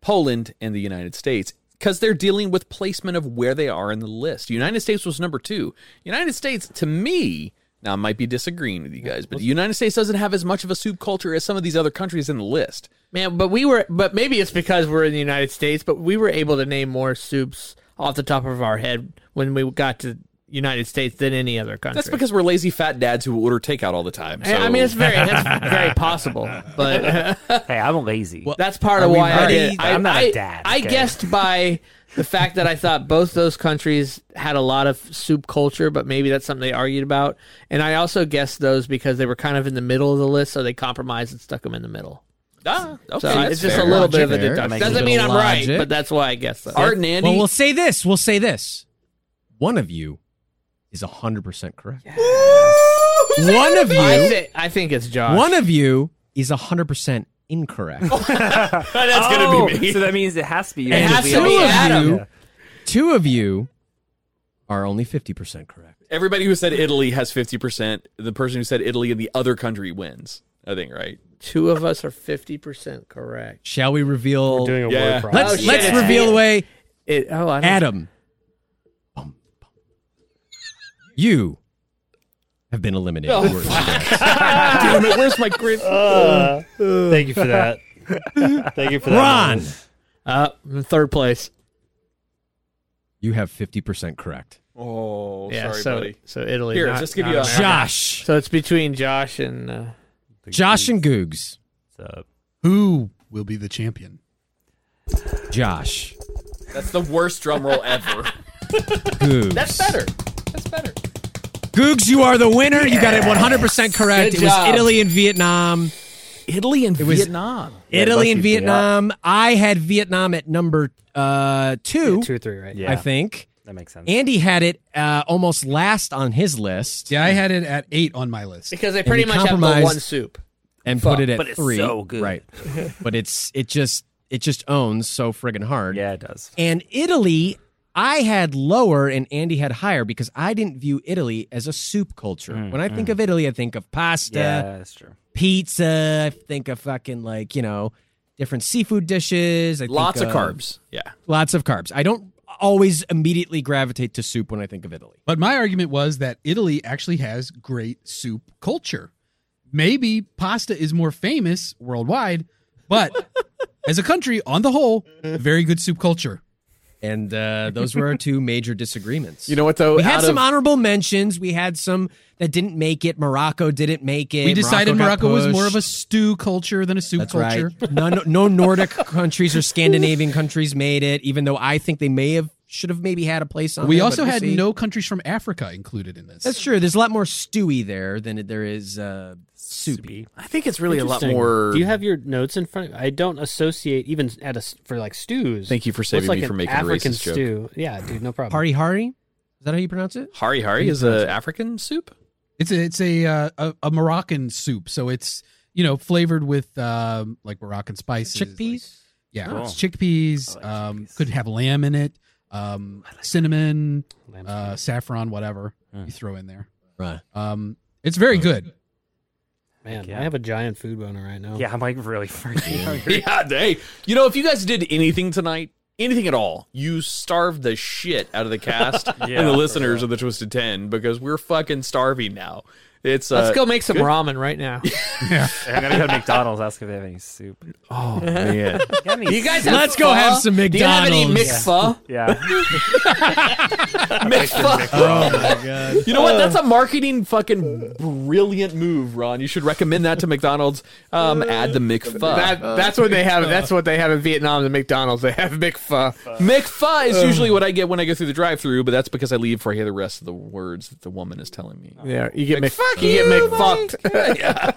Poland and the United States because they're dealing with placement of where they are in the list. United States was number two. United States, to me, now I might be disagreeing with you guys, but the United States doesn't have as much of a soup culture as some of these other countries in the list. Man, but we were, but maybe it's because we're in the United States, but we were able to name more soups off the top of our head when we got to United States than any other country. That's because we're lazy fat dads who order takeout all the time. I- I so- mean, it's very- that's very possible, but- hey, I'm lazy. that's part of Are we why I ready? did. I, I'm not I, a dad, I okay? guessed by the fact that I thought both those countries had a lot of soup culture, but maybe that's something they argued about. And I also guessed those because they were kind of in the middle of the list, so they compromised and stuck them in the middle. Ah, okay, so that's it's just fair. a little bit of a Logic there. deduction. Makes Doesn't sense. mean I'm right, Logic. but that's why I guessed that. Well, we'll say this. We'll say this. One of you is 100% correct. One of you. I, thi- I think it's Josh. One of you is 100% incorrect. Oh, That's gonna be me. Oh! So that means it has to be you. And because we two all- of Adam. you, two of you are only 50% correct. Everybody who said Italy has 50%. The person who said Italy and the other country wins, I think, right? Two of us are 50% correct. Shall we reveal? We're doing a Yeah. word problem. Let's, Oh, shit, let's it's reveal me. away It, oh, I don't- Adam. You have been eliminated. Oh, You are correct. Damn it, where's my grip? Uh, thank you for that. Thank you for that. Ron. Uh, in third place. You have 50% correct. Oh, Yeah, sorry, so, buddy. So Italy. Here, not- just give not you a America. Josh. So it's between Josh and. Uh, Josh and Googs. Who will be the champion? Josh. That's the worst drum roll ever. Googs. That's better. That's better. Googs, you are the winner. You got it 100% correct. Good it was job. Italy and Vietnam. Italy and It was- Vietnam. Italy and Vietnam. I had Vietnam at number uh, two. two or three, right? I Yeah. think. That makes sense. Andy had it uh, almost last on his list. Yeah, I had it at eight on my list. because they And pretty we much have the compromised one soup. and Fuck, put it at but it's three. so good. Right. but it's it just it just owns so friggin' hard. Yeah, it does. And Italy, I had lower and Andy had higher because I didn't view Italy as a soup culture. Mm, when I think of Italy, I think of pasta, Yeah, that's true. pizza, I think of fucking like, you know, different seafood dishes. I think Lots of carbs. Yeah. Lots of carbs. I don't always immediately gravitate to soup when I think of Italy. But my argument was that Italy actually has great soup culture. Maybe pasta is more famous worldwide, but as a country on the whole, very good soup culture. And uh, those were our two major disagreements. You know what, though? We had Out some of- honorable mentions. We had some that didn't make it. Morocco didn't make it. We decided Morocco, got was more of pushed. a stew culture than a soup That's culture. right. No, no Nordic countries or Scandinavian countries made it, even though I think they may have should have maybe had a place on. We there, also but we'll had see. no countries from Africa included in this. That's true. There's a lot more stewy there than there is uh, soupy. I think it's really a lot Interesting. more. Do you have your notes in front? of I don't associate even at a s- for like stews. Thank you for What's saving like me from an making a African racist joke. stew. Yeah, dude, no problem. Hari hari, is that how you pronounce it? Hari Hari is an African soup? It's a, it's a, uh, a a Moroccan soup, so it's you know flavored with um, like Moroccan spices, Chickpeas. Yeah, Cool. it's chickpeas. um, Could have lamb in it, um, cinnamon, uh, saffron, whatever you throw in there. Right. Um, it's very good. Man, I have a giant food boner right now. Yeah, I'm like really freaking hungry. yeah, hey, you know, if you guys did anything tonight, anything at all, you starved the shit out of the cast Yeah, and the for listeners of the Twisted Ten because we're fucking starving now. It's uh, Let's go make some good- ramen right now. I'm gonna go to McDonald's. Ask if they have any soup. Oh man, you guys have Let's go pho? have some Do you have any McDonald's. mixed pho? Yeah. Oh my god. Oh. you know what? That's a marketing fucking brilliant move, Ron. You should recommend that to McDonald's. Um, add the McFuh. That, Uh, that's what they have. That's what they have in Vietnam. The McDonald's they have McPho. McFuh Uh. is usually what I get when I go through the drive-through, but that's because I leave before I hear the rest of the words that the woman is telling me. Yeah, you get Mc, Fuck you, get you, McFucked. Yeah.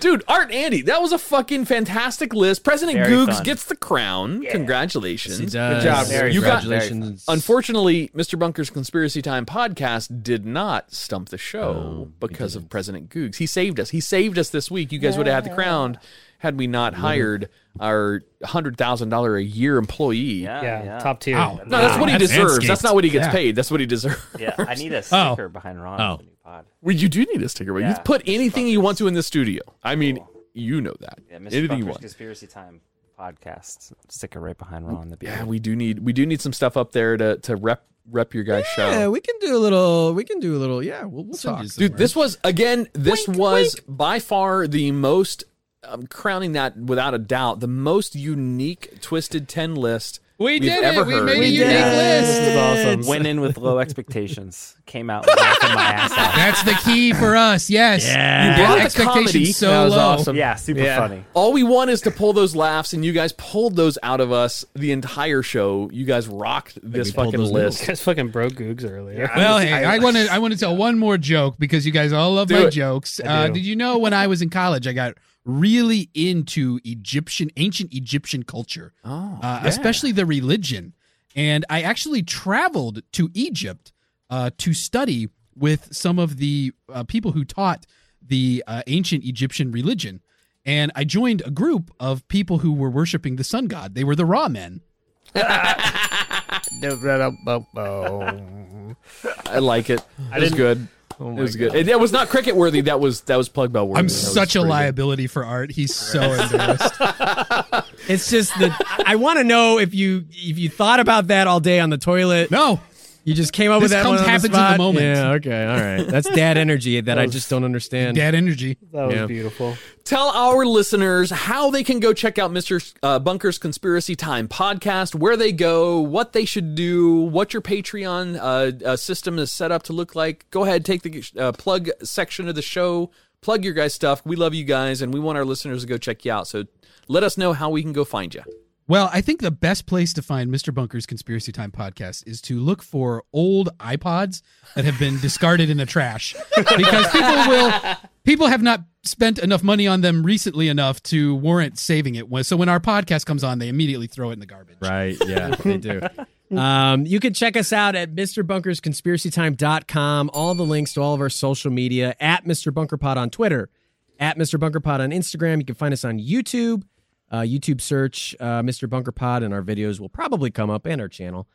Dude, Art Andy, that was a fucking fantastic list. President Very Googs fun. gets the crown. Congratulations. Yes, he does. Good job, Very You fun. got, Uh, Congratulations. Unfortunately, Mr. Bunker's Conspiracy Time podcast did not stump the show because of President Googs. He saved us. He saved us this week. You guys would have had the crown had we not hired our $100,000 a year employee. Yeah, yeah. top tier. No, that's what he That's deserves. That's Manscaped. not what he gets Yeah. paid. That's what he deserves. Yeah, I need a sticker behind Ron. Oh. Well, you do need a sticker, but you Yeah. can put anything you want to in the studio. I mean, you know that. Yeah, Mr. anything you Bunker's want. Conspiracy Time podcast sticker right behind Ron. The Yeah, we do need we do need some stuff up there to to rep rep your guys' Yeah, show. we can do a little. We can do a little. Yeah, we'll, we'll talk. Dude, this was again. This was by far the most. I'm crowning that without a doubt the most unique Twisted Ten list we have ever heard. Went in with low expectations. Came out laughing my ass off. That's the key for us. Yes. You Get brought the expectations comedy. so That was low. awesome. Yeah, super funny. All we want is to pull those laughs, and you guys pulled those out of us the entire show. You guys rocked this we pulled fucking those list. noodles. guys fucking broke Googs earlier. Well, hey, I want to I want to tell one more joke because you guys all love Do my it. jokes. I Uh, do. did you know when I was in college, I got really into Egyptian, ancient Egyptian culture, oh, uh, yeah. especially the religion, and I actually traveled to Egypt uh, to study with some of the uh, people who taught the uh, ancient Egyptian religion, and I joined a group of people who were worshiping the sun god. They were the raw men. I like it. I It was didn't- good. Oh it my was good. God. It, that was not cricket worthy. That was that was plug bell worthy. I'm That was such a pretty good. liability for Art. He's so embarrassed. It's just that I want to know if you if you thought about that all day on the toilet. No, you just came up with This that. comes- one on happens in the the spot? moment. Yeah. Okay. All right. That's dad energy that, That I was- just don't understand. Dad energy. That was Yeah. beautiful. Tell our listeners how they can go check out Mr. Uh, Bunker's Conspiracy Time podcast, where they go, what they should do, what your Patreon uh, uh, system is set up to look like. Go ahead, take the uh, plug section of the show, plug your guys' stuff. We love you guys, and we want our listeners to go check you out. So let us know how we can go find you. Well, I think the best place to find Mr. Bunker's Conspiracy Time podcast is to look for old iPods that have been discarded in the trash because people will people have not spent enough money on them recently enough to warrant saving it. So when our podcast comes on, they immediately throw it in the garbage. Right. Yeah, they do. Um, you can check us out at MrBunkersConspiracyTime.com. All the links to all of our social media at Mr. Bunker Pod on Twitter, at Mr. Bunker Pod on Instagram. You can find us on YouTube. Uh, YouTube search uh, Mr. Bunker Pod, and our videos will probably come up and our channel.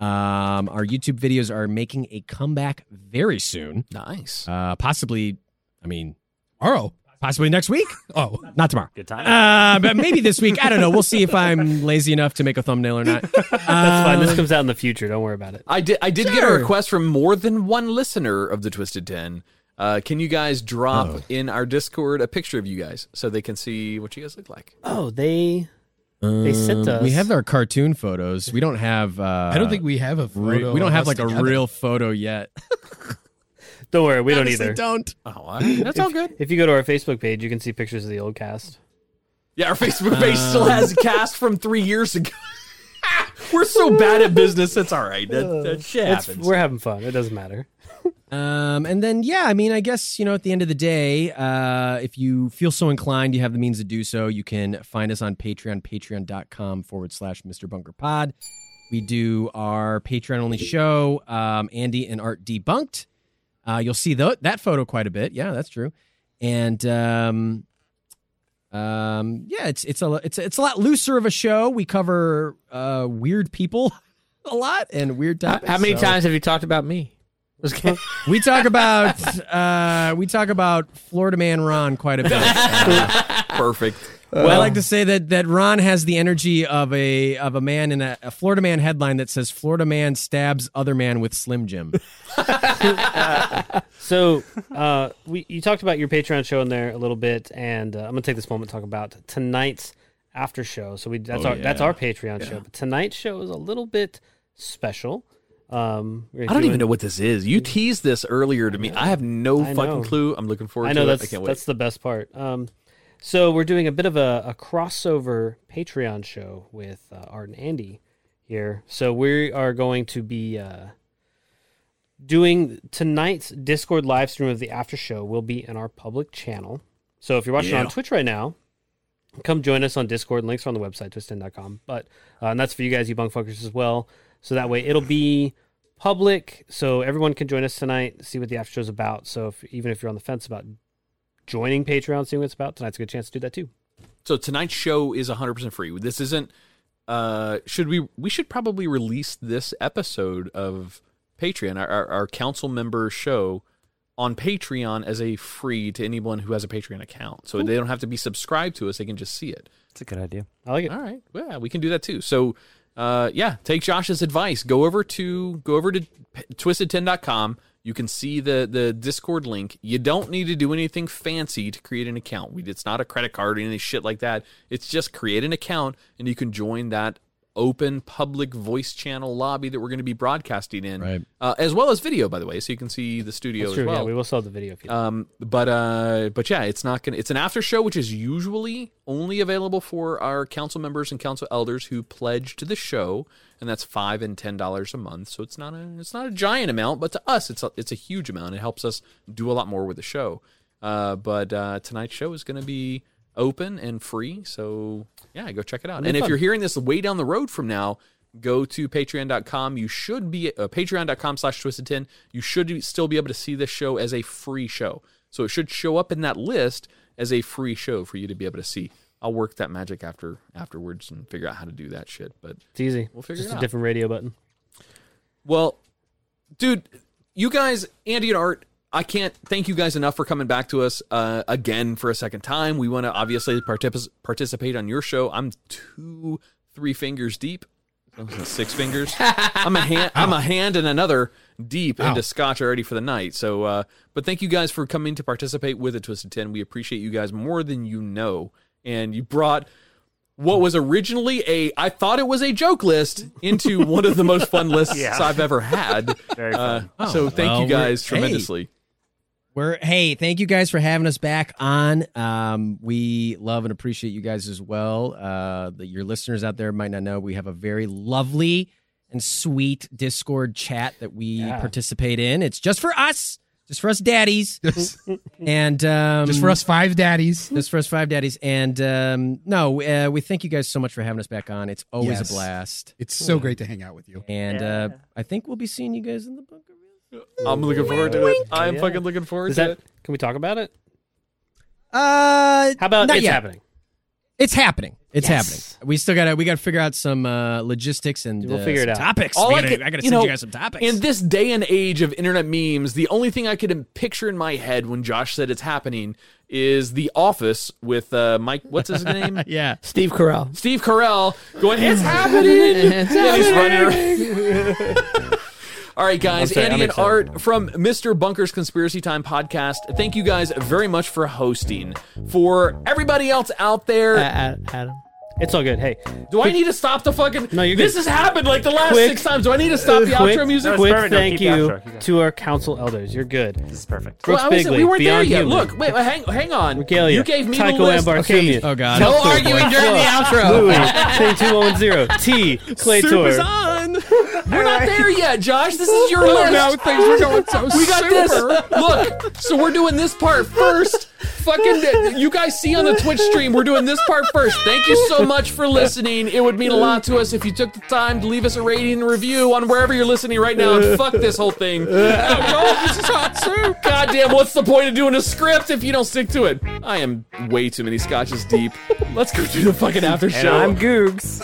Um, our YouTube videos are making a comeback very soon. Nice. Uh, possibly, I mean, tomorrow. Possibly next week. Oh, not tomorrow. Good time. Uh, but maybe this week. I don't know. We'll see if I'm lazy enough to make a thumbnail or not. That's fine. This Um, comes out in the future. Don't worry about it. I did. I did get a Sure. request from more than one listener of the Twisted Ten. Uh, can you guys drop in our Discord a picture of you guys so they can see what you guys look like? Oh, they they sent Um, us. We have our cartoon photos. We don't have. Uh, I don't think we have a photo re- we of don't have us like a together. real photo yet. Don't worry, we don't Honestly, either. don't. Oh, I mean, that's if, all good. If you go to our Facebook page, you can see pictures of the old cast. Yeah, our Facebook page still has a cast from three years ago. We're so bad at business. It's all right. That, that shit It's- happens. We're having fun. It doesn't matter. Um, and then yeah, I mean, I guess you know, at the end of the day, uh, if you feel so inclined, you have the means to do so. You can find us on Patreon, patreon.com forward slash Mr. Bunker Pod. We do our Patreon only show, um, Andy and Art debunked. Uh, you'll see tho- that photo quite a bit. Yeah, that's true. And um, um, yeah, it's it's a it's a- it's a lot looser of a show. We cover uh, weird people a lot and weird How, topics. how many so- times have you talked about me? we talk about uh, we talk about Florida man Ron quite a bit. Uh, Perfect. I like to say that that Ron has the energy of a of a man in a, a Florida man headline that says Florida man stabs other man with Slim Jim. So uh, we you talked about your Patreon show in there a little bit, and uh, I'm gonna take this moment to talk about tonight's after show. So we that's Oh, our that's yeah. our Patreon Yeah. show, but tonight's show is a little bit special. Um, we're I don't even doing- know what this is. You teased this earlier to me. I have no I fucking know. clue. I'm looking forward I know to that's it. I can't wait. that's the best part. Um, so we're doing a bit of a, a crossover Patreon show with uh, Art and Andy here. So we are going to be uh, doing tonight's Discord live stream of the after show. Will be in our public channel. So if you're watching Yeah. on Twitch right now, come join us on Discord. Links are on the website, twistend.com. But uh, and that's for you guys, you bunk fuckers as well. So that way it'll be public, so everyone can join us tonight, see what the after show's about. So if even if you're on the fence about joining Patreon, seeing what it's about, tonight's a good chance to do that too. So tonight's show is 100% free. This isn't uh should we we should probably release this episode of Patreon our our, our council member show on Patreon as a free to anyone who has a Patreon account. So they don't have to be subscribed to us, they can just see it. It's a good idea. I like it. All right. Yeah, we can do that too. So uh yeah, take Josh's advice. Go over to go over to p- twisted10.com. You can see the the Discord link. You don't need to do anything fancy to create an account. We, it's not a credit card or any shit like that. It's just create an account and you can join that open public voice channel lobby that we're going to be broadcasting in, right. uh, as well as video, by the way, so you can see the studio That's as true, well. yeah, we will sell the video if you Um, but uh, but yeah, it's not gonna. It's an after show, which is usually only available for our council members and council elders who pledge to the show, and that's five and ten dollars a month. So it's not a it's not a giant amount, but to us, it's a, it's a huge amount. It helps us do a lot more with the show. Uh, but uh, tonight's show is going to be open and free, so yeah, go check it out. It'll be And if fun. you're hearing this way down the road from now, go to patreon.com. You should be uh, patreon.com slash twisted 10. You should be- still be able to see this show as a free show. So it should show up in that list as a free show for you to be able to see. I'll work that magic after afterwards and figure out how to do that shit. But It's easy. We'll figure Just it a out. different radio button. Well, dude, you guys, Andy and Art, I can't thank you guys enough for coming back to us uh, again for a second time. We want to obviously partic- participate on your show. I'm two, three fingers deep. I was gonna- Six fingers. I'm a hand. I'm a hand and another deep Ow. into scotch already for the night. So, uh, but thank you guys for coming to participate with the Twisted Ten. We appreciate you guys more than you know. And you brought what was originally a I thought it was a joke list into one of the most fun lists Yeah. I've ever had. Uh, Oh, so thank well, you guys we're- hey. tremendously. We're hey, thank you guys for having us back on. Um, we love and appreciate you guys as well. Uh, the, your listeners out there might not know we have a very lovely and sweet Discord chat that we participate in. It's just for us, just for us daddies, and um, Just for us five daddies. Just for us Mm-hmm. five daddies. And um, no, uh, we thank you guys so much for having us back on. It's always Yes. a blast. It's so great to hang out with you. And uh, I think we'll be seeing you guys in the bunker. I'm looking forward to it. I'm Yeah. fucking looking forward Is to that- it. Can we talk about it? Uh, How about not it's yet. happening? It's happening. It's Yes. happening. We still got to we got to figure out some uh, logistics and We'll uh, figure it some out. Topics. All We I gotta- could- I got to you send know, you guys some topics. In this day and age of internet memes, the only thing I could picture in my head when Josh said it's happening is The Office with uh, Mike. What's his name? yeah, Steve Carell. Steve Carell going, "It's happening!" And he's running around. All right, guys. I'm sorry, Andy I'm and excited. Art from Mr. Bunker's Conspiracy Time podcast. Thank you guys very much for hosting. For everybody else out there, Uh, Adam. It's all good. Hey, do I need to stop the fucking? No, you're This good. has happened like the last Quick- six times. Do I need to stop the quick, outro music? Quick, perfect. No, thank keep the you outro, keep the to our council elders. You're good. This is perfect. Brooks Well, I was- Bigley, we weren't there Beyond yet. Human. Look, wait, hang, hang on. Regalia, you gave me Taiko the list. and Bartemian. Oh, God. Tell No Floyd arguing Floyd. during the outro. Louis, Thing 2110, T, Super's Claytor. on. We're not there yet, Josh. This is your Oh, list. no, things are going so We got super. this. Look, so we're doing this part first. Fucking, you guys see on the Twitch stream, we're doing this part first. Thank you so much for listening. It would mean a lot to us if you took the time to leave us a rating and review on wherever you're listening right now. And fuck this whole thing. Oh, this is hot too. Goddamn, what's the point of doing a script if you don't stick to it? I am way too many scotches deep. Let's go do the fucking after And show. I'm Googs.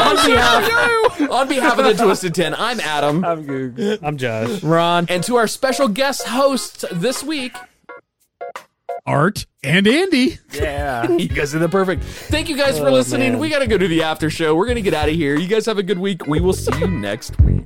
on, behalf, on behalf of the Twisted 10, I'm Adam. I'm Googs. I'm Josh. Ron. And to our special guest hosts this week, Art and Andy. Yeah. you guys are the perfect. Thank you guys for Oh, listening. man. We got to go do the after show. We're going to get out of here. You guys have a good week. We will see you next week.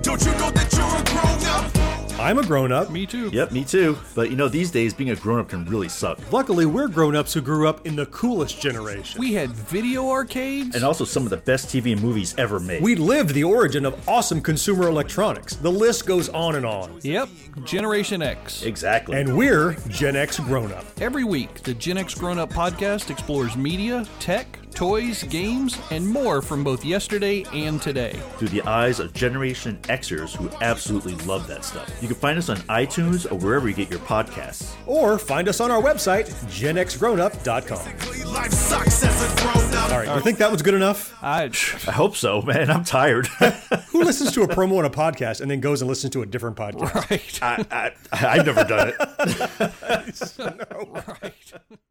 Don't you know that you're a I'm a grown up. Me too. Yep, me too. But you know, these days being a grown up can really suck. Luckily, we're grown ups who grew up in the coolest generation. We had video arcades. And also some of the best TV and movies ever made. We lived the origin of awesome consumer electronics. The list goes on and on. Yep, Generation X. Exactly. And we're Gen X grown up. Every week, the Gen X Grown Up podcast explores media, tech, toys, games, and more from both yesterday and today. Through the eyes of Generation Xers who absolutely love that stuff. You can find us on iTunes or wherever you get your podcasts. Or find us on our website, genxgrownup.com. Life sucks as a grown up. All right, you think that was good enough? I, I hope so, man. I'm tired. Who listens to a promo on a podcast and then goes and listens to a different podcast? I, I, I've never done it. Right.